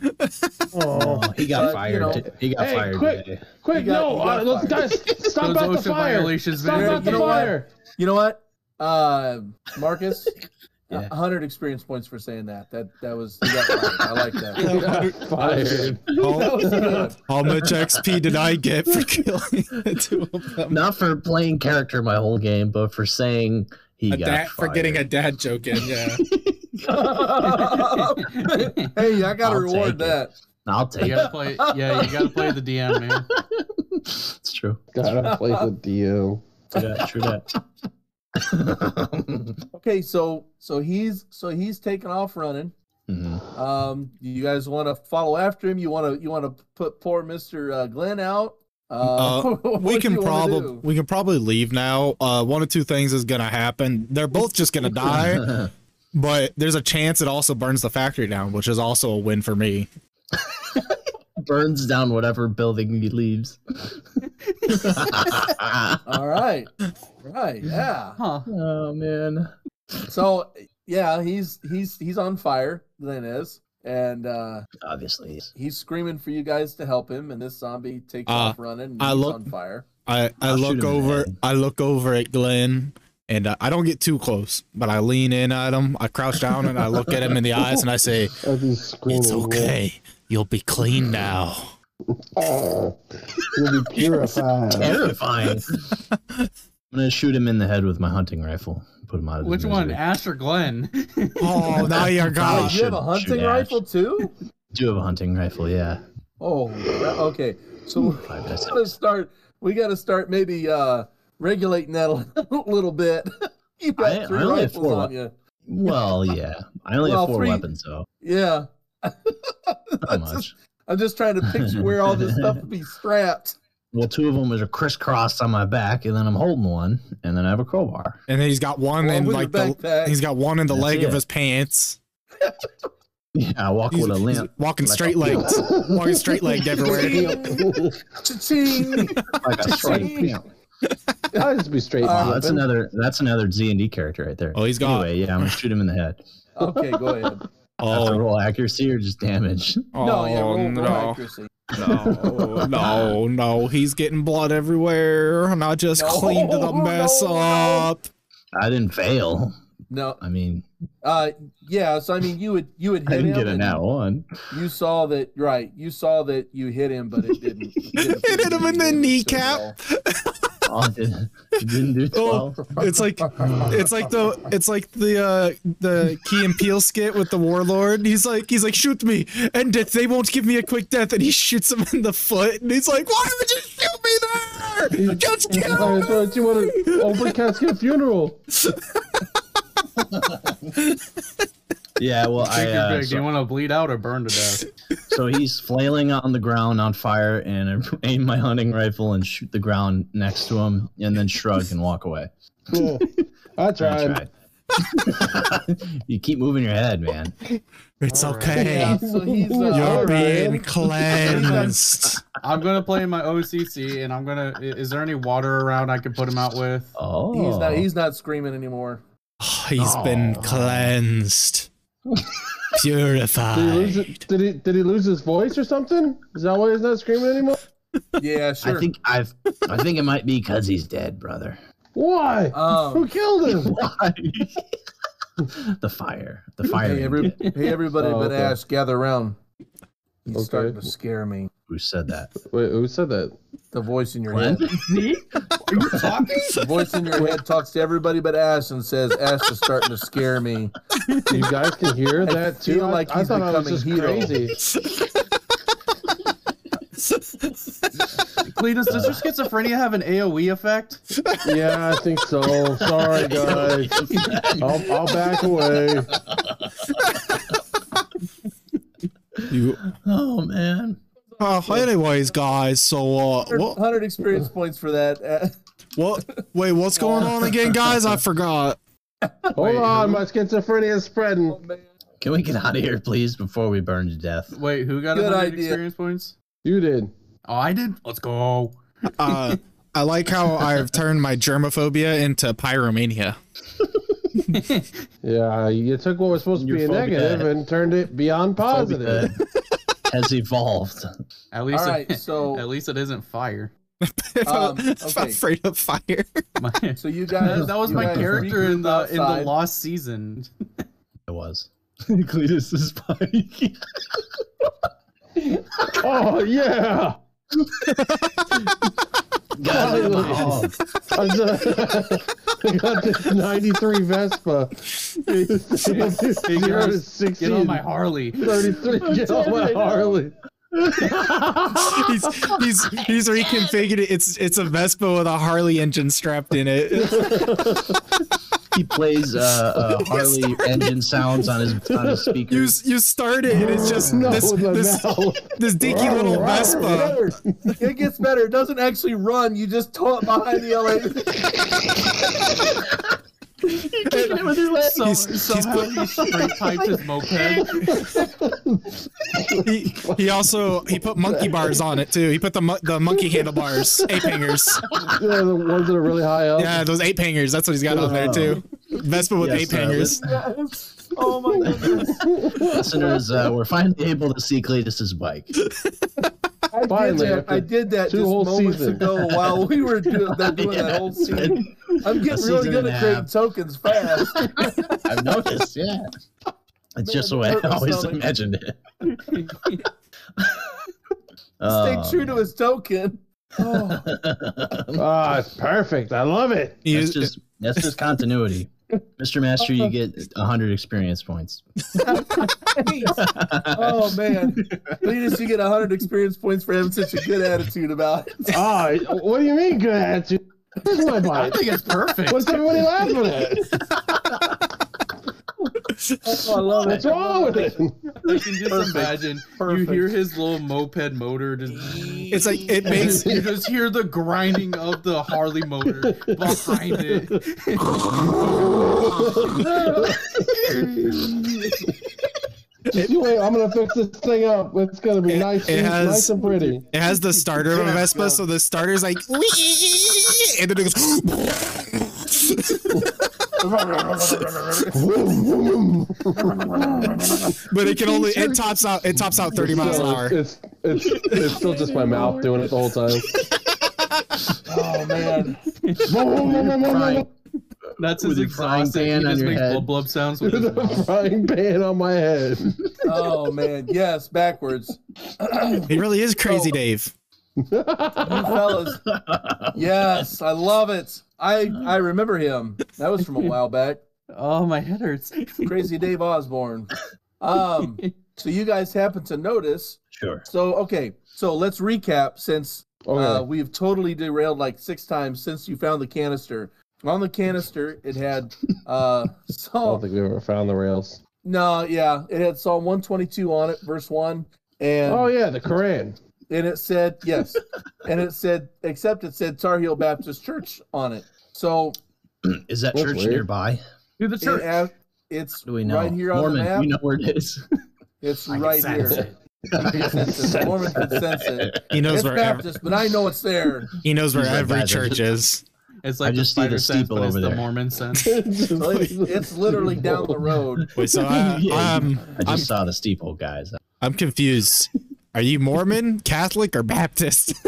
Speaker 1: Oh,
Speaker 2: he got
Speaker 3: But, you
Speaker 2: fired.
Speaker 3: know-
Speaker 2: he got
Speaker 1: Hey,
Speaker 2: fired.
Speaker 1: quick.
Speaker 2: today.
Speaker 1: quick!
Speaker 3: You got-
Speaker 1: no,
Speaker 3: you got
Speaker 1: uh, let's
Speaker 3: fired.
Speaker 1: guys, stop
Speaker 5: those
Speaker 1: out the
Speaker 5: OSHA
Speaker 1: fire!
Speaker 5: violations.
Speaker 1: Stop
Speaker 5: video
Speaker 1: out the
Speaker 3: You know what?
Speaker 1: fire!
Speaker 3: You know what, uh, Marcus?
Speaker 2: Yeah.
Speaker 3: a hundred experience points for saying that. That that was you got fired. I like that.
Speaker 1: You got fired.
Speaker 6: How,
Speaker 3: That was good.
Speaker 6: how much XP did I get for killing the two of them?
Speaker 2: Not for playing character my whole game, but for saying he
Speaker 8: A
Speaker 2: got
Speaker 8: dad, for getting a
Speaker 2: fired.
Speaker 8: dad joke in. Yeah.
Speaker 3: hey, I gotta
Speaker 2: I'll
Speaker 3: reward
Speaker 2: take it.
Speaker 3: that.
Speaker 2: I'll
Speaker 5: You
Speaker 2: take it.
Speaker 5: gotta play. Yeah, you gotta play the DM, man.
Speaker 2: It's true.
Speaker 1: Gotta play the deal.
Speaker 2: True that. True that.
Speaker 3: Okay, so so he's so he's taking off running.
Speaker 2: Mhm.
Speaker 3: Um, you guys want to follow after him? You want to you want to put poor Mister uh, Glenn out?
Speaker 6: Uh, we can probably
Speaker 3: probably.
Speaker 6: we can probably leave now. Uh, one of two things is gonna happen. They're both just gonna die, but there's a chance it also burns the factory down, which is also a win for me.
Speaker 2: Burns down whatever building he leaves. oh
Speaker 3: All right, right, yeah.
Speaker 5: Huh?
Speaker 2: man.
Speaker 3: So yeah, he's he's he's on fire. Glenn is, and uh,
Speaker 2: Obviously.
Speaker 3: he's screaming for you guys to help him. And this zombie takes
Speaker 6: Uh,
Speaker 3: off running. And
Speaker 6: I
Speaker 3: he's
Speaker 6: look-
Speaker 3: on fire.
Speaker 6: I I
Speaker 2: I'll shoot him in
Speaker 6: look
Speaker 2: the
Speaker 6: over
Speaker 2: head.
Speaker 6: I look over at Glenn, and uh, I don't get too close, but I lean in at him. I crouch down and I look at him in the eyes and I say,
Speaker 1: As he's screaming,
Speaker 6: "It's okay. You'll be clean now."
Speaker 1: Oh, you'll be purified.
Speaker 2: Terrifying. I'm gonna shoot him in the head with my hunting rifle. Put him out of his
Speaker 5: Which one,
Speaker 2: misery.
Speaker 5: Ash or Glenn?
Speaker 6: Oh, now you're
Speaker 2: I
Speaker 3: Oh,
Speaker 6: gone.
Speaker 3: you have a
Speaker 2: should
Speaker 3: hunting
Speaker 2: shoot Ash.
Speaker 3: rifle too?
Speaker 2: Do have a hunting rifle, yeah.
Speaker 3: Oh, yeah, okay. So
Speaker 2: Five
Speaker 3: we
Speaker 2: dice.
Speaker 3: gotta start. We gotta start maybe uh, regulating that a little bit. you got
Speaker 2: I- I
Speaker 3: three
Speaker 2: only have
Speaker 3: rifles
Speaker 2: four.
Speaker 3: on you.
Speaker 2: Well, yeah. I only
Speaker 3: Well,
Speaker 2: have four
Speaker 3: three-
Speaker 2: weapons, so
Speaker 3: Yeah,
Speaker 2: not much.
Speaker 3: I'm just trying to picture where all this stuff would be strapped.
Speaker 2: well, two of them is crisscrossed on my back, and then I'm holding one, and then I have a crowbar.
Speaker 6: and then he's got one
Speaker 3: Well,
Speaker 6: in
Speaker 3: with
Speaker 6: like
Speaker 3: the
Speaker 6: the,
Speaker 3: backpack.
Speaker 6: he's got one in the
Speaker 2: That's
Speaker 6: leg of
Speaker 2: it.
Speaker 6: his pants.
Speaker 2: Yeah, I walk
Speaker 6: He's,
Speaker 2: with a
Speaker 6: he's
Speaker 2: limp,
Speaker 6: walking
Speaker 2: Like a-
Speaker 6: straight legged, walking straight legged everywhere.
Speaker 3: Cha-ching!
Speaker 2: like a straight
Speaker 3: Same.
Speaker 2: pimp.
Speaker 1: I'll just be straight.
Speaker 3: Uh,
Speaker 2: Oh, that's
Speaker 1: flipping.
Speaker 2: another that's another Z and D character right there.
Speaker 6: Oh, he's got-
Speaker 2: Anyway, yeah, I'm gonna shoot him in the head.
Speaker 3: okay, go ahead.
Speaker 2: Have to
Speaker 6: Oh,
Speaker 2: roll accuracy or just damage.
Speaker 3: No, yeah,
Speaker 6: oh,
Speaker 3: roll, roll
Speaker 6: no,
Speaker 3: accuracy.
Speaker 6: no, no, no! He's getting blood everywhere, and I just
Speaker 3: No,
Speaker 6: cleaned the
Speaker 3: no,
Speaker 6: mess
Speaker 3: no.
Speaker 6: up.
Speaker 2: I didn't fail.
Speaker 3: No,
Speaker 2: I mean,
Speaker 3: uh, yeah. So I mean, you would you would
Speaker 2: I
Speaker 3: hit
Speaker 2: didn't
Speaker 3: him.
Speaker 2: get a
Speaker 3: and
Speaker 2: nat one.
Speaker 3: You saw that, right? You saw that you hit him, but it didn't.
Speaker 6: It hit him in the kneecap.
Speaker 2: Oh, I didn't, I didn't do
Speaker 6: Oh.
Speaker 2: twelve.
Speaker 6: It's like it's like the it's like the uh the Key and Peel skit with the warlord. He's like he's like shoot me, and if they won't give me a quick death, and he shoots him in the foot, and he's like, why would you shoot me there? Just kill
Speaker 1: I
Speaker 6: me.
Speaker 1: thought you oh, wanted open casket funeral.
Speaker 2: Yeah, well, I
Speaker 5: Take your
Speaker 2: uh,
Speaker 5: pick. Do you
Speaker 2: so,
Speaker 5: want to bleed out or burn to death?
Speaker 2: so he's flailing on the ground on fire, and I aim my hunting rifle and shoot the ground next to him, and then shrug and walk away.
Speaker 1: Cool. I
Speaker 2: I
Speaker 1: tried.
Speaker 2: tried. you keep moving your head, man.
Speaker 6: It's
Speaker 5: Alright.
Speaker 6: okay.
Speaker 3: Yeah, so he's uh,
Speaker 1: All
Speaker 6: You're
Speaker 1: right.
Speaker 6: being cleansed.
Speaker 5: I'm gonna play my OCC, and I'm gonna. i- Is there any water around I can put him out with?
Speaker 2: Oh,
Speaker 3: he's not he's not screaming anymore.
Speaker 6: Oh, He's been
Speaker 2: Oh.
Speaker 6: cleansed,
Speaker 1: Did he, lose
Speaker 6: purified.
Speaker 1: it? Did, he, did he lose his voice or something? Is that why he's not screaming anymore?
Speaker 3: Yeah, sure.
Speaker 2: Oh. I think I've. I think it might be because he's dead, brother.
Speaker 1: Why? Who
Speaker 3: um,
Speaker 1: killed him?
Speaker 2: Why? the fire. The fire.
Speaker 3: hey,
Speaker 2: didn't
Speaker 3: every,
Speaker 2: get
Speaker 3: hey, everybody
Speaker 1: Oh,
Speaker 3: but
Speaker 1: okay.
Speaker 3: Ash, gather around. He's
Speaker 1: Okay.
Speaker 3: starting to scare me.
Speaker 2: Who said that?
Speaker 1: Wait, who said that?
Speaker 3: The voice in your
Speaker 2: Glenn?
Speaker 3: head. The voice in your head talks to everybody but Ash and says, Ash is starting to scare me.
Speaker 1: You guys can hear that too.
Speaker 3: feel like he's becoming Hero.
Speaker 5: Cletus, does your schizophrenia have an AOE effect?
Speaker 1: Yeah, I think so. Sorry, guys. I'll, I'll back away.
Speaker 6: You
Speaker 2: Oh man.
Speaker 6: Uh, anyways, guys, so uh,
Speaker 3: 100,
Speaker 6: what,
Speaker 3: 100 experience points for that. Uh,
Speaker 6: what, wait, what's going on again, guys? I forgot.
Speaker 1: Hold
Speaker 5: Wait,
Speaker 1: on,
Speaker 5: who?
Speaker 1: my schizophrenia is spreading.
Speaker 3: oh, man.
Speaker 2: Can we get out of here, please, before we burn to death?
Speaker 5: Wait, who got
Speaker 3: Good
Speaker 5: 100
Speaker 3: idea.
Speaker 5: experience points?
Speaker 1: You did.
Speaker 5: Oh, I did. Let's go.
Speaker 6: Uh, I like how I've turned my germophobia into pyromania.
Speaker 1: Yeah, you took what was supposed to
Speaker 2: Your
Speaker 1: be a
Speaker 2: phobia.
Speaker 1: negative and turned it beyond positive.
Speaker 2: Has evolved.
Speaker 5: At
Speaker 3: All
Speaker 5: least,
Speaker 3: right,
Speaker 5: it, at
Speaker 3: so
Speaker 5: least it isn't fire.
Speaker 6: If I-
Speaker 3: Um,
Speaker 6: if I'm
Speaker 3: okay.
Speaker 6: afraid of fire.
Speaker 5: My,
Speaker 3: so you guys.
Speaker 5: that, that was
Speaker 3: you
Speaker 5: my
Speaker 3: guys
Speaker 5: character in the
Speaker 3: regrouped
Speaker 5: in the
Speaker 3: outside.
Speaker 5: lost season.
Speaker 2: It was. Cletus is Pike.
Speaker 1: Oh yeah.
Speaker 2: Got it.
Speaker 1: Oh. I just- I got this '93 Vespa. Zero to
Speaker 5: Get on
Speaker 1: sixteen.
Speaker 5: my Harley.
Speaker 1: 33. Get on my Harley.
Speaker 6: He's he's he's reconfigured it. It's it's a Vespa with a Harley engine strapped in it.
Speaker 2: He plays uh, uh, Harley engine sounds on his on his
Speaker 6: You
Speaker 2: speakers.
Speaker 6: s- you start it and it's just
Speaker 1: No,
Speaker 6: this
Speaker 1: the
Speaker 6: this
Speaker 1: mouth.
Speaker 6: this dinky little Vespa.
Speaker 3: It gets better. It doesn't actually run. You just tow it behind the elevator.
Speaker 5: So, somehow he straight piped his moped.
Speaker 6: He, he also he put monkey bars on it too. He put the mon- the monkey handlebars, ape hangers.
Speaker 1: Yeah, the ones that are really high up.
Speaker 6: Yeah, those ape hangers. That's what he's got on there too. Vespa with
Speaker 2: Yes,
Speaker 6: ape
Speaker 2: uh,
Speaker 6: hangers.
Speaker 3: Yes. Oh my goodness.
Speaker 2: Listeners, uh, we're finally able to see Cletus's bike.
Speaker 3: I did
Speaker 1: Finally,
Speaker 3: that,
Speaker 1: after
Speaker 3: I did that
Speaker 1: two
Speaker 3: just
Speaker 1: whole
Speaker 3: moments
Speaker 1: seasons.
Speaker 3: ago while we were doing, they're doing that whole
Speaker 2: it's
Speaker 3: scene.
Speaker 2: been-
Speaker 3: I'm getting
Speaker 2: a
Speaker 3: really
Speaker 2: season
Speaker 3: good
Speaker 2: and a
Speaker 3: at creating
Speaker 2: half.
Speaker 3: tokens fast.
Speaker 2: I've noticed, yeah. It's just the
Speaker 3: it
Speaker 2: way I
Speaker 3: hurt my
Speaker 2: always
Speaker 3: stomach.
Speaker 2: imagined it. Oh, Um,
Speaker 3: Stay true to his token. Oh,
Speaker 1: Ah, it's perfect. I love it.
Speaker 6: He
Speaker 2: That's
Speaker 6: was-
Speaker 2: just that's just continuity. Mr. Master, you get hundred experience points.
Speaker 3: thanks. oh man. Cletus, you get 100 experience points for having such a good attitude about it.
Speaker 1: Ah, what do you mean good attitude? This is my
Speaker 5: I
Speaker 1: bike.
Speaker 5: think it's perfect.
Speaker 1: What's everybody laughing at?
Speaker 2: I love
Speaker 1: What's wrong with it?
Speaker 5: I can just imagine
Speaker 2: Perfect.
Speaker 5: you hear his little moped motor just.
Speaker 4: It's like it makes
Speaker 5: You just hear the grinding of the Harley motor behind it.
Speaker 1: Just you wait, I'm gonna fix this thing up. It's gonna be
Speaker 4: It-
Speaker 1: nice,
Speaker 4: it
Speaker 1: and,
Speaker 4: has-
Speaker 1: nice and pretty.
Speaker 4: it has the starter of a Vespa, so the starter's like "Wee," and then it goes but it can only it tops out it tops out 30 miles an hour.
Speaker 1: It's, it's it's it's still just my mouth doing it the whole time.
Speaker 3: Oh man,
Speaker 1: Whoa, whoa, whoa, whoa, whoa, whoa,
Speaker 2: Right.
Speaker 5: That's
Speaker 2: With
Speaker 5: his
Speaker 2: your frying
Speaker 5: exhaust. and He
Speaker 2: pan on
Speaker 5: just
Speaker 2: your
Speaker 5: makes
Speaker 2: head.
Speaker 5: blub blub sounds with
Speaker 1: whoa.
Speaker 5: his
Speaker 1: The frying pan on my head.
Speaker 3: oh man, yes, backwards,
Speaker 4: He really is crazy, Dave.
Speaker 1: Oh,
Speaker 3: fellas. Yes, I love it. I I remember him. That was from a while back.
Speaker 5: Oh, my head hurts.
Speaker 3: Crazy Dave Osborne. Um, so you guys happen to notice.
Speaker 2: Sure.
Speaker 3: So okay, so let's recap since uh,
Speaker 1: Okay.
Speaker 3: we've totally derailed like six times since you found the canister. On the canister, it had uh,
Speaker 1: I
Speaker 3: Psalm.
Speaker 1: don't think we ever found the rails.
Speaker 3: No, yeah, it had Psalm one twenty two on it, verse one, and
Speaker 1: Oh yeah, the Koran.
Speaker 3: and it said yes, and it said except it said Tar Heel Baptist Church on it. So
Speaker 2: Is that
Speaker 1: That's
Speaker 2: church
Speaker 1: weird.
Speaker 2: nearby?
Speaker 5: Do the church.
Speaker 3: it has, it's
Speaker 2: Do we know?
Speaker 3: right here on
Speaker 2: Mormon,
Speaker 3: the map.
Speaker 2: you know where it is.
Speaker 3: It's right here. Consensus. Mormon consensus.
Speaker 4: He knows
Speaker 3: It's
Speaker 4: where every,
Speaker 3: Baptist, but I know it's there.
Speaker 4: he knows where
Speaker 2: He's like,
Speaker 4: every
Speaker 2: "Guys, I
Speaker 4: church is.
Speaker 5: It's like
Speaker 2: I just
Speaker 5: the
Speaker 2: see the
Speaker 5: spider sense,
Speaker 2: steeple
Speaker 5: but it's
Speaker 2: over
Speaker 5: the
Speaker 2: there.
Speaker 5: Mormon sense.
Speaker 3: It's, it's literally down the road.
Speaker 4: Wait, so I, um,
Speaker 2: I just
Speaker 4: I'm-
Speaker 2: saw the steeple, guys.
Speaker 4: I'm confused. Are you Mormon, Catholic, or Baptist?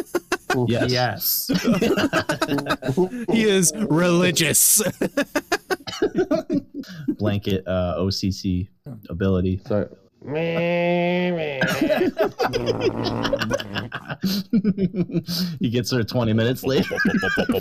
Speaker 2: Yes.
Speaker 5: Yes.
Speaker 4: he is religious.
Speaker 2: Blanket uh, OCC ability.
Speaker 1: Sorry.
Speaker 2: he gets there 20 minutes later.
Speaker 1: oh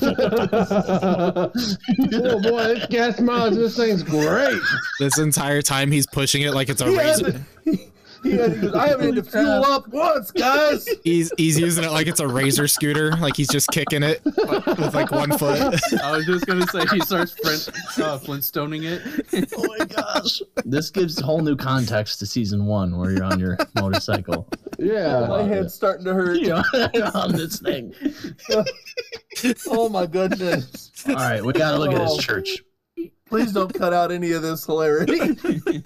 Speaker 1: boy, this gas mileage, this thing's great.
Speaker 4: this entire time he's pushing it like it's a
Speaker 3: He
Speaker 4: razor.
Speaker 3: hasn't, he, he hasn't- I haven't had to fuel up once, guys.
Speaker 4: He's he's using it like it's a razor scooter, like he's just kicking it with like one foot.
Speaker 5: I was just gonna say he starts Flint, uh, Flintstoning it.
Speaker 2: oh my gosh. This gives whole new context to season one where you're on your motorcycle.
Speaker 1: Yeah.
Speaker 3: My head's starting to hurt.
Speaker 2: You know, on this thing.
Speaker 3: Oh my goodness.
Speaker 2: All right, we got to look at
Speaker 3: Oh.
Speaker 2: this church.
Speaker 3: Please don't cut out any of this hilarity.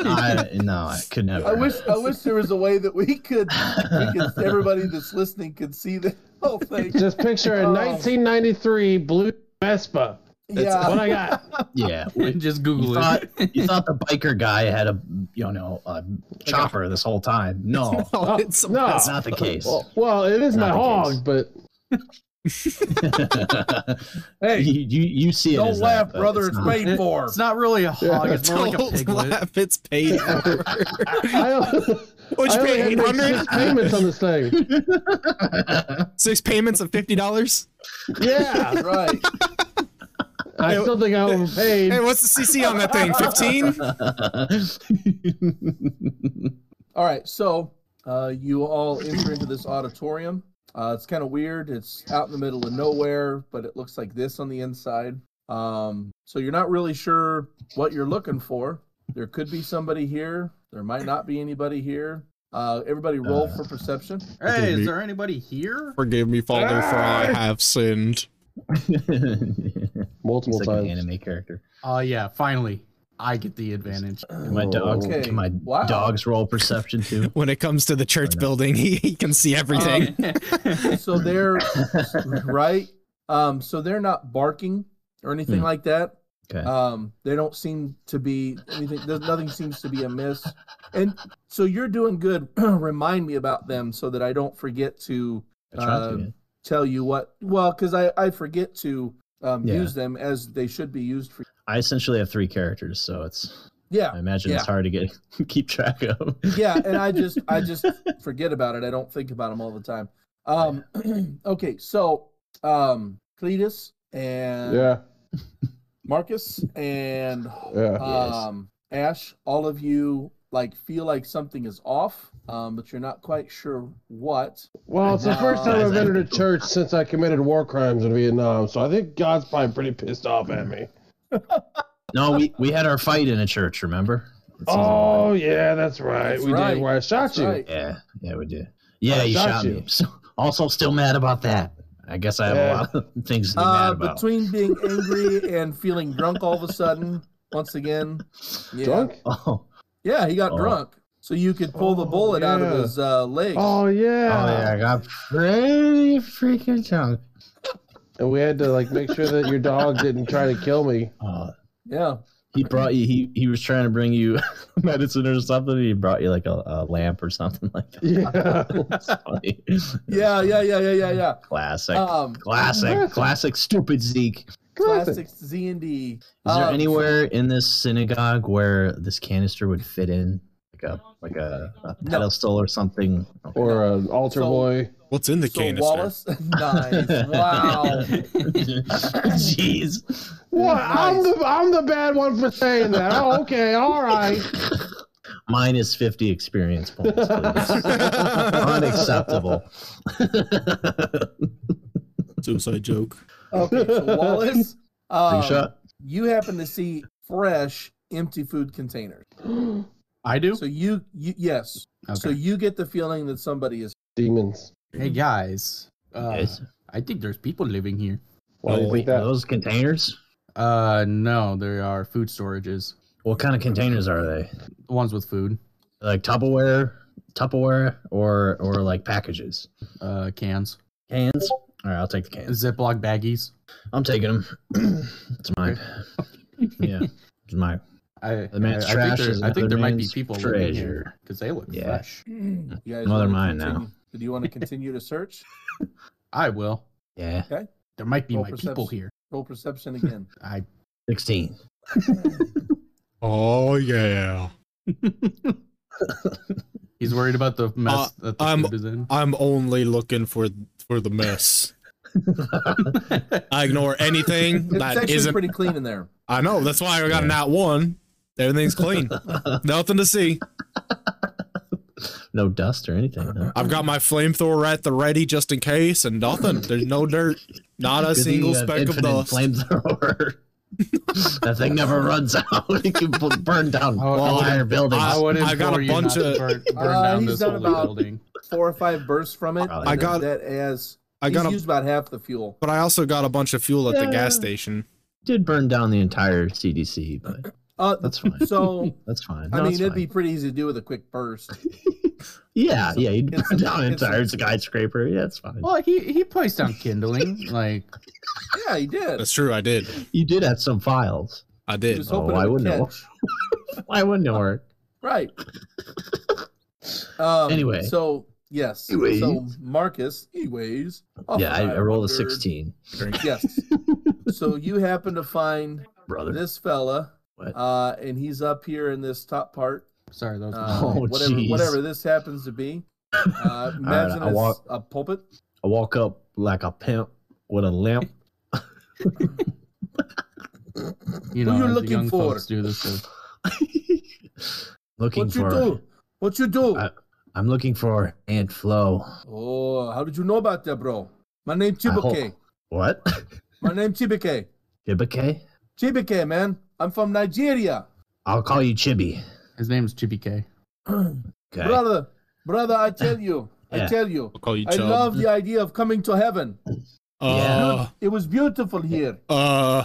Speaker 2: I, no, I could never.
Speaker 3: I wish I wish there was a way that we could, we could everybody that's listening could see Oh, the whole thing.
Speaker 1: Just picture a
Speaker 3: Oh.
Speaker 1: 1993 blue Vespa.
Speaker 3: Yeah.
Speaker 1: What I got?
Speaker 2: Yeah.
Speaker 5: just
Speaker 2: You
Speaker 5: Google it.
Speaker 2: thought, you thought the biker guy had a you know a chopper this whole time. No,
Speaker 4: Oh, it's
Speaker 1: No.
Speaker 2: that's not the case.
Speaker 1: Well, well, it is my
Speaker 2: Not the
Speaker 1: hog,
Speaker 2: case.
Speaker 1: but
Speaker 3: Hey,
Speaker 2: you, you you see it.
Speaker 3: don't
Speaker 2: as
Speaker 3: laugh,
Speaker 2: that, but
Speaker 3: brother. It's,
Speaker 2: not.
Speaker 3: paid
Speaker 5: It-
Speaker 3: for.
Speaker 5: It's not really a hog. It's more like a
Speaker 4: Don't
Speaker 5: piglet.
Speaker 4: laugh, it's paid for.
Speaker 1: I don't.
Speaker 4: What'd
Speaker 1: I
Speaker 4: you pay? Eight
Speaker 1: only had to make
Speaker 4: hundred?
Speaker 1: six payments on this thing.
Speaker 4: Six payments of fifty dollars?
Speaker 1: Yeah,
Speaker 3: right.
Speaker 1: I still think I overpaid.
Speaker 4: Hey, what's the CC on that thing? Fifteen?
Speaker 3: All right, so uh, you all enter into this auditorium. Uh, it's kind of weird. It's out in the middle of nowhere, but it looks like this on the inside. Um, so you're not really sure what you're looking for. There could be somebody here. There might not be anybody here. Uh, everybody roll for perception.
Speaker 5: Hey, is there anybody here?
Speaker 4: Forgive me, Father, for I have sinned.
Speaker 1: Multiple
Speaker 2: It's like an
Speaker 1: times.
Speaker 2: anime character.
Speaker 5: Oh yeah, finally. I get the advantage.
Speaker 2: Can
Speaker 1: Oh,
Speaker 2: my dog?
Speaker 3: Oh, Okay,
Speaker 2: Can my
Speaker 3: wow.
Speaker 2: dogs roll perception too?
Speaker 4: When it comes to the church building, he, he can see
Speaker 5: Um,
Speaker 4: everything.
Speaker 3: So they're right. Um, so they're not barking or anything
Speaker 2: Hmm.
Speaker 3: like that.
Speaker 2: Okay.
Speaker 3: Um, they don't seem to be anything. There's nothing seems to be amiss. And so you're doing good. Remind me about them so that I don't forget to
Speaker 2: I tried to,
Speaker 3: um,
Speaker 2: yeah.
Speaker 3: tell you what. Well, because I I forget to um,
Speaker 2: Yeah.
Speaker 3: use them as they should be used for.
Speaker 2: I essentially have three characters, so it's.
Speaker 3: Yeah,
Speaker 2: I imagine it's
Speaker 3: yeah.
Speaker 2: hard to get keep track of.
Speaker 3: yeah. And I just I just forget about it. I don't think about them all the time. Um, okay, so um, Cletus and
Speaker 1: Yeah,
Speaker 3: Marcus and
Speaker 1: yeah.
Speaker 4: Uh,
Speaker 3: um ash all of you like feel like something is off um but you're not quite sure what
Speaker 1: Well, it's the first time
Speaker 2: Uh,
Speaker 1: I've entered a church since I committed war crimes in Vietnam, so I think God's probably pretty pissed off at me.
Speaker 2: No, we, we had our fight in a church, remember? It's season
Speaker 1: Oh
Speaker 2: one.
Speaker 1: yeah, that's right.
Speaker 3: That's
Speaker 1: we
Speaker 3: right.
Speaker 1: did where I shot
Speaker 3: That's
Speaker 1: you.
Speaker 3: right.
Speaker 2: yeah, yeah, we did. Yeah,
Speaker 1: I
Speaker 2: you
Speaker 1: shot
Speaker 2: shot
Speaker 1: you.
Speaker 2: me. So, also, still mad about that. I guess I have
Speaker 1: Yeah.
Speaker 2: a lot of things to be mad
Speaker 3: Uh,
Speaker 2: about.
Speaker 3: between being angry and feeling drunk all of a sudden, once again. Yeah.
Speaker 1: Drunk?
Speaker 2: oh,
Speaker 3: Yeah, he got
Speaker 2: Oh.
Speaker 3: drunk. So you could pull the
Speaker 1: Oh,
Speaker 3: bullet out of
Speaker 1: yeah.
Speaker 3: his uh, leg.
Speaker 1: Oh yeah.
Speaker 2: oh yeah, I got pretty freaking drunk.
Speaker 1: And we had to like make sure that your dog didn't try to kill me.
Speaker 2: Oh,
Speaker 3: Yeah.
Speaker 2: he brought you. He he was trying to bring you medicine or something. And he brought you like a, a lamp or something like that.
Speaker 1: Yeah.
Speaker 2: It's funny.
Speaker 3: Yeah, yeah, yeah, yeah, yeah, yeah.
Speaker 2: Classic.
Speaker 3: Um,
Speaker 2: classic.
Speaker 1: Classic.
Speaker 2: Classic. Stupid Zeke.
Speaker 1: Classic.
Speaker 3: classic Z and D.
Speaker 2: Is there
Speaker 3: Um,
Speaker 2: anywhere in this synagogue where this canister would fit in, like a like a, a pedestal or something?
Speaker 1: Or an altar
Speaker 3: So-
Speaker 1: boy.
Speaker 6: What's in the
Speaker 3: so
Speaker 6: canister?
Speaker 3: Wallace, nice. Wow.
Speaker 2: Jeez.
Speaker 1: What? I'm
Speaker 3: Nice.
Speaker 1: the I'm the bad one for saying that. Oh, okay, all right.
Speaker 2: Minus fifty experience points, please. Unacceptable.
Speaker 6: Suicide joke.
Speaker 3: Okay, so Wallace,
Speaker 2: Free
Speaker 3: um,
Speaker 2: shot.
Speaker 3: you happen to see fresh empty food containers.
Speaker 5: I do.
Speaker 3: So you, you yes. So you get the feeling that somebody is.
Speaker 1: Demons.
Speaker 5: hey guys, uh,
Speaker 2: Yes.
Speaker 5: I think there's people living here.
Speaker 1: Why do you
Speaker 2: Oh,
Speaker 1: think
Speaker 2: wait,
Speaker 1: that?
Speaker 2: are those containers?
Speaker 5: Uh, no, there are food storages,
Speaker 2: What kind of containers are they?
Speaker 5: the ones with food,
Speaker 2: Like Tupperware, Tupperware, or or like packages,
Speaker 5: uh, cans,
Speaker 2: cans. All right, I'll take the cans.
Speaker 5: Ziploc baggies.
Speaker 2: I'm taking them. it's mine. yeah, it's mine.
Speaker 5: I,
Speaker 2: The man's
Speaker 5: I, I
Speaker 2: trash
Speaker 5: think there,
Speaker 2: is
Speaker 5: I think
Speaker 2: another
Speaker 5: there might be
Speaker 2: man's
Speaker 5: people living
Speaker 2: treasure.
Speaker 5: here because they look
Speaker 2: Yeah.
Speaker 5: fresh.
Speaker 3: You guys
Speaker 2: Well, they're
Speaker 3: wanna
Speaker 2: mine now.
Speaker 3: continue- Do you want to continue to search?
Speaker 5: I will.
Speaker 2: Yeah,
Speaker 5: There might be
Speaker 3: Roll
Speaker 5: my people
Speaker 3: perception.
Speaker 5: here.
Speaker 3: Roll perception again.
Speaker 5: I
Speaker 2: sixteen.
Speaker 6: Oh yeah.
Speaker 5: he's worried about the mess that the
Speaker 6: I'm-
Speaker 5: food is in.
Speaker 6: I'm only looking for for the mess. I ignore anything
Speaker 3: It's
Speaker 6: that
Speaker 3: actually
Speaker 6: isn't.
Speaker 3: pretty clean in there.
Speaker 6: I know. That's why I got an out one. Everything's clean. Nothing to see.
Speaker 2: no dust or anything. huh?
Speaker 6: I've got my flamethrower at the ready just in case, and nothing. There's no dirt. Not
Speaker 2: Good
Speaker 6: a
Speaker 2: thing
Speaker 6: single
Speaker 2: you have
Speaker 6: speck of
Speaker 2: infinite
Speaker 6: dust.
Speaker 2: Flamethrower. that thing never runs out. It can bu- burn down
Speaker 5: I would- I would-
Speaker 2: entire buildings.
Speaker 6: I-
Speaker 5: would
Speaker 6: got a
Speaker 5: implore you
Speaker 6: bunch
Speaker 5: not to
Speaker 6: of-
Speaker 5: burn, burn
Speaker 3: Uh,
Speaker 5: down
Speaker 3: he's
Speaker 5: this
Speaker 3: done
Speaker 5: holy
Speaker 3: about-
Speaker 5: building.
Speaker 3: Four or five bursts from it.
Speaker 2: Probably.
Speaker 6: I got-
Speaker 3: that as
Speaker 6: I
Speaker 3: he's
Speaker 6: got a,
Speaker 3: used about half the fuel.
Speaker 6: but I also got a bunch of fuel at the gas station.
Speaker 2: did burn down the entire CDC, but
Speaker 3: Uh,
Speaker 2: that's fine.
Speaker 3: so
Speaker 2: That's fine.
Speaker 3: I
Speaker 2: No,
Speaker 3: mean,
Speaker 2: it's
Speaker 3: it'd
Speaker 2: fine.
Speaker 3: be pretty easy to do with a quick burst.
Speaker 2: yeah, yeah. You'd
Speaker 3: it's-
Speaker 2: burn down an
Speaker 3: it's-
Speaker 2: entire skyscraper. Yeah, it's fine.
Speaker 5: Well, he he placed down kindling. like
Speaker 3: Yeah, he did.
Speaker 6: That's true. I did.
Speaker 2: You did have some files.
Speaker 6: I
Speaker 3: He
Speaker 6: did.
Speaker 3: was
Speaker 2: Oh,
Speaker 3: hoping
Speaker 2: I
Speaker 3: it would
Speaker 2: wouldn't know.
Speaker 3: catch.
Speaker 2: Why wouldn't it work?
Speaker 3: Right. Um,
Speaker 2: Anyway.
Speaker 3: So yes.
Speaker 2: Anyways.
Speaker 3: So Marcus, anyways. oh,
Speaker 2: yeah, I, I rolled a
Speaker 3: wondered-
Speaker 2: sixteen,
Speaker 3: Yes. so you happen to find
Speaker 2: brother.
Speaker 3: this fella,
Speaker 2: What?
Speaker 3: uh, and he's up here in this top part.
Speaker 5: sorry, that was
Speaker 3: Uh,
Speaker 2: Oh,
Speaker 3: whatever,
Speaker 2: jeez.
Speaker 3: whatever this happens to be. Uh, imagine
Speaker 2: I
Speaker 3: it's
Speaker 2: walk-
Speaker 3: a pulpit.
Speaker 2: I walk up like a pimp with a limp.
Speaker 5: you
Speaker 3: who you
Speaker 5: know as the
Speaker 3: looking
Speaker 5: young
Speaker 3: for?
Speaker 5: folks do this. to-
Speaker 2: looking
Speaker 3: What you
Speaker 2: for,
Speaker 3: do? What you do?
Speaker 2: I- I'm looking for Aunt Flo.
Speaker 3: oh, how did you know about that, bro? My name
Speaker 2: I hope-
Speaker 3: Chibike.
Speaker 2: What?
Speaker 3: My name Chibike.
Speaker 2: Chibike?
Speaker 3: Chibike, man. I'm from Nigeria.
Speaker 2: I'll call you Chibi.
Speaker 5: His name's Chippy K.
Speaker 2: Okay.
Speaker 3: Brother, brother, I tell you, I
Speaker 2: Yeah.
Speaker 3: tell you,
Speaker 6: I'll call you
Speaker 3: I
Speaker 6: Chubb.
Speaker 3: love the idea of coming to heaven.
Speaker 6: uh,
Speaker 3: It was beautiful here.
Speaker 6: uh,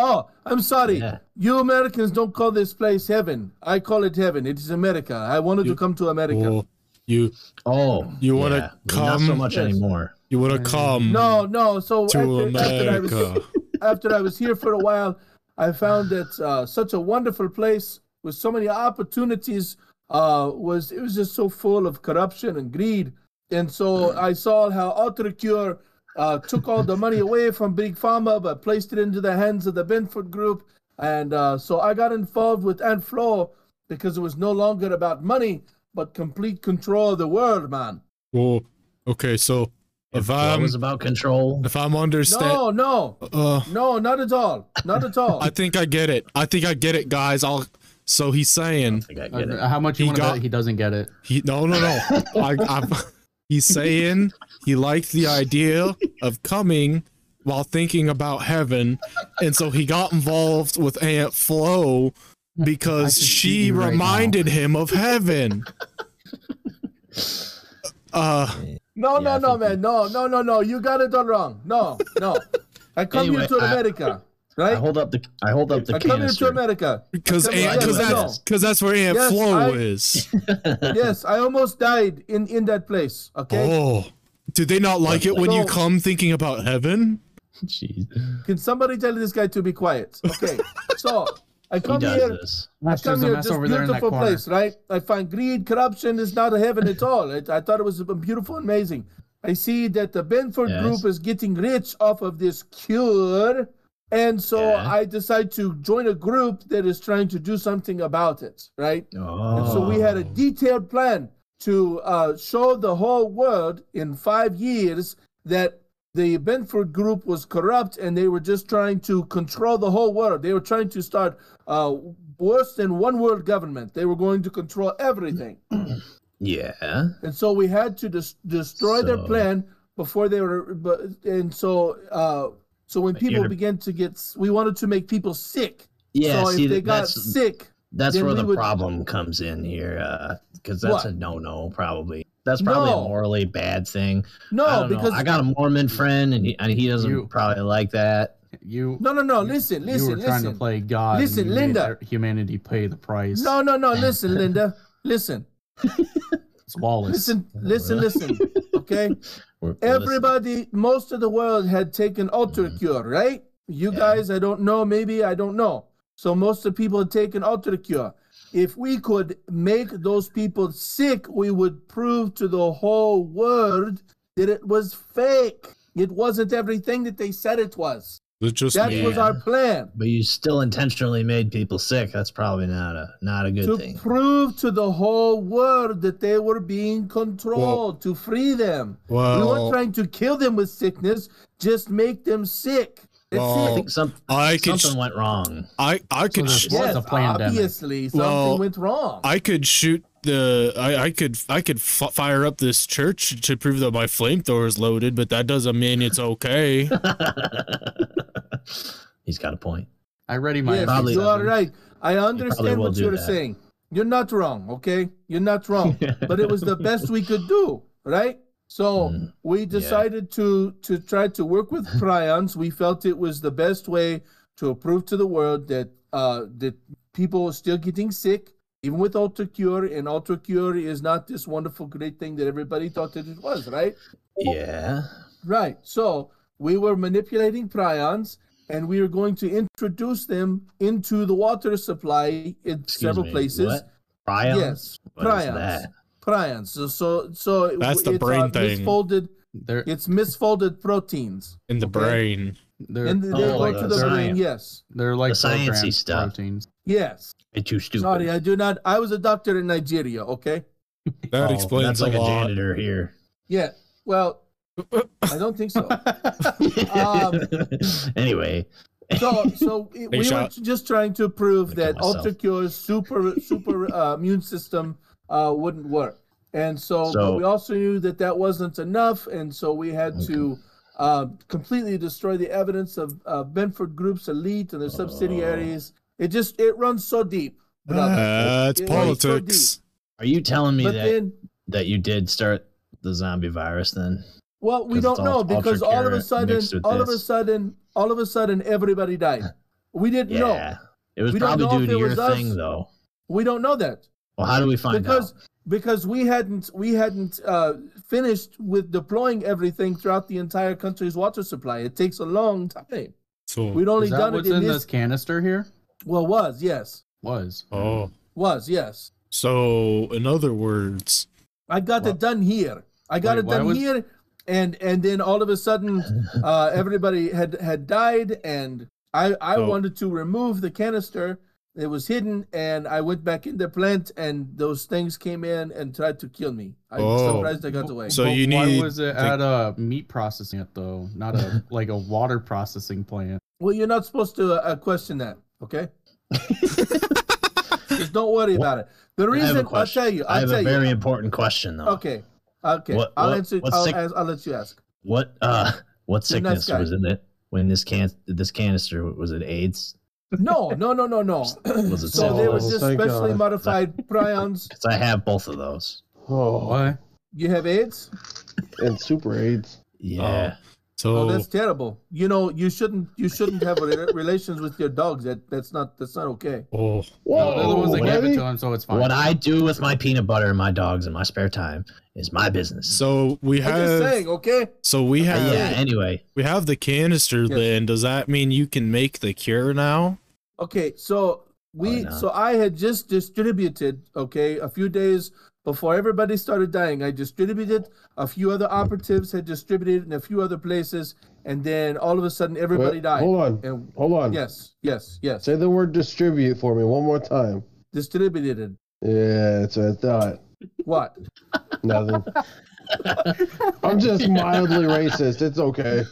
Speaker 3: Oh, I'm sorry.
Speaker 2: Yeah.
Speaker 3: You Americans don't call this place heaven. I call it heaven. It is America. I wanted
Speaker 6: You-
Speaker 3: to come to America.
Speaker 6: well, you
Speaker 2: Oh,
Speaker 6: You wanna
Speaker 2: Not so
Speaker 6: come?
Speaker 2: much
Speaker 3: Yes.
Speaker 2: anymore.
Speaker 6: you would have come
Speaker 3: No, no. So
Speaker 6: to
Speaker 3: after, after, I was,
Speaker 6: America.
Speaker 3: after I was here for a while, I found that uh, such a wonderful place with so many opportunities uh, was it was just so full of corruption and greed. And so I saw how AutoCure uh, took all the money away from Big Pharma but placed it into the hands of the Benford Group. And uh, so I got involved with Aunt Flo because it was no longer about money but complete control of the world, man.
Speaker 6: Well, okay, so if
Speaker 2: That
Speaker 6: I'm
Speaker 2: was about control.
Speaker 6: if I'm understand,
Speaker 3: No, no.
Speaker 6: uh,
Speaker 3: No, not at all. Not at all.
Speaker 6: I think I get it. I think I get it, guys. I'll. So he's saying
Speaker 2: I think I
Speaker 5: Uh,
Speaker 2: get it.
Speaker 5: How much you
Speaker 6: He
Speaker 5: want to
Speaker 6: got-
Speaker 5: bet he doesn't get it?
Speaker 6: he no no no. I, I'm, he's saying he liked the idea of coming while thinking about heaven, and so he got involved with Aunt Flo because
Speaker 5: I should
Speaker 6: she
Speaker 5: beat you right
Speaker 6: reminded him of heaven. uh,
Speaker 3: No,
Speaker 2: Yeah, I
Speaker 3: no, no,
Speaker 2: think
Speaker 3: man. No, no, no, no. You got it all wrong. No, no. I come
Speaker 2: Anyway,
Speaker 3: here to
Speaker 2: I-
Speaker 3: America,
Speaker 2: I
Speaker 3: right?
Speaker 2: hold up the I hold up the
Speaker 3: I come here to
Speaker 2: canister.
Speaker 3: America.
Speaker 6: because
Speaker 3: Come on,
Speaker 6: because
Speaker 2: yes,
Speaker 6: that's because that's where Aunt
Speaker 3: Yes,
Speaker 6: Flo
Speaker 3: I-
Speaker 6: is.
Speaker 3: yes, I almost died in in that place. Okay.
Speaker 6: Oh, did they not like it when you
Speaker 3: So-
Speaker 6: come thinking about heaven?
Speaker 2: Jeez,
Speaker 3: Can somebody tell this guy to be quiet? Okay. so I
Speaker 2: he
Speaker 3: come
Speaker 2: does uh,
Speaker 3: here.
Speaker 2: this.
Speaker 3: I
Speaker 5: Gosh,
Speaker 3: come
Speaker 5: there's a
Speaker 3: here,
Speaker 5: mess
Speaker 3: this
Speaker 5: over there in that
Speaker 3: beautiful
Speaker 5: corner.
Speaker 3: place, right? I find greed, corruption is not a heaven at all. It, I thought it was beautiful, amazing. I see that the Benford
Speaker 2: Yes.
Speaker 3: Group is getting rich off of this cure, and so
Speaker 2: Yeah.
Speaker 3: I decide to join a group that is trying to do something about it, right?
Speaker 2: Oh,
Speaker 3: And so we had a detailed plan to uh, show the whole world in five years that the Benford group was corrupt and they were just trying to control the whole world. They were trying to start uh, worse than one world government. They were going to control everything.
Speaker 2: yeah.
Speaker 3: And so we had to des- destroy their
Speaker 2: So-
Speaker 3: plan before they were. But, and so, uh, so when people
Speaker 2: You're-
Speaker 3: began to get, s- we wanted to make people sick.
Speaker 2: Yeah,
Speaker 3: so
Speaker 2: see,
Speaker 3: if they
Speaker 2: that-
Speaker 3: got
Speaker 2: that's
Speaker 3: sick,
Speaker 2: that's
Speaker 3: then
Speaker 2: where
Speaker 3: we
Speaker 2: the
Speaker 3: would-
Speaker 2: problem comes in here, because that's
Speaker 3: What?
Speaker 2: a no-no, probably. That's probably
Speaker 3: No.
Speaker 2: a morally bad thing. I
Speaker 3: no,
Speaker 2: don't know.
Speaker 3: because
Speaker 2: I got a Mormon friend, and he, and he doesn't
Speaker 5: You-
Speaker 2: probably like that.
Speaker 5: You
Speaker 3: no, no, no. Listen, listen,
Speaker 5: you were trying
Speaker 3: listen.
Speaker 5: to play God. and
Speaker 3: Listen,
Speaker 5: you made
Speaker 3: Linda.
Speaker 5: their- humanity pay the price.
Speaker 3: No, no, no. Listen, Linda. Listen,
Speaker 5: it's Wallace.
Speaker 3: listen, listen, listen. Okay.
Speaker 2: We're- we're
Speaker 3: Everybody, most of the world had taken Ultra Cure, right? You
Speaker 2: Yeah.
Speaker 3: guys, I don't know. Maybe I don't know. So most of the people had taken Ultra Cure. If we could make those people sick, we would prove to the whole world that it was fake. It wasn't everything that they said it was.
Speaker 6: It just
Speaker 3: That
Speaker 2: me.
Speaker 3: was our plan.
Speaker 2: But you still intentionally made people sick. That's probably not a not a good
Speaker 3: to
Speaker 2: thing.
Speaker 3: prove to the whole world that they were being controlled, to free them. we
Speaker 6: Well-
Speaker 3: weren't trying to kill them with sickness, just make them sick. That's
Speaker 2: I
Speaker 6: Well-
Speaker 3: it.
Speaker 2: think some,
Speaker 6: I could
Speaker 2: something went wrong.
Speaker 6: I I could
Speaker 5: there's
Speaker 6: sh-
Speaker 5: one-
Speaker 3: Yes,
Speaker 5: a pandemic.
Speaker 3: obviously something
Speaker 6: Well,
Speaker 3: went wrong.
Speaker 6: I could shoot the I, I could I could f- fire up this church to prove that my flamethrower is loaded, but that doesn't mean it's okay.
Speaker 2: He's got a point.
Speaker 5: I ready my.
Speaker 3: yes,
Speaker 2: probably-
Speaker 3: you are
Speaker 5: MP7.
Speaker 3: right. I understand
Speaker 2: will
Speaker 3: what
Speaker 2: do
Speaker 3: you're
Speaker 2: that.
Speaker 3: saying. You're not wrong, okay? You're not wrong. but it was the best we could do, right? So
Speaker 2: Mm,
Speaker 3: we decided to to try to work with prions. We felt it was the best way to prove to the world that uh, that people are still getting sick, even with ultra cure, and ultra cure is not this wonderful great thing that everybody thought that it was, right?
Speaker 2: Yeah.
Speaker 3: Right. So we were manipulating prions, and we were going to introduce them into the water supply in
Speaker 2: Excuse
Speaker 3: several
Speaker 2: me,
Speaker 3: places.
Speaker 2: What? Prions?
Speaker 3: Yes,
Speaker 2: What is
Speaker 3: prions.
Speaker 2: that?
Speaker 3: Prions. So so, so it-
Speaker 6: That's the
Speaker 3: it's,
Speaker 6: brain
Speaker 3: uh,
Speaker 6: thing.
Speaker 3: Misfolded,
Speaker 5: They're,
Speaker 3: it's misfolded proteins.
Speaker 6: In the brain.
Speaker 5: they're,
Speaker 3: And they
Speaker 5: they're
Speaker 2: oh,
Speaker 3: go
Speaker 5: like
Speaker 3: to
Speaker 2: the
Speaker 3: the
Speaker 5: they're,
Speaker 3: brain.
Speaker 2: science.
Speaker 3: Yes.
Speaker 5: they're like
Speaker 2: The sciencey
Speaker 5: programmed
Speaker 2: stuff.
Speaker 5: proteins.
Speaker 3: Yes.
Speaker 2: You're too stupid.
Speaker 3: Sorry, I do not. I was a doctor in Nigeria. Okay.
Speaker 6: That
Speaker 2: Oh,
Speaker 6: explains
Speaker 2: That's like
Speaker 6: a lot.
Speaker 2: janitor here.
Speaker 3: Yeah. Well, I don't think so. Um,
Speaker 2: anyway,
Speaker 3: So, so it, we
Speaker 6: shot.
Speaker 3: were just trying to prove
Speaker 2: Look at
Speaker 3: that
Speaker 2: myself.
Speaker 3: UltraCure's super super uh, immune system uh, wouldn't work, and so, but
Speaker 2: So-
Speaker 3: we also knew that that wasn't enough, and so we had to uh, completely destroy the evidence of uh, Benford Group's elite and their subsidiaries.
Speaker 2: Oh.
Speaker 3: It just it runs so deep. brother.
Speaker 6: Uh, it's
Speaker 3: It runs so
Speaker 6: politics.
Speaker 2: are you telling me
Speaker 3: deep. But
Speaker 2: that
Speaker 3: then,
Speaker 2: that you did start the zombie virus then?
Speaker 3: well, we
Speaker 2: 'Cause
Speaker 3: don't
Speaker 2: it's
Speaker 3: know
Speaker 2: all
Speaker 3: because all of a
Speaker 2: UltraCure
Speaker 3: sudden,
Speaker 2: mixed with
Speaker 3: all of a
Speaker 2: this.
Speaker 3: sudden, all of a sudden, everybody died. We didn't know.
Speaker 2: Yeah. It was
Speaker 3: We don't
Speaker 2: probably
Speaker 3: know if
Speaker 2: due to
Speaker 3: it
Speaker 2: your
Speaker 3: was us.
Speaker 2: thing though.
Speaker 3: We don't know that.
Speaker 2: Well, how do we find
Speaker 3: because
Speaker 2: out?
Speaker 3: because we hadn't we hadn't uh, finished with deploying everything throughout the entire country's water supply. It takes a long time.
Speaker 6: So,
Speaker 3: We'd only
Speaker 5: Is that
Speaker 3: done it
Speaker 5: what's
Speaker 3: in,
Speaker 5: in
Speaker 3: this,
Speaker 5: this canister here?
Speaker 3: Well, was yes,
Speaker 5: Was
Speaker 6: oh,
Speaker 3: was yes.
Speaker 6: so in other words,
Speaker 3: I got it done here. I got
Speaker 5: Wait,
Speaker 3: it
Speaker 5: why
Speaker 3: done
Speaker 5: was-
Speaker 3: here, and and then all of a sudden, uh, everybody had had died, and I I
Speaker 6: So-
Speaker 3: wanted to remove the canister. It was hidden, and I went back in the plant, and those things came in and tried to kill me. I'm
Speaker 6: Oh.
Speaker 3: surprised I got away.
Speaker 6: So
Speaker 5: But
Speaker 6: you need
Speaker 5: Why was it
Speaker 6: to-
Speaker 5: at a meat processing plant though, not a like a water processing plant?
Speaker 3: Well, you're not supposed to uh, question that, okay? Just don't worry about it. The
Speaker 2: I have a
Speaker 3: reason I'll
Speaker 2: question.
Speaker 3: tell you, I'll
Speaker 2: I have
Speaker 3: tell
Speaker 2: a very
Speaker 3: you.
Speaker 2: important question though.
Speaker 3: Okay, okay.
Speaker 2: What-
Speaker 3: I'll
Speaker 2: what-
Speaker 3: answer.
Speaker 2: what
Speaker 3: I'll,
Speaker 2: sick-
Speaker 3: ask- I'll let you ask.
Speaker 2: What uh what
Speaker 3: You're a nice
Speaker 2: sickness
Speaker 3: guy.
Speaker 2: was in it? when this can this canister was it AIDS?
Speaker 3: No, no, no, no, no.
Speaker 2: Was it
Speaker 3: So there was
Speaker 1: Oh,
Speaker 3: just
Speaker 1: thank
Speaker 3: specially
Speaker 1: God.
Speaker 3: modified prions.
Speaker 2: 'Cause I have both of those.
Speaker 1: Oh,
Speaker 5: What?
Speaker 3: You have AIDS?
Speaker 1: and super AIDS.
Speaker 2: Yeah.
Speaker 3: Oh,
Speaker 6: So
Speaker 3: that's terrible. You know, you shouldn't you shouldn't have rela- relations with your dogs. That that's not that's not okay.
Speaker 6: oh,
Speaker 5: No, they're the ones that gave
Speaker 1: buddy.
Speaker 5: it to him, so it's fine.
Speaker 2: What I do with my peanut butter and my dogs in my spare time is my business.
Speaker 6: so we
Speaker 3: I'm just
Speaker 6: have
Speaker 3: saying, okay?
Speaker 6: so we
Speaker 2: But Oh,
Speaker 6: have
Speaker 2: yeah. Anyway,
Speaker 6: we have the canister.
Speaker 3: Yes.
Speaker 6: Then does that mean you can make the cure now?
Speaker 3: Okay, so we
Speaker 2: not?
Speaker 3: so I had just distributed, okay, a few days before everybody started dying, I distributed a few other operatives had distributed in a few other places, and then all of a sudden everybody
Speaker 1: Wait,
Speaker 3: died.
Speaker 1: Hold on.
Speaker 3: And
Speaker 1: Hold on.
Speaker 3: yes, yes, yes.
Speaker 1: Say the word distribute for me one more time.
Speaker 3: Distributed.
Speaker 1: Yeah, that's what I thought.
Speaker 3: What?
Speaker 1: Nothing. I'm just mildly racist. It's okay.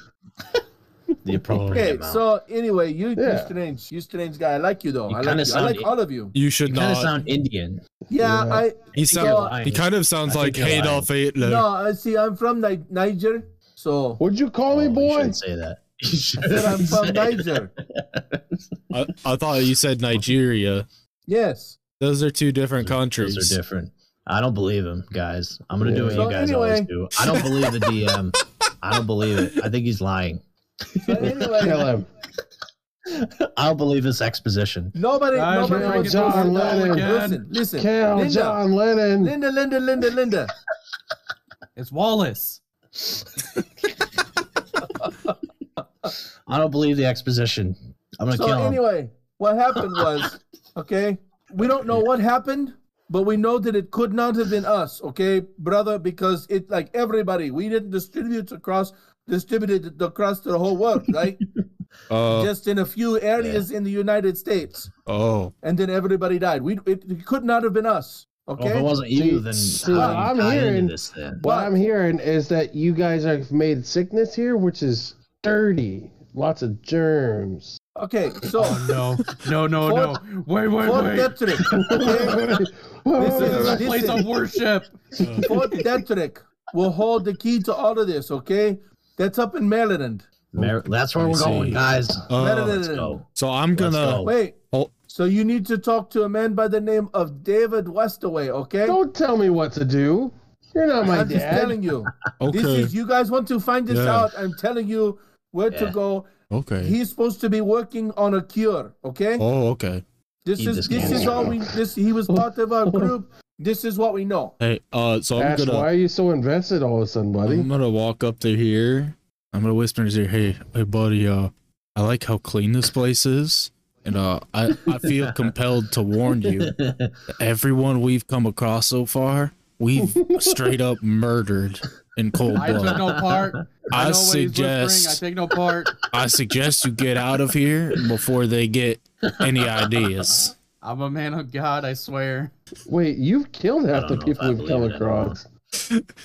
Speaker 2: the appropriate
Speaker 3: Okay,
Speaker 2: amount.
Speaker 3: so anyway, you, you
Speaker 1: Yeah.
Speaker 3: strange, you strange guy. I like you though.
Speaker 2: You
Speaker 3: I
Speaker 2: kinda
Speaker 3: like you. I
Speaker 2: sound
Speaker 3: like
Speaker 2: i-
Speaker 3: all of you.
Speaker 6: You should
Speaker 2: you kind
Speaker 6: not.
Speaker 2: of sound Indian.
Speaker 3: Yeah,
Speaker 1: Yeah.
Speaker 3: I
Speaker 6: he
Speaker 3: you're
Speaker 6: sound,
Speaker 3: lying.
Speaker 6: He kind of sounds
Speaker 2: I
Speaker 6: like
Speaker 2: think you're lying.
Speaker 6: Adolf Hitler.
Speaker 3: no, I see. I'm from Ni- Niger, so
Speaker 1: Would you call me
Speaker 2: Oh, You
Speaker 1: boy?
Speaker 2: shouldn't say that. You
Speaker 3: I said I'm
Speaker 2: shouldn't
Speaker 3: from
Speaker 2: say
Speaker 3: Niger.
Speaker 6: I, I thought you said Nigeria.
Speaker 3: Yes.
Speaker 6: Those are two different countries.
Speaker 2: Those are different. I don't believe him, guys. I'm gonna do what
Speaker 1: Yeah.
Speaker 2: you
Speaker 3: So
Speaker 2: guys
Speaker 3: anyway-
Speaker 2: always do. I don't believe the DM. I don't believe it. I think he's lying.
Speaker 3: So anyway,
Speaker 1: Kill him.
Speaker 2: I'll believe his exposition.
Speaker 3: nobody,
Speaker 5: Guys,
Speaker 3: nobody.
Speaker 1: we're
Speaker 3: wants
Speaker 1: gonna
Speaker 3: to
Speaker 1: John
Speaker 3: listen.
Speaker 1: Lennon.
Speaker 3: Listen, listen.
Speaker 1: Kill
Speaker 3: Linda,
Speaker 1: John Lennon.
Speaker 3: Linda, Linda, Linda, Linda.
Speaker 5: It's Wallace.
Speaker 2: I don't believe the exposition. I'm gonna
Speaker 3: So
Speaker 2: kill him.
Speaker 3: anyway, what happened was, okay, we don't know what happened, but we know that it could not have been us, okay, brother, because it like everybody, we didn't distribute across distributed it across to the whole world, right?
Speaker 6: Oh,
Speaker 3: Just in a few areas in the United States,
Speaker 6: oh,
Speaker 3: and then everybody died. We it, it could not have been us,
Speaker 2: Well, if
Speaker 3: okay?
Speaker 2: it wasn't you, then
Speaker 1: See,
Speaker 2: I'm,
Speaker 1: I'm
Speaker 2: i
Speaker 1: hearing-
Speaker 2: into this then.
Speaker 1: What I'm hearing is that you guys have made sickness here, which is dirty. Lots of germs.
Speaker 3: okay, so
Speaker 5: Oh no, no, no, no! Wait, wait,
Speaker 3: for
Speaker 5: wait!
Speaker 3: Detrick, okay?
Speaker 5: This is a
Speaker 3: Listen.
Speaker 5: place of worship.
Speaker 3: Fort Detrick will hold the key to all of this, okay? That's up in Maryland.
Speaker 2: Mar- that's where
Speaker 6: I
Speaker 2: we're
Speaker 6: see.
Speaker 2: going, guys.
Speaker 6: oh.
Speaker 2: Let's go.
Speaker 6: So I'm
Speaker 2: Let's
Speaker 6: gonna.
Speaker 2: go.
Speaker 3: Wait.
Speaker 6: Oh.
Speaker 3: So you need to talk to a man by the name of David Westaway, okay?
Speaker 1: Don't tell me what to do. You're not my
Speaker 3: I'm just
Speaker 1: dad.
Speaker 3: telling you. This
Speaker 6: Okay.
Speaker 3: is you guys want to find this
Speaker 6: Yeah.
Speaker 3: out. I'm telling you where to
Speaker 2: Yeah.
Speaker 3: go.
Speaker 6: Okay.
Speaker 3: He's supposed to be working on a cure, okay?
Speaker 6: Oh, okay.
Speaker 3: this
Speaker 2: He
Speaker 3: is
Speaker 2: just
Speaker 3: this
Speaker 2: can't
Speaker 3: is all we this he was part of
Speaker 6: Oh.
Speaker 3: our group. This is what we know.
Speaker 6: Hey, uh, so I'm
Speaker 1: Ash,
Speaker 6: gonna.
Speaker 1: why are you so invested all of a sudden, buddy?
Speaker 6: I'm gonna walk up to here. I'm gonna whisper in his ear, "Hey, hey, buddy. Uh, I like how clean this place is, and uh, I I feel compelled to warn you. Everyone we've come across so far, we've straight up murdered in cold
Speaker 5: I took
Speaker 6: blood.
Speaker 5: no part.
Speaker 6: I
Speaker 5: know what he's whispering.
Speaker 6: suggest-
Speaker 5: I take no part.
Speaker 6: I suggest you get out of here before they get any ideas."
Speaker 5: I'm a man of God. I swear.
Speaker 1: Wait, you've killed half
Speaker 2: don't
Speaker 1: the
Speaker 2: know if
Speaker 1: people
Speaker 2: I
Speaker 1: we've
Speaker 2: believe
Speaker 1: come
Speaker 2: it
Speaker 1: across.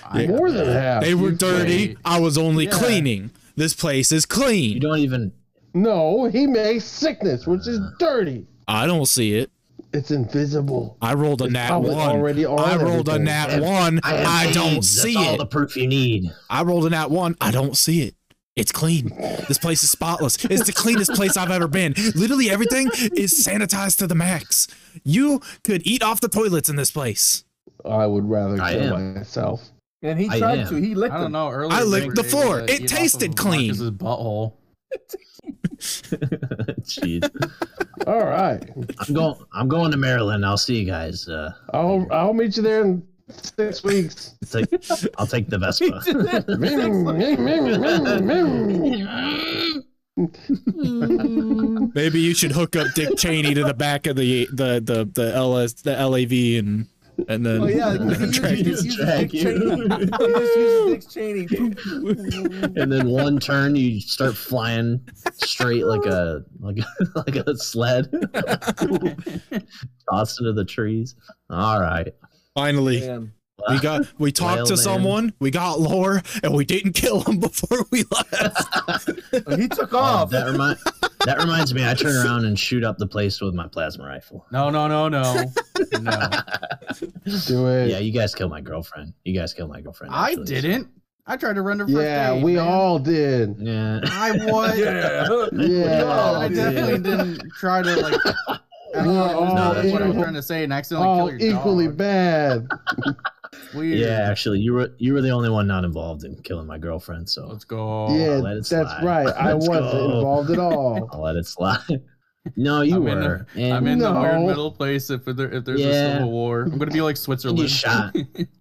Speaker 5: I-
Speaker 1: More than half.
Speaker 6: They were
Speaker 5: you
Speaker 6: dirty.
Speaker 5: wait.
Speaker 6: I was only
Speaker 5: Yeah.
Speaker 6: cleaning. This place is clean.
Speaker 2: You don't even.
Speaker 1: No, he makes sickness, which is dirty.
Speaker 6: I don't see it.
Speaker 1: It's invisible.
Speaker 6: I rolled a
Speaker 1: It's
Speaker 6: nat
Speaker 1: probably
Speaker 6: one.
Speaker 1: already on
Speaker 6: I rolled a
Speaker 1: everything.
Speaker 6: nat
Speaker 2: I have-
Speaker 6: one.
Speaker 2: I,
Speaker 6: I,
Speaker 2: have
Speaker 6: don't
Speaker 2: AIDS.
Speaker 6: see
Speaker 2: That's all
Speaker 6: it.
Speaker 2: the proof you need.
Speaker 6: I rolled a nat one. I don't see it. It's clean. This place is spotless. It's the cleanest place I've ever been. Literally everything is sanitized to the max. You could eat off the toilets in this place.
Speaker 1: I would rather
Speaker 2: I
Speaker 1: kill
Speaker 2: am.
Speaker 1: myself.
Speaker 3: And he
Speaker 2: I
Speaker 3: tried
Speaker 2: am.
Speaker 3: to. He licked
Speaker 5: I don't
Speaker 3: him.
Speaker 5: know. Earlier,
Speaker 6: I
Speaker 5: they
Speaker 6: licked
Speaker 5: were
Speaker 6: the
Speaker 5: able
Speaker 6: floor.
Speaker 5: to
Speaker 6: It
Speaker 5: eat off of
Speaker 6: tasted clean.
Speaker 5: Marcus's butthole.
Speaker 2: Jeez.
Speaker 1: All right.
Speaker 2: I'm going. I'm going to Maryland. I'll see you guys. Uh,
Speaker 1: I'll I'll meet you there in six weeks.
Speaker 2: take, I'll take the Vespa.
Speaker 1: Vroom, vroom, vroom, vroom, vroom.
Speaker 6: Maybe you should hook up Dick Cheney to the back of the the the, the LS the LAV and and then
Speaker 3: Oh yeah, he just uses Dick
Speaker 2: Drag
Speaker 3: Cheney.
Speaker 2: you.
Speaker 3: He just uses Dick Cheney.
Speaker 2: and then one turn you start flying straight like a like a, like a sled tossed into the trees all right
Speaker 6: finally
Speaker 3: Oh, Man.
Speaker 6: we got we talked
Speaker 2: Well,
Speaker 6: to
Speaker 2: man.
Speaker 6: someone, we got lore, and we didn't kill him before we left.
Speaker 3: He took
Speaker 2: Oh,
Speaker 3: off.
Speaker 2: that remind that reminds me i turn around and shoot up the place with my plasma rifle
Speaker 5: No, no, no, no, no.
Speaker 1: Do it.
Speaker 2: yeah you guys killed my girlfriend you guys killed my girlfriend
Speaker 5: I
Speaker 2: actually.
Speaker 5: didn't. I tried to run to first
Speaker 1: Yeah,
Speaker 5: aid,
Speaker 1: we
Speaker 5: man.
Speaker 1: all did.
Speaker 2: Yeah.
Speaker 5: I was.
Speaker 1: Yeah,
Speaker 5: No, I
Speaker 1: dude.
Speaker 5: definitely didn't try to like. I don't know,
Speaker 1: all
Speaker 5: no, that's what I'm
Speaker 1: equal-
Speaker 5: trying to say, and accidentally
Speaker 1: all
Speaker 5: kill your
Speaker 1: equally
Speaker 5: dog.
Speaker 1: bad.
Speaker 5: Weird.
Speaker 2: Yeah, actually, you were you were the only one not involved in killing my girlfriend, so
Speaker 5: Let's go.
Speaker 1: yeah,
Speaker 2: Oh, let
Speaker 1: that's
Speaker 2: it slide.
Speaker 1: right. I
Speaker 2: Let's
Speaker 1: wasn't
Speaker 2: go.
Speaker 1: involved at all.
Speaker 2: I'll let it slide. No, you
Speaker 5: I'm in
Speaker 2: were. and
Speaker 5: I'm in the
Speaker 1: No.
Speaker 5: weird middle place. If there, if there's
Speaker 2: Yeah.
Speaker 5: a civil war, I'm gonna be like Switzerland.
Speaker 2: shot.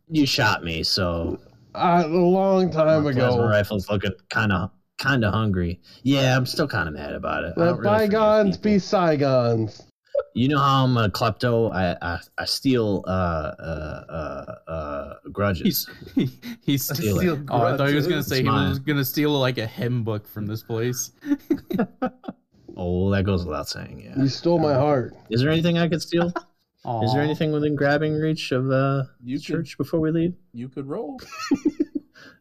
Speaker 2: you shot me, so
Speaker 1: Uh, a long time
Speaker 2: my
Speaker 1: ago.
Speaker 2: plasma rifle's looking kind of kind of hungry. Yeah, I'm still kind of mad about it. I
Speaker 1: Let
Speaker 2: don't really forgive
Speaker 1: bygones
Speaker 2: people.
Speaker 1: be Saigons.
Speaker 2: You know how I'm a klepto. I I, I steal uh, uh uh uh grudges.
Speaker 5: He's he, he's stealing.
Speaker 2: Steal it.
Speaker 5: Oh, I thought he was gonna
Speaker 2: It's
Speaker 5: say he
Speaker 2: mine.
Speaker 5: was gonna steal like a hymn book from this place.
Speaker 2: Oh, that goes without saying. Yeah.
Speaker 1: You stole my heart.
Speaker 2: Is there anything I could steal?
Speaker 5: Aww.
Speaker 2: Is there anything within grabbing reach of uh
Speaker 3: You could,
Speaker 2: church before we leave?
Speaker 3: you could roll.
Speaker 2: Yeah.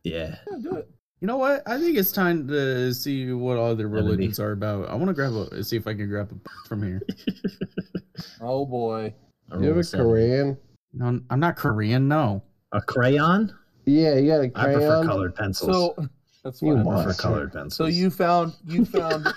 Speaker 3: Yeah, do it.
Speaker 5: You know what? I think it's time to see what other
Speaker 2: That'd be-
Speaker 5: religions are about. I want to grab a see if I can grab a book from here.
Speaker 3: Oh boy.
Speaker 2: I
Speaker 1: You have
Speaker 2: rolled
Speaker 1: a
Speaker 2: seven.
Speaker 1: Korean?
Speaker 5: No, I'm not Korean. No.
Speaker 2: A crayon?
Speaker 1: Yeah, you got a
Speaker 2: I prefer
Speaker 1: crayon.
Speaker 2: colored pencils.
Speaker 3: So that's
Speaker 1: You
Speaker 3: fine.
Speaker 2: I prefer
Speaker 1: monster.
Speaker 2: colored pencils.
Speaker 3: So you found you found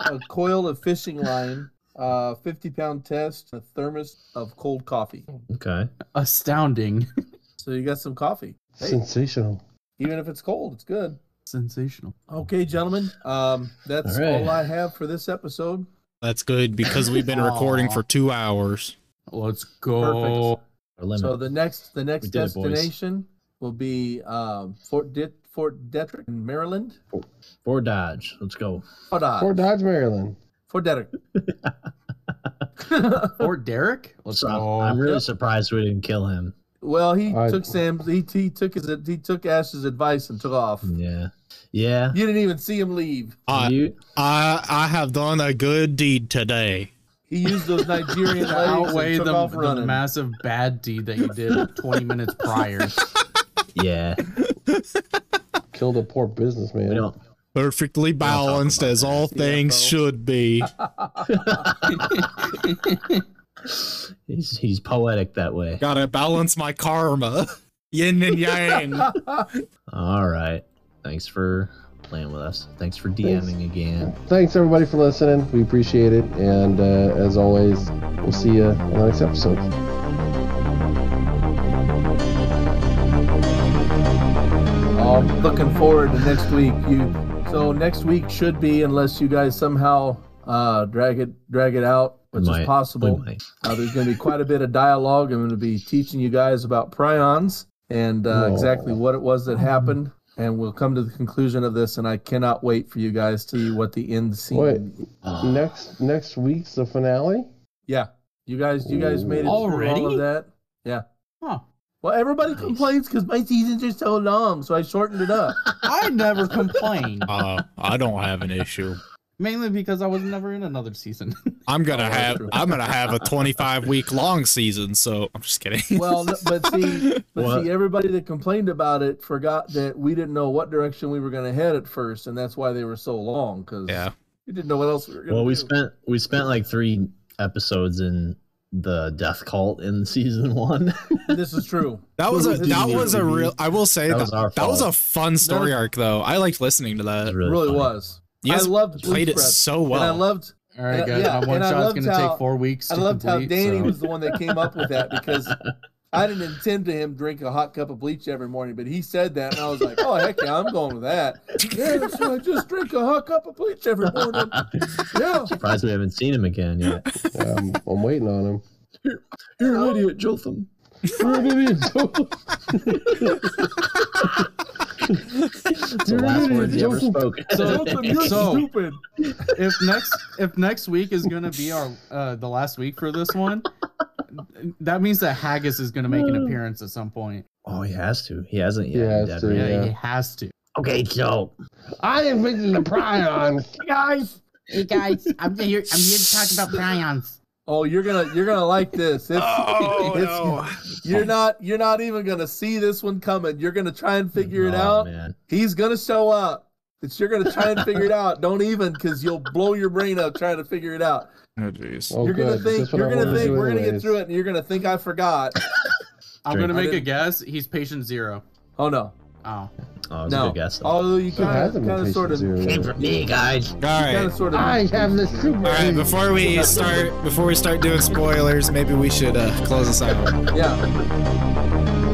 Speaker 3: a coil of fishing line, a fifty pound test, a thermos of cold coffee.
Speaker 2: okay?
Speaker 5: Astounding.
Speaker 3: So you got some coffee,
Speaker 1: Sensational.
Speaker 3: even if it's cold. It's good.
Speaker 5: Sensational.
Speaker 3: Okay, gentlemen. Um, that's
Speaker 2: All right.
Speaker 3: all I have for this episode.
Speaker 6: That's good because we've been recording for two hours.
Speaker 5: Let's go.
Speaker 2: Or lemon.
Speaker 3: So the next the next
Speaker 2: We did it, boys.
Speaker 3: destination will be um, Fort Det Fort Detrick in Maryland.
Speaker 2: Four dodge. Let's go.
Speaker 3: Fort Dodge.
Speaker 1: Fort Dodge, Maryland.
Speaker 3: Fort Detrick.
Speaker 5: Or Derek. Let's
Speaker 2: So
Speaker 5: go.
Speaker 2: I'm really
Speaker 3: Yep.
Speaker 2: surprised we didn't kill him.
Speaker 3: Well, he
Speaker 1: I-
Speaker 3: took Sam's. He, he took his. He took Ash's advice and took off.
Speaker 2: Yeah. Yeah.
Speaker 3: You didn't even see him leave.
Speaker 6: I
Speaker 2: you,
Speaker 6: I I have done a good deed today.
Speaker 3: He used those Nigerian legs
Speaker 5: To outweigh
Speaker 3: and
Speaker 5: the,
Speaker 3: took off
Speaker 5: the
Speaker 3: running.
Speaker 5: massive bad deed that you did 20 minutes prior.
Speaker 2: yeah.
Speaker 1: Killed a poor businessman.
Speaker 2: We don't.
Speaker 6: Perfectly
Speaker 2: talk
Speaker 6: balanced
Speaker 2: about
Speaker 6: as
Speaker 2: that,
Speaker 6: all things
Speaker 3: CFO.
Speaker 6: should be.
Speaker 2: He's he's poetic that way.
Speaker 6: Gotta balance my karma. Yin and yang.
Speaker 2: All right. Thanks for playing with us. Thanks for DMing
Speaker 1: Thanks.
Speaker 2: again.
Speaker 1: Thanks, everybody, for listening. We appreciate it. And uh, as always, we'll see you on the next episode.
Speaker 3: I'm looking forward to next week. You so next week should be unless you guys somehow uh, drag it drag it out, which
Speaker 2: Might.
Speaker 3: is possible.
Speaker 2: We might.
Speaker 3: Uh, there's going to be quite a bit of dialogue. I'm going to be teaching you guys about prions and uh,
Speaker 1: Whoa.
Speaker 3: exactly what it was
Speaker 2: Mm-hmm.
Speaker 3: that happened. And we'll come to the conclusion of this, and I cannot wait for you guys to see what the end scene.
Speaker 1: Wait.
Speaker 2: Ah.
Speaker 1: Next next week's the finale.
Speaker 3: Yeah, you guys, you guys made it through all
Speaker 5: Already?
Speaker 3: of that. Yeah.
Speaker 5: Huh.
Speaker 3: Well, everybody
Speaker 2: Nice.
Speaker 3: complains because my seasons are so long, so I shortened it up.
Speaker 5: I never complained,
Speaker 6: Uh, I don't have an issue.
Speaker 5: mainly because I was never in another season.
Speaker 6: I'm gonna
Speaker 3: that's
Speaker 6: have
Speaker 3: true.
Speaker 6: I'm gonna have a 25 week long season. So I'm just kidding.
Speaker 3: Well, no- but see, but
Speaker 2: What?
Speaker 3: see, everybody that complained about it forgot that we didn't know what direction we were going to head at first, and that's why they were so long because
Speaker 6: Yeah.
Speaker 3: we didn't know what else we were going to
Speaker 2: Well,
Speaker 3: do.
Speaker 2: we spent we spent like three episodes in the death cult in season one.
Speaker 3: This is true.
Speaker 6: That was a
Speaker 3: This
Speaker 6: that
Speaker 3: is
Speaker 6: was a
Speaker 3: true.
Speaker 6: real. I will say
Speaker 2: That
Speaker 6: that
Speaker 2: was our
Speaker 6: that, was a
Speaker 2: fault.
Speaker 6: fun story arc though. I liked listening to
Speaker 2: It
Speaker 6: that.
Speaker 3: It really
Speaker 2: funny.
Speaker 3: was.
Speaker 6: You guys
Speaker 3: I loved
Speaker 6: played it
Speaker 3: Blues Prep,
Speaker 6: so
Speaker 3: and I
Speaker 6: well.
Speaker 3: loved.
Speaker 5: All right,
Speaker 3: And-
Speaker 5: guys.
Speaker 3: yeah,
Speaker 5: my one
Speaker 3: and I
Speaker 5: shot's
Speaker 3: loved
Speaker 5: going to
Speaker 3: how-
Speaker 5: take four weeks.
Speaker 3: I
Speaker 5: to
Speaker 3: loved how
Speaker 5: complete,
Speaker 3: Danny
Speaker 5: so-
Speaker 3: was the one that came up with that because I didn't intend to him drink a hot cup of bleach every morning, but he said that, and I was like, "Oh heck yeah, I'm going with that." Yeah, so I just drink a hot cup of bleach every morning. Yeah.
Speaker 2: Surprised we haven't seen him again yet.
Speaker 1: Yeah, I'm, I'm waiting on him.
Speaker 2: You're an idiot, Jotham.
Speaker 1: You're an idiot, Joe.
Speaker 2: That's the
Speaker 1: You're an
Speaker 2: last
Speaker 1: idiot,
Speaker 2: words you ever
Speaker 1: Jotham.
Speaker 2: spoke.
Speaker 3: Jotham, you're
Speaker 5: So-
Speaker 3: stupid.
Speaker 5: if next if next week is gonna be our uh, the last week for this one, that means that Haggis is gonna make an appearance at some point.
Speaker 2: oh, he has to. He hasn't
Speaker 1: He
Speaker 2: yet.
Speaker 1: has
Speaker 2: Dead
Speaker 1: to,
Speaker 2: right?
Speaker 5: Yeah,
Speaker 1: Yeah.
Speaker 5: he has to.
Speaker 2: Okay, so
Speaker 1: I invented the prion.
Speaker 5: guys, hey guys, I'm here. I'm here to talk about prions.
Speaker 3: Oh, you're gonna you're gonna like this. It's,
Speaker 6: Oh,
Speaker 3: it's- You're not you're not even gonna see this one coming. You're gonna try and figure it
Speaker 2: Oh,
Speaker 3: out.
Speaker 2: Man.
Speaker 3: He's gonna show up. It's you're gonna try and figure it out. Don't even, because you'll blow your brain up trying to figure it out.
Speaker 6: Oh jeez.
Speaker 1: Oh,
Speaker 3: you're gonna
Speaker 1: good.
Speaker 3: think
Speaker 1: That's what
Speaker 3: you're
Speaker 1: I
Speaker 3: gonna
Speaker 1: wanted to
Speaker 3: think
Speaker 1: do
Speaker 3: we're gonna get
Speaker 1: anyways.
Speaker 3: through it, and you're gonna think I forgot.
Speaker 5: I'm
Speaker 2: Drink.
Speaker 5: gonna
Speaker 3: I
Speaker 5: make a
Speaker 3: didn't-
Speaker 5: guess. He's patient zero.
Speaker 3: Oh no.
Speaker 5: Oh,
Speaker 2: Oh, it's a
Speaker 3: No,
Speaker 2: good guess.
Speaker 3: although you
Speaker 1: Who
Speaker 3: kind
Speaker 1: has
Speaker 3: of, kind of,
Speaker 1: mutation
Speaker 3: sort of,
Speaker 1: zero?
Speaker 2: Came from me, guys.
Speaker 6: All
Speaker 3: kind
Speaker 6: right.
Speaker 3: of, sort of.
Speaker 1: I have the super.
Speaker 6: All right, before we start before we start doing spoilers, maybe we should uh, close this out.
Speaker 3: Yeah.